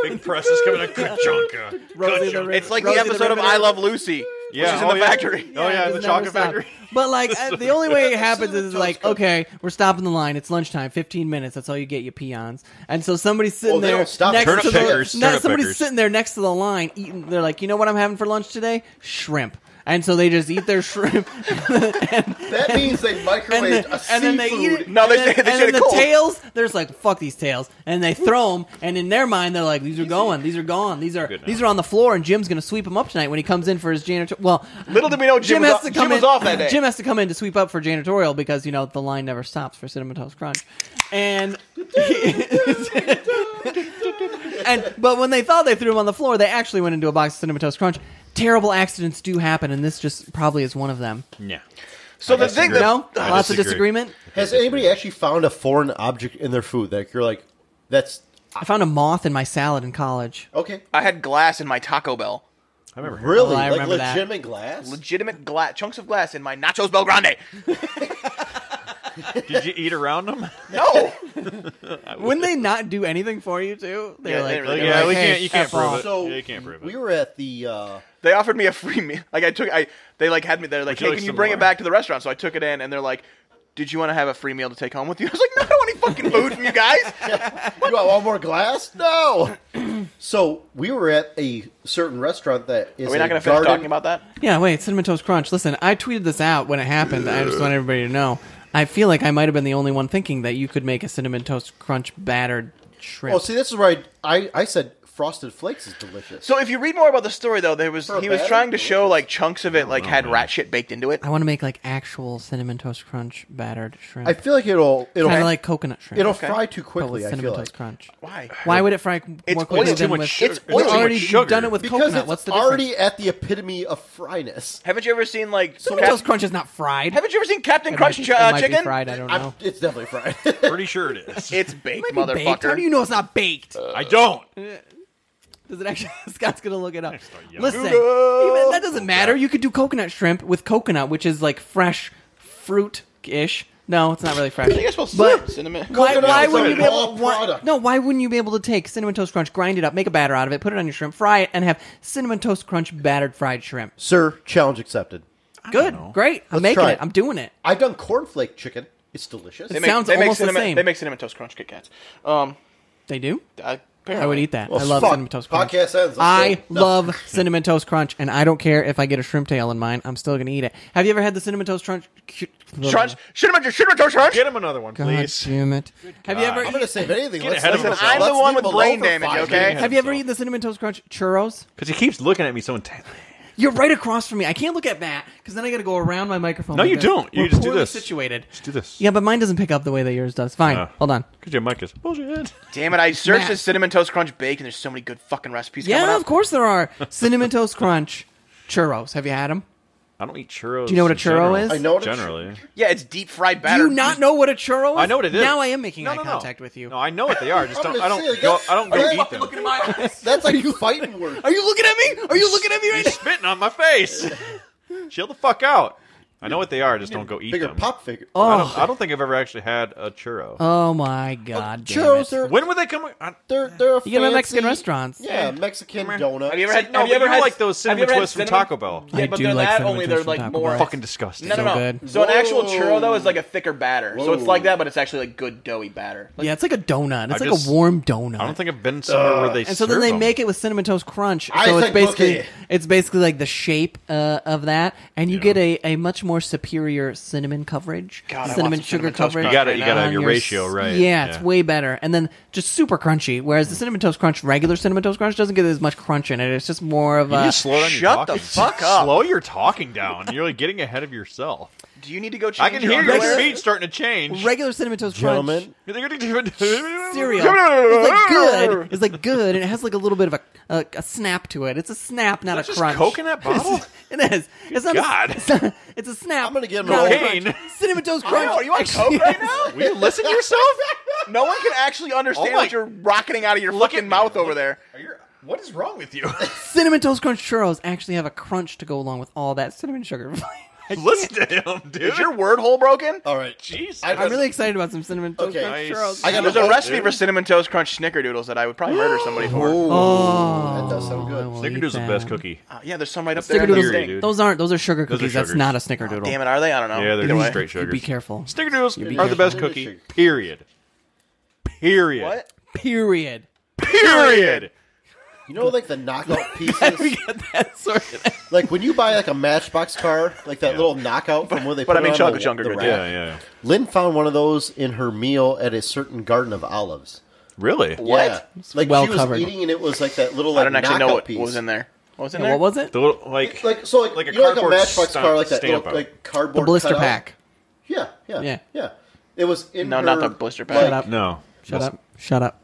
S4: Like,
S3: Big presses coming out. uh, Kachunka.
S2: Rosie the
S3: Kachunka.
S2: Riv-
S1: It's like the
S2: Rosie the
S1: episode of
S2: Riveter.
S1: I Love Lucy.
S3: Yeah,
S1: She's in
S3: oh,
S1: the
S3: yeah.
S1: factory.
S3: Oh, yeah,
S2: it
S3: the
S2: just never
S3: chocolate
S2: stopped.
S3: factory. *laughs*
S2: But like, I- the only way it happens is
S4: Cinnamon
S2: like,
S4: Toast
S2: okay, we're stopping the line. It's lunchtime, fifteen minutes. That's all you get, you peons. And so somebody's sitting
S4: Oh, they
S2: there
S4: don't stop.
S2: next
S3: Turnip
S2: to the
S3: pickers,
S2: ne-
S3: turnip
S2: somebody's
S3: pickers.
S2: sitting there next to the line eating. They're like, you know what I'm having for lunch today? Shrimp. and so they just eat their *laughs* shrimp,
S4: That means they
S2: and,
S4: microwaved
S2: the-
S4: a
S2: and then they eat
S4: seafood.
S2: it.
S1: No, they
S2: and then-
S1: say- they
S2: and
S1: said
S2: then
S1: it
S2: the
S1: cold.
S2: tails. They're just like fuck these tails, and they throw them. And in their mind, they're like, these are going, these are gone, these are
S3: Good
S2: these
S3: now.
S2: are on the floor, and Jim's gonna sweep them up tonight when he comes in for his janitor. Well,
S1: Little did we know
S2: Jim,
S1: Jim, was,
S2: has
S1: off,
S2: to
S1: Jim
S2: come in.
S1: was off that day.
S2: Jim has to come in to sweep up for janitorial because you know the line never stops for cinnamon toast crunch, and. *laughs* and but when they thought they threw him on the floor, they actually went into a box of cinnamon toast crunch. Terrible accidents do happen, and this just probably is one of them.
S3: Yeah.
S1: so the
S3: disagree.
S1: thing that
S2: No,
S3: I
S2: lots of
S3: disagree.
S2: disagreement.
S4: Has anybody actually found a foreign object in their food that you're like, that's
S2: I found a moth in my salad in college.
S4: okay?
S1: I had glass in my Taco Bell.
S3: I remember. her.
S4: Really?
S2: Oh, I
S4: like
S2: remember that.
S4: legitimate glass?
S1: Legitimate gla- chunks of glass in my nachos Bel Grande.
S3: Did you eat
S2: *laughs*
S3: around them?
S4: *laughs*
S1: No,
S2: Wouldn't they not do anything for you too? They're
S1: Yeah, they
S2: like,
S1: really
S2: they're like,
S1: don't. Yeah, we
S2: "Hey,
S3: can't- you can't
S2: F
S3: prove
S2: off."
S3: it.
S4: so
S3: Yeah, you can't prove it.
S4: we were at
S2: *laughs*
S4: the uh,
S1: they offered me a free meal. Like I took, I they like had me. They're like,
S3: you
S1: hey,
S3: like
S1: can you
S3: some
S1: bring
S3: more?
S1: it back to the restaurant? So I took it in, and they're like. Did you want to have a free meal to take home with you? *laughs* I was like, no, I don't want any fucking food from
S4: *laughs*
S1: you guys.
S4: you want one more glass? No. so we were at a certain restaurant that is
S1: Are we
S4: a
S1: not going to finish
S4: garden-
S1: talking about that?
S2: Yeah, wait, cinnamon toast crunch. Listen, I tweeted this out when it happened. I just want everybody to know. I feel like I might have been the only one thinking that you could make a cinnamon toast crunch battered shrimp.
S4: Oh, see, this is where I, I, I said frosted flakes is delicious.
S1: So if you read more about the story, though, there was
S4: For a Oh,
S1: he was
S4: batter?
S1: trying to show like chunks of it like had rat shit baked into it.
S2: I want to make like actual cinnamon toast crunch battered shrimp.
S4: I feel like it'll it'll
S2: kind of like coconut shrimp.
S4: it'll
S1: Okay.
S4: fry too
S2: but with
S4: quickly. I
S2: cinnamon
S4: feel like
S2: toast crunch.
S1: Why?
S2: Why would it fry more
S1: It's
S2: quickly
S1: oily.
S2: than
S1: Too
S3: much
S2: with?
S3: sugar.
S1: It's
S2: We've
S1: oily.
S2: already
S3: Too much sugar.
S2: done it with
S4: because
S2: coconut.
S4: it's
S2: What's the
S4: already
S2: difference?
S4: at the epitome of fryness.
S1: Haven't you ever seen like?
S2: Cinnamon
S1: Cap-
S2: toast crunch is not fried.
S1: haven't you ever seen Captain
S2: It
S1: Crunch
S2: might be-
S1: chi-
S2: it
S1: uh,
S2: might be
S1: chicken?
S2: fried. I don't
S4: I'm,
S2: know.
S4: it's definitely fried. *laughs*
S3: Pretty sure it
S1: *laughs*
S3: is. Uh,
S1: It's baked,
S2: Might be baked. How
S1: motherfucker.
S2: do you know it's not baked?
S3: I don't.
S2: Does it actually? *laughs* Scott's gonna look it up.
S3: start yelling.
S2: Listen,
S1: Google!
S2: even- that doesn't matter. You could do coconut shrimp with coconut, which is like fresh fruit ish. No, it's not really fresh.
S1: I guess we'll
S2: But-
S1: cinnamon.
S2: Why,
S4: Coconut
S2: why
S4: is
S2: wouldn't
S4: a
S2: you be able?
S4: raw
S2: Why,
S4: product.
S2: no, why wouldn't you be able to take cinnamon toast crunch, grind it up, make a batter out of it, put it on your shrimp, fry it, and have cinnamon toast crunch battered fried shrimp?
S4: Sir, challenge accepted.
S2: Good, great. I'm
S4: Let's
S2: making
S4: try
S2: it.
S4: it.
S2: I'm doing it.
S4: I've done cornflake chicken. It's delicious.
S2: It sounds
S1: they make
S2: almost the
S1: cinnamon,
S2: same.
S1: They make cinnamon toast crunch Kit Kats. Um,
S2: They do.
S1: I,
S2: I would eat that.
S4: Well,
S2: I love
S4: fuck.
S2: cinnamon toast crunch.
S4: Podcast ends. Let's
S2: I
S4: go. No.
S2: love cinnamon toast crunch, and I don't care if I get a shrimp tail in mine. I'm still gonna eat it. Have you ever had the cinnamon toast crunch?
S1: Crunch, cinnamon, cinnamon toast crunch.
S3: Get him another one,
S2: God
S3: please.
S2: damn it! Have you ever?
S4: I'm going to save anything.
S3: Get
S4: let's
S3: ahead of
S4: leave
S3: yourself.
S4: him alone.
S1: I'm the one
S4: Let's
S1: with
S4: leave him
S1: brain
S4: alone for
S1: damage,
S4: five
S1: okay?
S4: minutes.
S2: Have you ever eaten the cinnamon toast crunch churros?
S3: Because he keeps looking at me so intently.
S2: You're right across from me. I can't look at Matt because then I got to go around my microphone.
S3: No,
S2: like
S3: you
S2: this.
S3: don't. You
S2: We're
S3: just do
S2: poorly
S3: this.
S2: Situated.
S3: Let's do this.
S2: Yeah, but mine doesn't pick up the way that yours does. Fine,
S3: Uh.
S2: hold on.
S3: Because your mic is bullshit.
S1: Damn it! I searched
S2: Matt.
S1: the cinnamon toast crunch baked, and there's so many good fucking recipes. coming
S2: Yeah,
S1: up.
S2: of course there are *laughs* cinnamon toast crunch churros. Have you had them?
S3: I don't eat churros.
S2: Do you know what a
S3: in
S2: churro
S3: general.
S2: is?
S4: I know what a chur-
S3: Generally.
S1: Yeah, it's deep fried
S2: Do
S1: batter.
S2: you not know what a churro is?
S3: I know what it is.
S2: Now I am making
S3: No,
S2: eye
S3: no, no.
S2: contact with you.
S3: No, I know what they are. I Just don't.
S4: I'm gonna
S3: I don't
S4: say,
S3: go.
S4: that's-
S3: I don't go
S4: that's
S3: eat
S4: fucking
S3: them.
S2: at my
S3: *laughs*
S2: eyes. *laughs*
S4: That's like you fighting words.
S2: Are you looking at me? Are you looking at me right
S3: He's spitting on my face. Chill the fuck out. I know what they are. Just don't go eat
S4: Bigger
S3: them.
S4: pop figure.
S3: I
S2: now?
S3: don't, I don't think I've ever actually had a churro.
S2: Oh my god. damn
S4: Churros
S2: it.
S4: are
S3: when would they come? I,
S4: they're they're a
S2: You get them at
S4: fancy-
S2: Mexican restaurants.
S4: Yeah, Mexican
S3: Come here.
S4: donut.
S1: Have you ever had?
S3: No,
S1: have you
S3: but
S1: ever
S3: you
S1: had
S3: like those
S1: have you
S3: cinnamon
S1: ever had
S3: twists from
S1: cinnamon?
S3: Taco Bell.
S1: Yeah,
S2: I
S1: but
S2: do
S1: they're
S2: like
S1: that.
S2: cinnamon
S1: Only
S2: twists
S1: they're
S2: from Taco
S1: like
S2: Bell.
S1: more
S3: fucking disgusting.
S1: No, no,
S2: So
S1: no.
S2: good.
S1: So an actual
S4: Whoa.
S1: churro though is like a thicker batter, so it's
S4: Whoa.
S1: like that, but it's actually like good doughy batter. Like,
S2: Yeah, it's like a donut. It's
S3: I
S2: like
S3: just-
S2: a warm donut.
S3: I don't think I've been
S1: Uh,
S3: somewhere where they.
S2: and so then
S3: serve
S2: they
S3: them.
S2: make it with cinnamon toast crunch.
S4: I
S2: so it's
S4: think
S2: basically
S4: cookie.
S2: it's basically like the shape uh, of that, and you
S3: Yeah.
S2: get a, a much more superior cinnamon coverage,
S1: God, I want
S2: cinnamon
S1: some
S2: sugar
S1: Cinnamon Toast
S2: coverage.
S3: You
S1: Crunch
S3: gotta-
S1: right
S3: you
S1: now.
S3: gotta have
S2: on
S3: your ratio
S2: s-
S3: right.
S2: Yeah, it's
S3: Yeah. Hmm.
S2: way better, and then just super crunchy. Whereas the cinnamon toast crunch, regular cinnamon toast crunch, doesn't get as much crunch in it. It's just more of
S3: You
S2: a
S3: just slow down your
S1: Shut
S3: talking.
S1: the fuck up.
S3: Slow your talking down. You're like getting ahead of yourself.
S1: Do you need to go change?
S3: I can
S1: your
S3: hear your
S1: underwear?
S3: speech starting to change.
S2: regular cinnamon toast crunch.
S4: Gentlemen,
S2: cereal. It's like good. It's like good, and it has like a little bit of a a, a snap to it. It's a snap, not
S3: Is that
S2: a
S3: just
S2: crunch. *laughs*
S3: coconut bottle?
S2: it is. It's not.
S3: God.
S2: A, it's, not- it's a snap.
S4: I'm gonna give him
S2: not a
S3: cocaine.
S2: crunch. Cinnamon toast
S1: I
S2: crunch.
S1: know, Are you on coke right *laughs* now?
S3: Will you listen to yourself?
S1: No one can actually understand
S3: Oh my-
S1: what you're rocketing out of your
S3: Look at
S1: fucking
S3: me.
S1: mouth over there.
S3: Are you- What is wrong with you?
S2: *laughs* Cinnamon toast crunch churros actually have a crunch to go along with all that cinnamon sugar.
S3: *laughs*
S2: *laughs*
S3: listen to him, dude.
S1: Is your word hole broken?
S4: all right.
S3: Jeez.
S4: I-
S2: I'm really excited about some cinnamon toast
S4: Okay.
S2: crunch
S3: Nice.
S2: churros.
S4: I got
S1: There's
S4: Oh,
S1: a recipe
S3: dude.
S1: for cinnamon toast crunch snickerdoodles that I would probably murder somebody for.
S4: Oh, that does sound
S2: I
S4: good.
S2: will eat
S3: Snickerdoodles is the
S2: that.
S3: best cookie.
S1: Uh, yeah, there's some right up there. in this
S3: Snickerdoodles.
S1: thing.
S3: Dude.
S2: Those aren't. Those are sugar
S3: Those are
S2: cookies. That's
S3: sugars.
S2: not a snickerdoodle.
S1: Damn it, are they? I don't know.
S3: Yeah, they're
S1: Either way.
S3: straight
S2: You
S3: sugars.
S2: Be careful.
S3: Snickerdoodles are
S2: careful.
S3: the best
S4: They're the
S3: cookie.
S4: sugar-
S3: Period. Period.
S1: What?
S2: Period. *laughs*
S3: Period.
S4: You know, like the knockout pieces.
S2: get that sorted. out.
S4: like when you buy like a Matchbox car, like that little knockout from where they.
S1: But
S4: put
S1: I mean,
S4: it on
S1: Chocolate
S4: the-
S1: Chunk are
S4: the
S1: good,
S4: rack.
S3: Yeah, yeah.
S4: Lynn found one of those in her meal at a certain garden of olives.
S3: Really?
S1: What?
S4: Yeah. Like
S2: well
S4: she was
S2: covered.
S4: eating, and it was like that little. Like,
S1: I don't actually know
S4: knockout
S1: what
S4: piece.
S1: was in there. What was in
S2: Yeah,
S1: there?
S2: what was it?
S3: The little, like,
S4: Like so, like,
S3: Like a
S4: you know, like a
S3: cardboard
S4: Matchbox
S3: stamp-
S4: car, like that
S3: stamp
S4: little,
S3: out.
S4: like cardboard
S2: The blister
S4: cutout.
S2: pack.
S4: Yeah, yeah,
S2: Yeah.
S4: yeah, It was in
S1: No,
S4: her,
S1: not the blister pack.
S4: like-
S2: Shut up.
S3: no.
S2: Shut
S3: That's
S2: up. Shut up.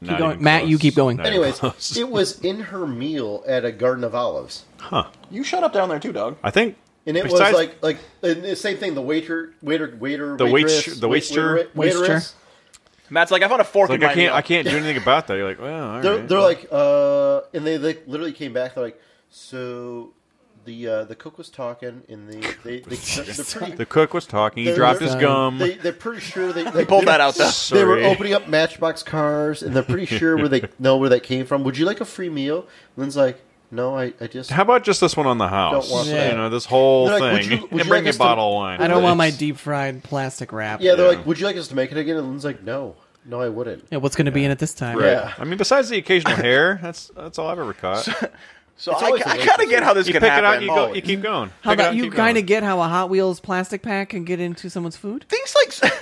S3: not
S2: Keep going.
S3: even
S2: Matt, you
S3: close.
S2: keep going.
S3: Not even
S2: *laughs*
S4: Anyways, *laughs*
S3: close.
S4: it was in her meal at a Garden of Olives,
S3: huh?
S1: You shut up down there too, dog.
S3: I think.
S4: and it
S3: besides-
S4: was like like and the same thing. The waiter, waiter, waiter,
S3: The wait-
S4: waitress,
S3: the
S4: wait-
S3: waitster-
S4: waiter-
S2: Waitster.
S4: waitress.
S1: Matt's like, I found a fork
S3: like
S1: in
S3: I
S1: my
S3: can't,
S1: meal.
S3: I can't do anything about that. You're like, well, all
S4: They're
S3: right,
S4: they're
S3: well.
S4: like uh, and they like literally came back. They're like, so the uh, the cook was talking, and they
S3: *laughs*
S4: they, they they're pretty.
S3: the um, cook was talking. He
S4: they're-
S3: dropped
S4: they're-
S3: his gum.
S4: They, they're pretty sure
S3: *laughs*
S4: they, they
S1: Pulled
S4: they-
S1: that out though.
S4: They were
S3: Sorry.
S4: opening up Matchbox cars, and they're pretty sure
S3: *laughs*
S4: where they know where that came from. Would you like a free meal? Lynn's like, no, I, I just
S3: How about just this one on the house?
S4: Don't want
S2: that.
S3: You know, this whole
S4: They're
S3: thing.
S4: like, would you- would you
S3: and bring
S4: like
S3: me a
S4: us to-
S3: bottle of wine.
S2: I don't want my
S3: please.
S2: deep fried plastic wrap.
S4: Yeah, they're
S3: Yeah.
S4: like, "Would you like us to make it again?" And Lynn's like, "No, no, I wouldn't."
S2: Yeah, what's going to be in it this time?
S3: Right.
S4: Yeah. *laughs*
S3: I mean, besides the
S2: *laughs*
S3: occasional hair, that's that's all I've ever caught.
S1: so
S4: It's
S1: I,
S4: always
S1: I
S4: the
S1: kind of
S4: waitress.
S1: get how this
S3: you
S1: can
S3: pick it
S1: happen.
S3: out, you go, you
S4: Always.
S3: keep going.
S2: How
S3: Pick it
S2: about
S3: out,
S2: you
S3: keep
S2: kind
S3: going.
S2: of get how a Hot Wheels plastic pack can get into someone's food?
S1: *laughs* Things
S3: *laughs*
S1: like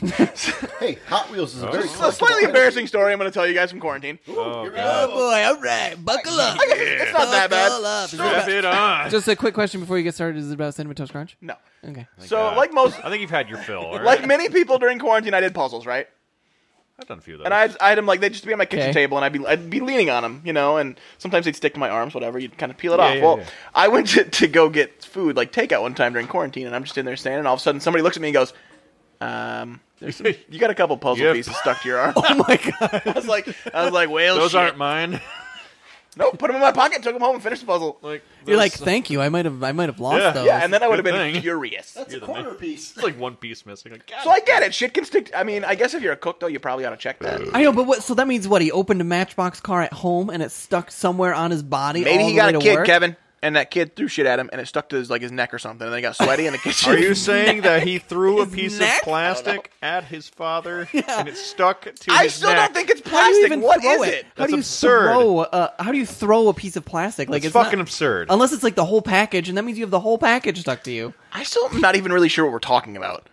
S4: Hey, Hot Wheels
S3: Oh.
S4: is a very
S1: a slightly embarrassing story. I'm going to tell you guys from quarantine.
S2: Oh boy! All right, buckle up.
S1: It's not that
S2: Buckle
S1: bad.
S2: up. Is it
S3: Strap
S2: about-
S3: it on.
S2: Just a quick question before you get started: Is it about cinnamon toast crunch?
S1: No.
S2: Okay.
S1: So
S3: God.
S1: like most,
S3: I think you've had your
S1: *laughs*
S3: fill. *laughs* all right?
S1: like many people during quarantine, I did puzzles, right?
S3: I've done a few of those.
S1: And I'd, I'd 'em, like they'd just be on my kitchen
S2: Okay.
S1: table, and I'd be I'd be leaning on them, you know. And sometimes they'd stick to my arms, whatever. You'd kind of peel it
S3: Yeah,
S1: off.
S3: yeah,
S1: well,
S3: yeah.
S1: I went *laughs* to, to go get food, like takeout, one time during quarantine, and I'm just in there standing. And all of a sudden, somebody looks at me and goes, "Um,
S3: *laughs*
S1: there's some, you got a couple puzzle
S3: You have-
S1: pieces stuck to
S3: *laughs*
S1: your arm."
S2: Oh my god!
S1: *laughs* I was like, I was like, "Whale
S3: those
S1: shit."
S3: aren't
S1: *laughs*
S3: mine.
S1: No, put them in my pocket, took them home, and finished the puzzle.
S3: like
S2: *laughs* You're like,
S3: those-
S2: thank you. I might have, I might have lost
S3: Yeah.
S2: those.
S1: yeah, and then I would have
S3: Good
S1: been
S3: thing.
S1: furious.
S4: That's
S3: You're
S4: a
S3: the
S4: corner
S3: man.
S4: piece.
S1: *laughs*
S3: It's like one piece missing. Like, God.
S1: So I get it. Shit can stick. To, I mean, I guess if you're a cook, though, you probably ought to check that.
S2: I know, but what? So that means what? He opened a Matchbox car at home, and it stuck somewhere on his body.
S1: Maybe
S2: all
S1: he
S2: the
S1: got
S2: way
S1: a
S2: to
S1: kid,
S2: work?
S1: Kevin, and that kid threw shit at him, and it stuck to his like his neck or something, and then he got sweaty in the kitchen.
S3: *laughs* Are you saying that he threw a
S2: His
S3: piece
S2: neck?
S3: of
S1: *laughs*
S3: plastic at
S2: *laughs*
S3: his father and it stuck to
S1: I
S3: his
S1: still
S3: neck?
S1: don't think it's
S2: How do you
S1: plastic.
S2: even
S1: What
S2: throw
S1: is
S2: it?
S1: it?
S2: How
S3: That's
S2: do you
S3: absurd.
S2: throw? Uh, how do you throw a piece of plastic? Like
S3: That's
S2: it's not-
S3: fucking absurd.
S2: Unless it's like the whole package, and that means you have the whole package stuck to you.
S1: I still am not even really sure what we're talking about.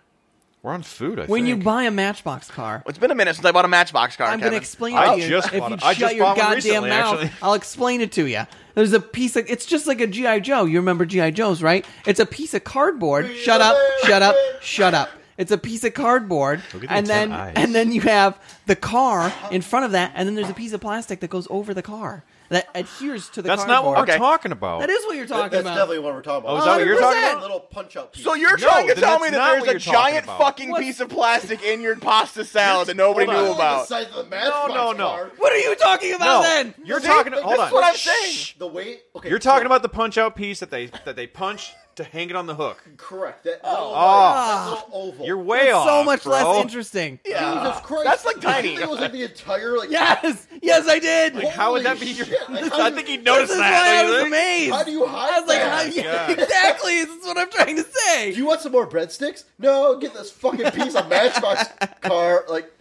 S3: We're on food. I
S2: When you
S3: think.
S2: buy a Matchbox car,
S1: It's been a minute since I bought a Matchbox car.
S2: I'm going
S1: Kevin.
S2: to explain
S3: I
S2: it to you.
S3: just
S2: if
S3: bought
S2: you
S3: it. I
S2: shut
S3: just
S2: your
S3: bought one
S2: goddamn
S3: recently,
S2: mouth,
S3: actually.
S2: I'll explain it to you. There's a piece of it's just like a GI Joe. You remember GI Joes, right? It's a piece of cardboard. Shut up! Shut up! Shut up! It's a piece of cardboard,
S3: Look at the
S2: and then
S3: intent eyes.
S2: and then you have the car in front of that, and then there's a piece of plastic that goes over the car that adheres to the
S3: that's not
S2: cardboard.
S3: what we're
S1: Okay.
S3: talking about.
S2: That is what you're talking
S4: That's
S2: about.
S4: definitely what we're talking about.
S3: Oh, is that what you're
S2: talking about?
S4: Little punch out piece.
S1: So you're
S3: No,
S1: trying to
S3: then
S1: tell
S3: that's
S1: me
S3: not
S1: that
S3: what
S1: there's a
S3: you're talking
S1: giant
S3: about.
S1: fucking
S2: What's-
S1: piece of plastic in your pasta salad that nobody
S3: Hold
S1: knew
S3: on.
S1: about?
S4: the size of the Matchbox
S3: no, no.
S4: car.
S2: what are you talking about
S3: no,
S2: then?
S3: you're
S4: See?
S3: talking. Hold
S4: That's
S3: on.
S1: what I'm saying.
S3: Shh.
S4: The weight. Okay,
S3: You're
S4: so-
S3: talking about the punch out piece that they that they punch to hang it on the hook.
S4: correct. That little, that little oval.
S3: Oh. Ah. You're way Ah.
S2: It's
S3: off.
S2: so much
S3: bro.
S2: less interesting.
S4: Jesus Christ.
S1: That's like
S4: You
S1: tiny.
S4: think It was like the entire like.
S2: Yes, yes, I did.
S3: How would that
S4: Holy
S3: be? Your,
S4: shit, like,
S3: *laughs*
S4: how
S3: I
S4: do
S3: think
S4: you-
S3: he noticed
S2: this is
S3: that.
S2: why I
S3: don't you
S2: was
S3: think?
S2: amazed.
S4: How do you hide
S2: I was like,
S4: that?
S2: how, yeah,
S3: God.
S2: exactly. This is what I'm trying to say.
S4: Do you want some more breadsticks? No, get this fucking piece of Matchbox car. Like,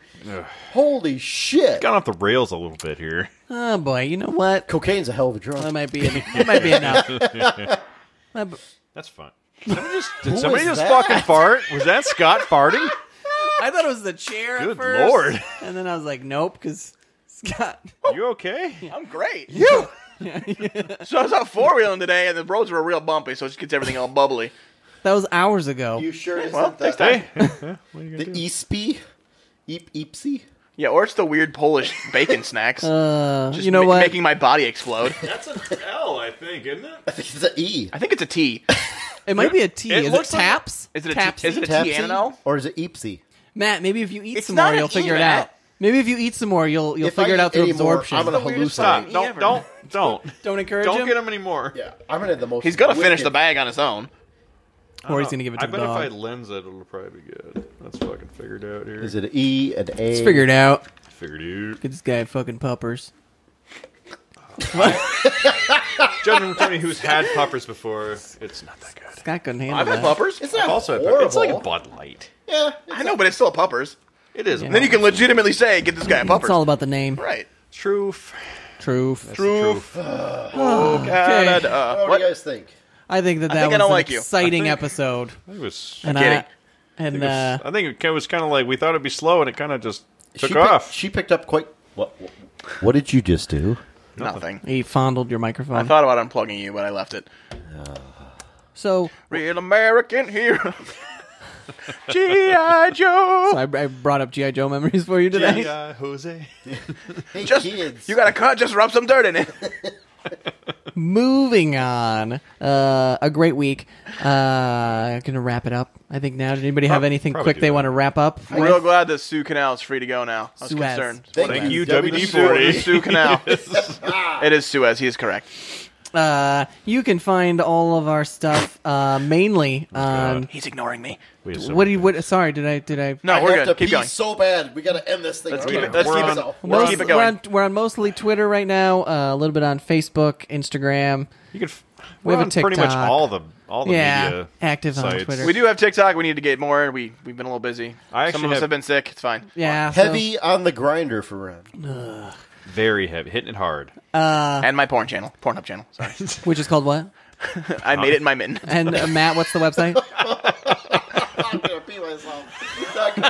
S4: holy shit.
S3: Gone off the rails a little bit here.
S2: oh boy, you know what?
S4: Cocaine's a hell of a drug.
S2: That might be. That might be enough. That b-
S3: That's
S2: *laughs*
S3: fun. Somebody just, did somebody
S4: was
S3: just
S4: that?
S3: fucking fart? Was
S2: *laughs*
S3: that Scott farting?
S2: I thought it was the chair. at
S3: Good
S2: first, *laughs*
S3: lord.
S2: And then I was like, nope, because Scott.
S3: You okay?
S2: *laughs*
S1: I'm great. You. *laughs* so I was out four wheeling today, and the roads were real bumpy, so it just gets everything all bubbly.
S2: That was hours ago.
S4: You sure isn't
S1: Well,
S4: that
S1: next time.
S3: *laughs*
S4: the
S2: e-
S4: E ESP? Eep Eepsy?
S1: Yeah, or it's the weird Polish bacon snacks.
S2: Uh,
S1: Just
S2: you know
S1: ma-
S2: what?
S1: Making my body explode.
S3: That's an L, I think, isn't
S4: I
S3: it?
S4: think it's an E.
S1: I think it's a T.
S2: it might be a T.
S3: It
S2: Is it
S3: looks like-
S2: taps?
S1: Is it a
S2: taps?
S1: T? Is it a T
S4: Tapsy?
S1: and an L?
S4: Or is it Eepsy?
S2: Matt, maybe if you eat
S1: It's
S2: some
S1: not
S2: more,
S1: an
S2: you'll
S1: E,
S2: figure it
S1: Matt.
S2: out. Maybe if you eat some more, you'll you'll
S4: If
S2: figure
S4: I
S2: it out
S4: eat
S2: through
S4: any more,
S2: absorption.
S4: I'm gonna
S1: the weirdest
S4: hallucinate.
S1: thing.
S3: Don't
S1: Ever.
S3: don't don't
S2: Don't encourage
S3: don't
S2: him,
S3: get him anymore.
S4: Yeah, I'm gonna have the most.
S1: He's gonna finish
S4: wicked-
S1: the bag on his own.
S2: or he's gonna give it to
S3: I
S2: the
S3: bet
S2: dog.
S3: if I lens it, it'll probably be good. That's fucking figured out here.
S4: Is it an E and A?
S2: Let's figure it out.
S3: figured out?
S2: Get this guy fucking puppers.
S3: Judging from who's had poppers before, it's not that good.
S2: Scott couldn't handle
S1: I've had
S2: that.
S1: puppers.
S4: It's not
S3: Also,
S4: horrible.
S3: it's like a Bud Light.
S4: Yeah,
S1: I know, but it's still a puppers.
S3: It is.
S1: And then you can legitimately say, "Get this guy a puppers."
S2: It's all about the name.
S1: right.
S3: Truth.
S2: Truth.
S3: *sighs*
S2: Ah.
S1: Truth. Oh,
S3: Uh,
S1: Canada.
S4: What, do you
S1: What?
S4: guys think?
S2: I think that that
S1: think I
S2: was
S1: don't
S2: an
S1: like you. I
S2: exciting
S3: think-
S2: episode.
S3: It was.
S2: And
S1: kidding.
S2: I, and
S3: it was-
S2: uh,
S3: I think it was kind of like we thought it'd be slow, and it kind of just took
S4: she
S3: off.
S2: *laughs*
S4: Picked, she picked up quite. What, what? What did you just do?
S1: Nothing.
S2: he fondled your microphone.
S1: I thought about unplugging you, but I left it.
S2: so
S1: Real American hero. *laughs* G.I. Joe.
S2: I, I brought up GI Joe memories for you today. *laughs*
S3: Jose.
S4: Hey
S1: Just,
S4: kids,
S1: you got a cut, just rub some dirt in it.
S2: Moving on, uh, a great week. Uh, gonna wrap it up. I think now. Does anybody have
S3: Prob-
S2: anything
S3: probably
S2: quick
S3: do
S2: they
S3: that.
S2: want to wrap up?
S1: I'm real glad that Sioux Canal is free to go now. I was
S2: Suez.
S1: concerned.
S4: Thank
S1: What a
S4: you.
S1: mess.
S3: you,
S4: WD-40.
S3: WD
S1: The
S3: forty.
S1: Sioux Canal. it is Suez. He is correct.
S2: Uh, you can find all of our stuff uh, mainly on.
S1: Oh, He's ignoring me.
S2: What do you? What? Sorry, did I? Did I?
S1: No,
S4: I
S1: we're
S4: have
S1: good.
S4: to
S1: Keep
S4: pee
S1: going.
S4: so bad. We got to end this thing.
S1: Let's
S4: I'm
S1: keep
S4: gonna
S1: it. Let's
S4: kill
S1: keep it.
S4: myself.
S1: We're
S2: Most-
S1: keep it going.
S2: on, we're on mostly Twitter right now. Uh, a little bit on Facebook, Instagram.
S3: You could. f-
S2: We
S3: we're
S2: have a
S3: on pretty much
S2: TikTok.
S3: all the all the
S2: Yeah,
S3: media
S2: active on
S3: sites.
S2: Twitter.
S1: We do have TikTok. We need to get more. We we've been a little busy.
S3: I
S1: Some
S3: actually
S1: of us
S3: have-
S1: have been sick. It's fine.
S2: Yeah, so-
S4: Heavy on the grinder for *laughs* Ren.
S3: Very heavy, hitting it hard.
S1: and my porn channel, Pornhub channel.
S3: *laughs*
S1: Sorry,
S2: which is called what?
S1: I made it in my mitten.
S2: And uh, Matt, what's the website?
S4: I'm gonna pee myself.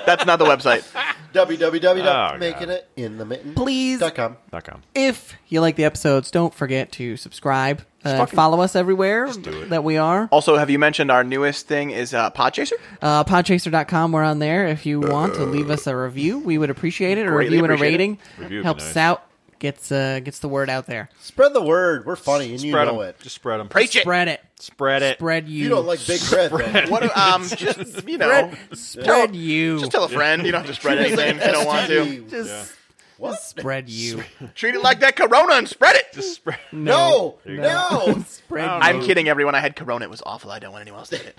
S1: That's not
S3: *laughs*
S1: the website. Oh,
S3: God.
S4: www.makingitinthelmitten.com. com.
S3: Dot com.
S2: if you like the episodes, don't forget to subscribe. Uh,
S3: fucking-
S2: follow us everywhere
S3: do it.
S2: that we are.
S1: Also, have you mentioned our newest thing is uh, Podchaser?
S2: Uh, podchaser.com, we're on there. If you want to leave us a review, we would appreciate it. A
S1: Greatly
S2: review and a
S1: appreciate it.
S2: rating
S3: Review would be
S2: helps
S3: nice.
S2: us out, gets uh, gets the word out there.
S4: Spread the word. We're funny, and you
S3: Spread
S4: know
S3: 'em.
S4: it.
S3: Just spread them.
S1: Preach it.
S2: Spread it.
S3: Spread it.
S2: Spread you.
S4: You don't like big red. man.
S1: What? do-
S3: *laughs*
S1: Um, just you know,
S2: Spread, spread you.
S1: just tell a friend. You don't have to spread anything if you don't want to.
S4: STD.
S2: Just
S4: What?
S2: spread you.
S1: Treat it like that Corona and spread it.
S3: Just spread.
S4: No, no.
S2: Spread you.
S1: I'm kidding, everyone. I had Corona. It was awful. I don't want anyone else to get it.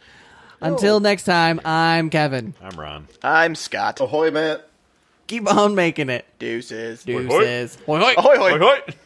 S2: Until next time, I'm Kevin.
S3: *laughs* I'm Ron.
S1: I'm Scott.
S4: Ahoy, Matt.
S2: Keep on making it.
S1: Deuces.
S2: Deuces. Hoi, hoi.
S1: Ahoy, hoy.
S3: Hoi, hoi.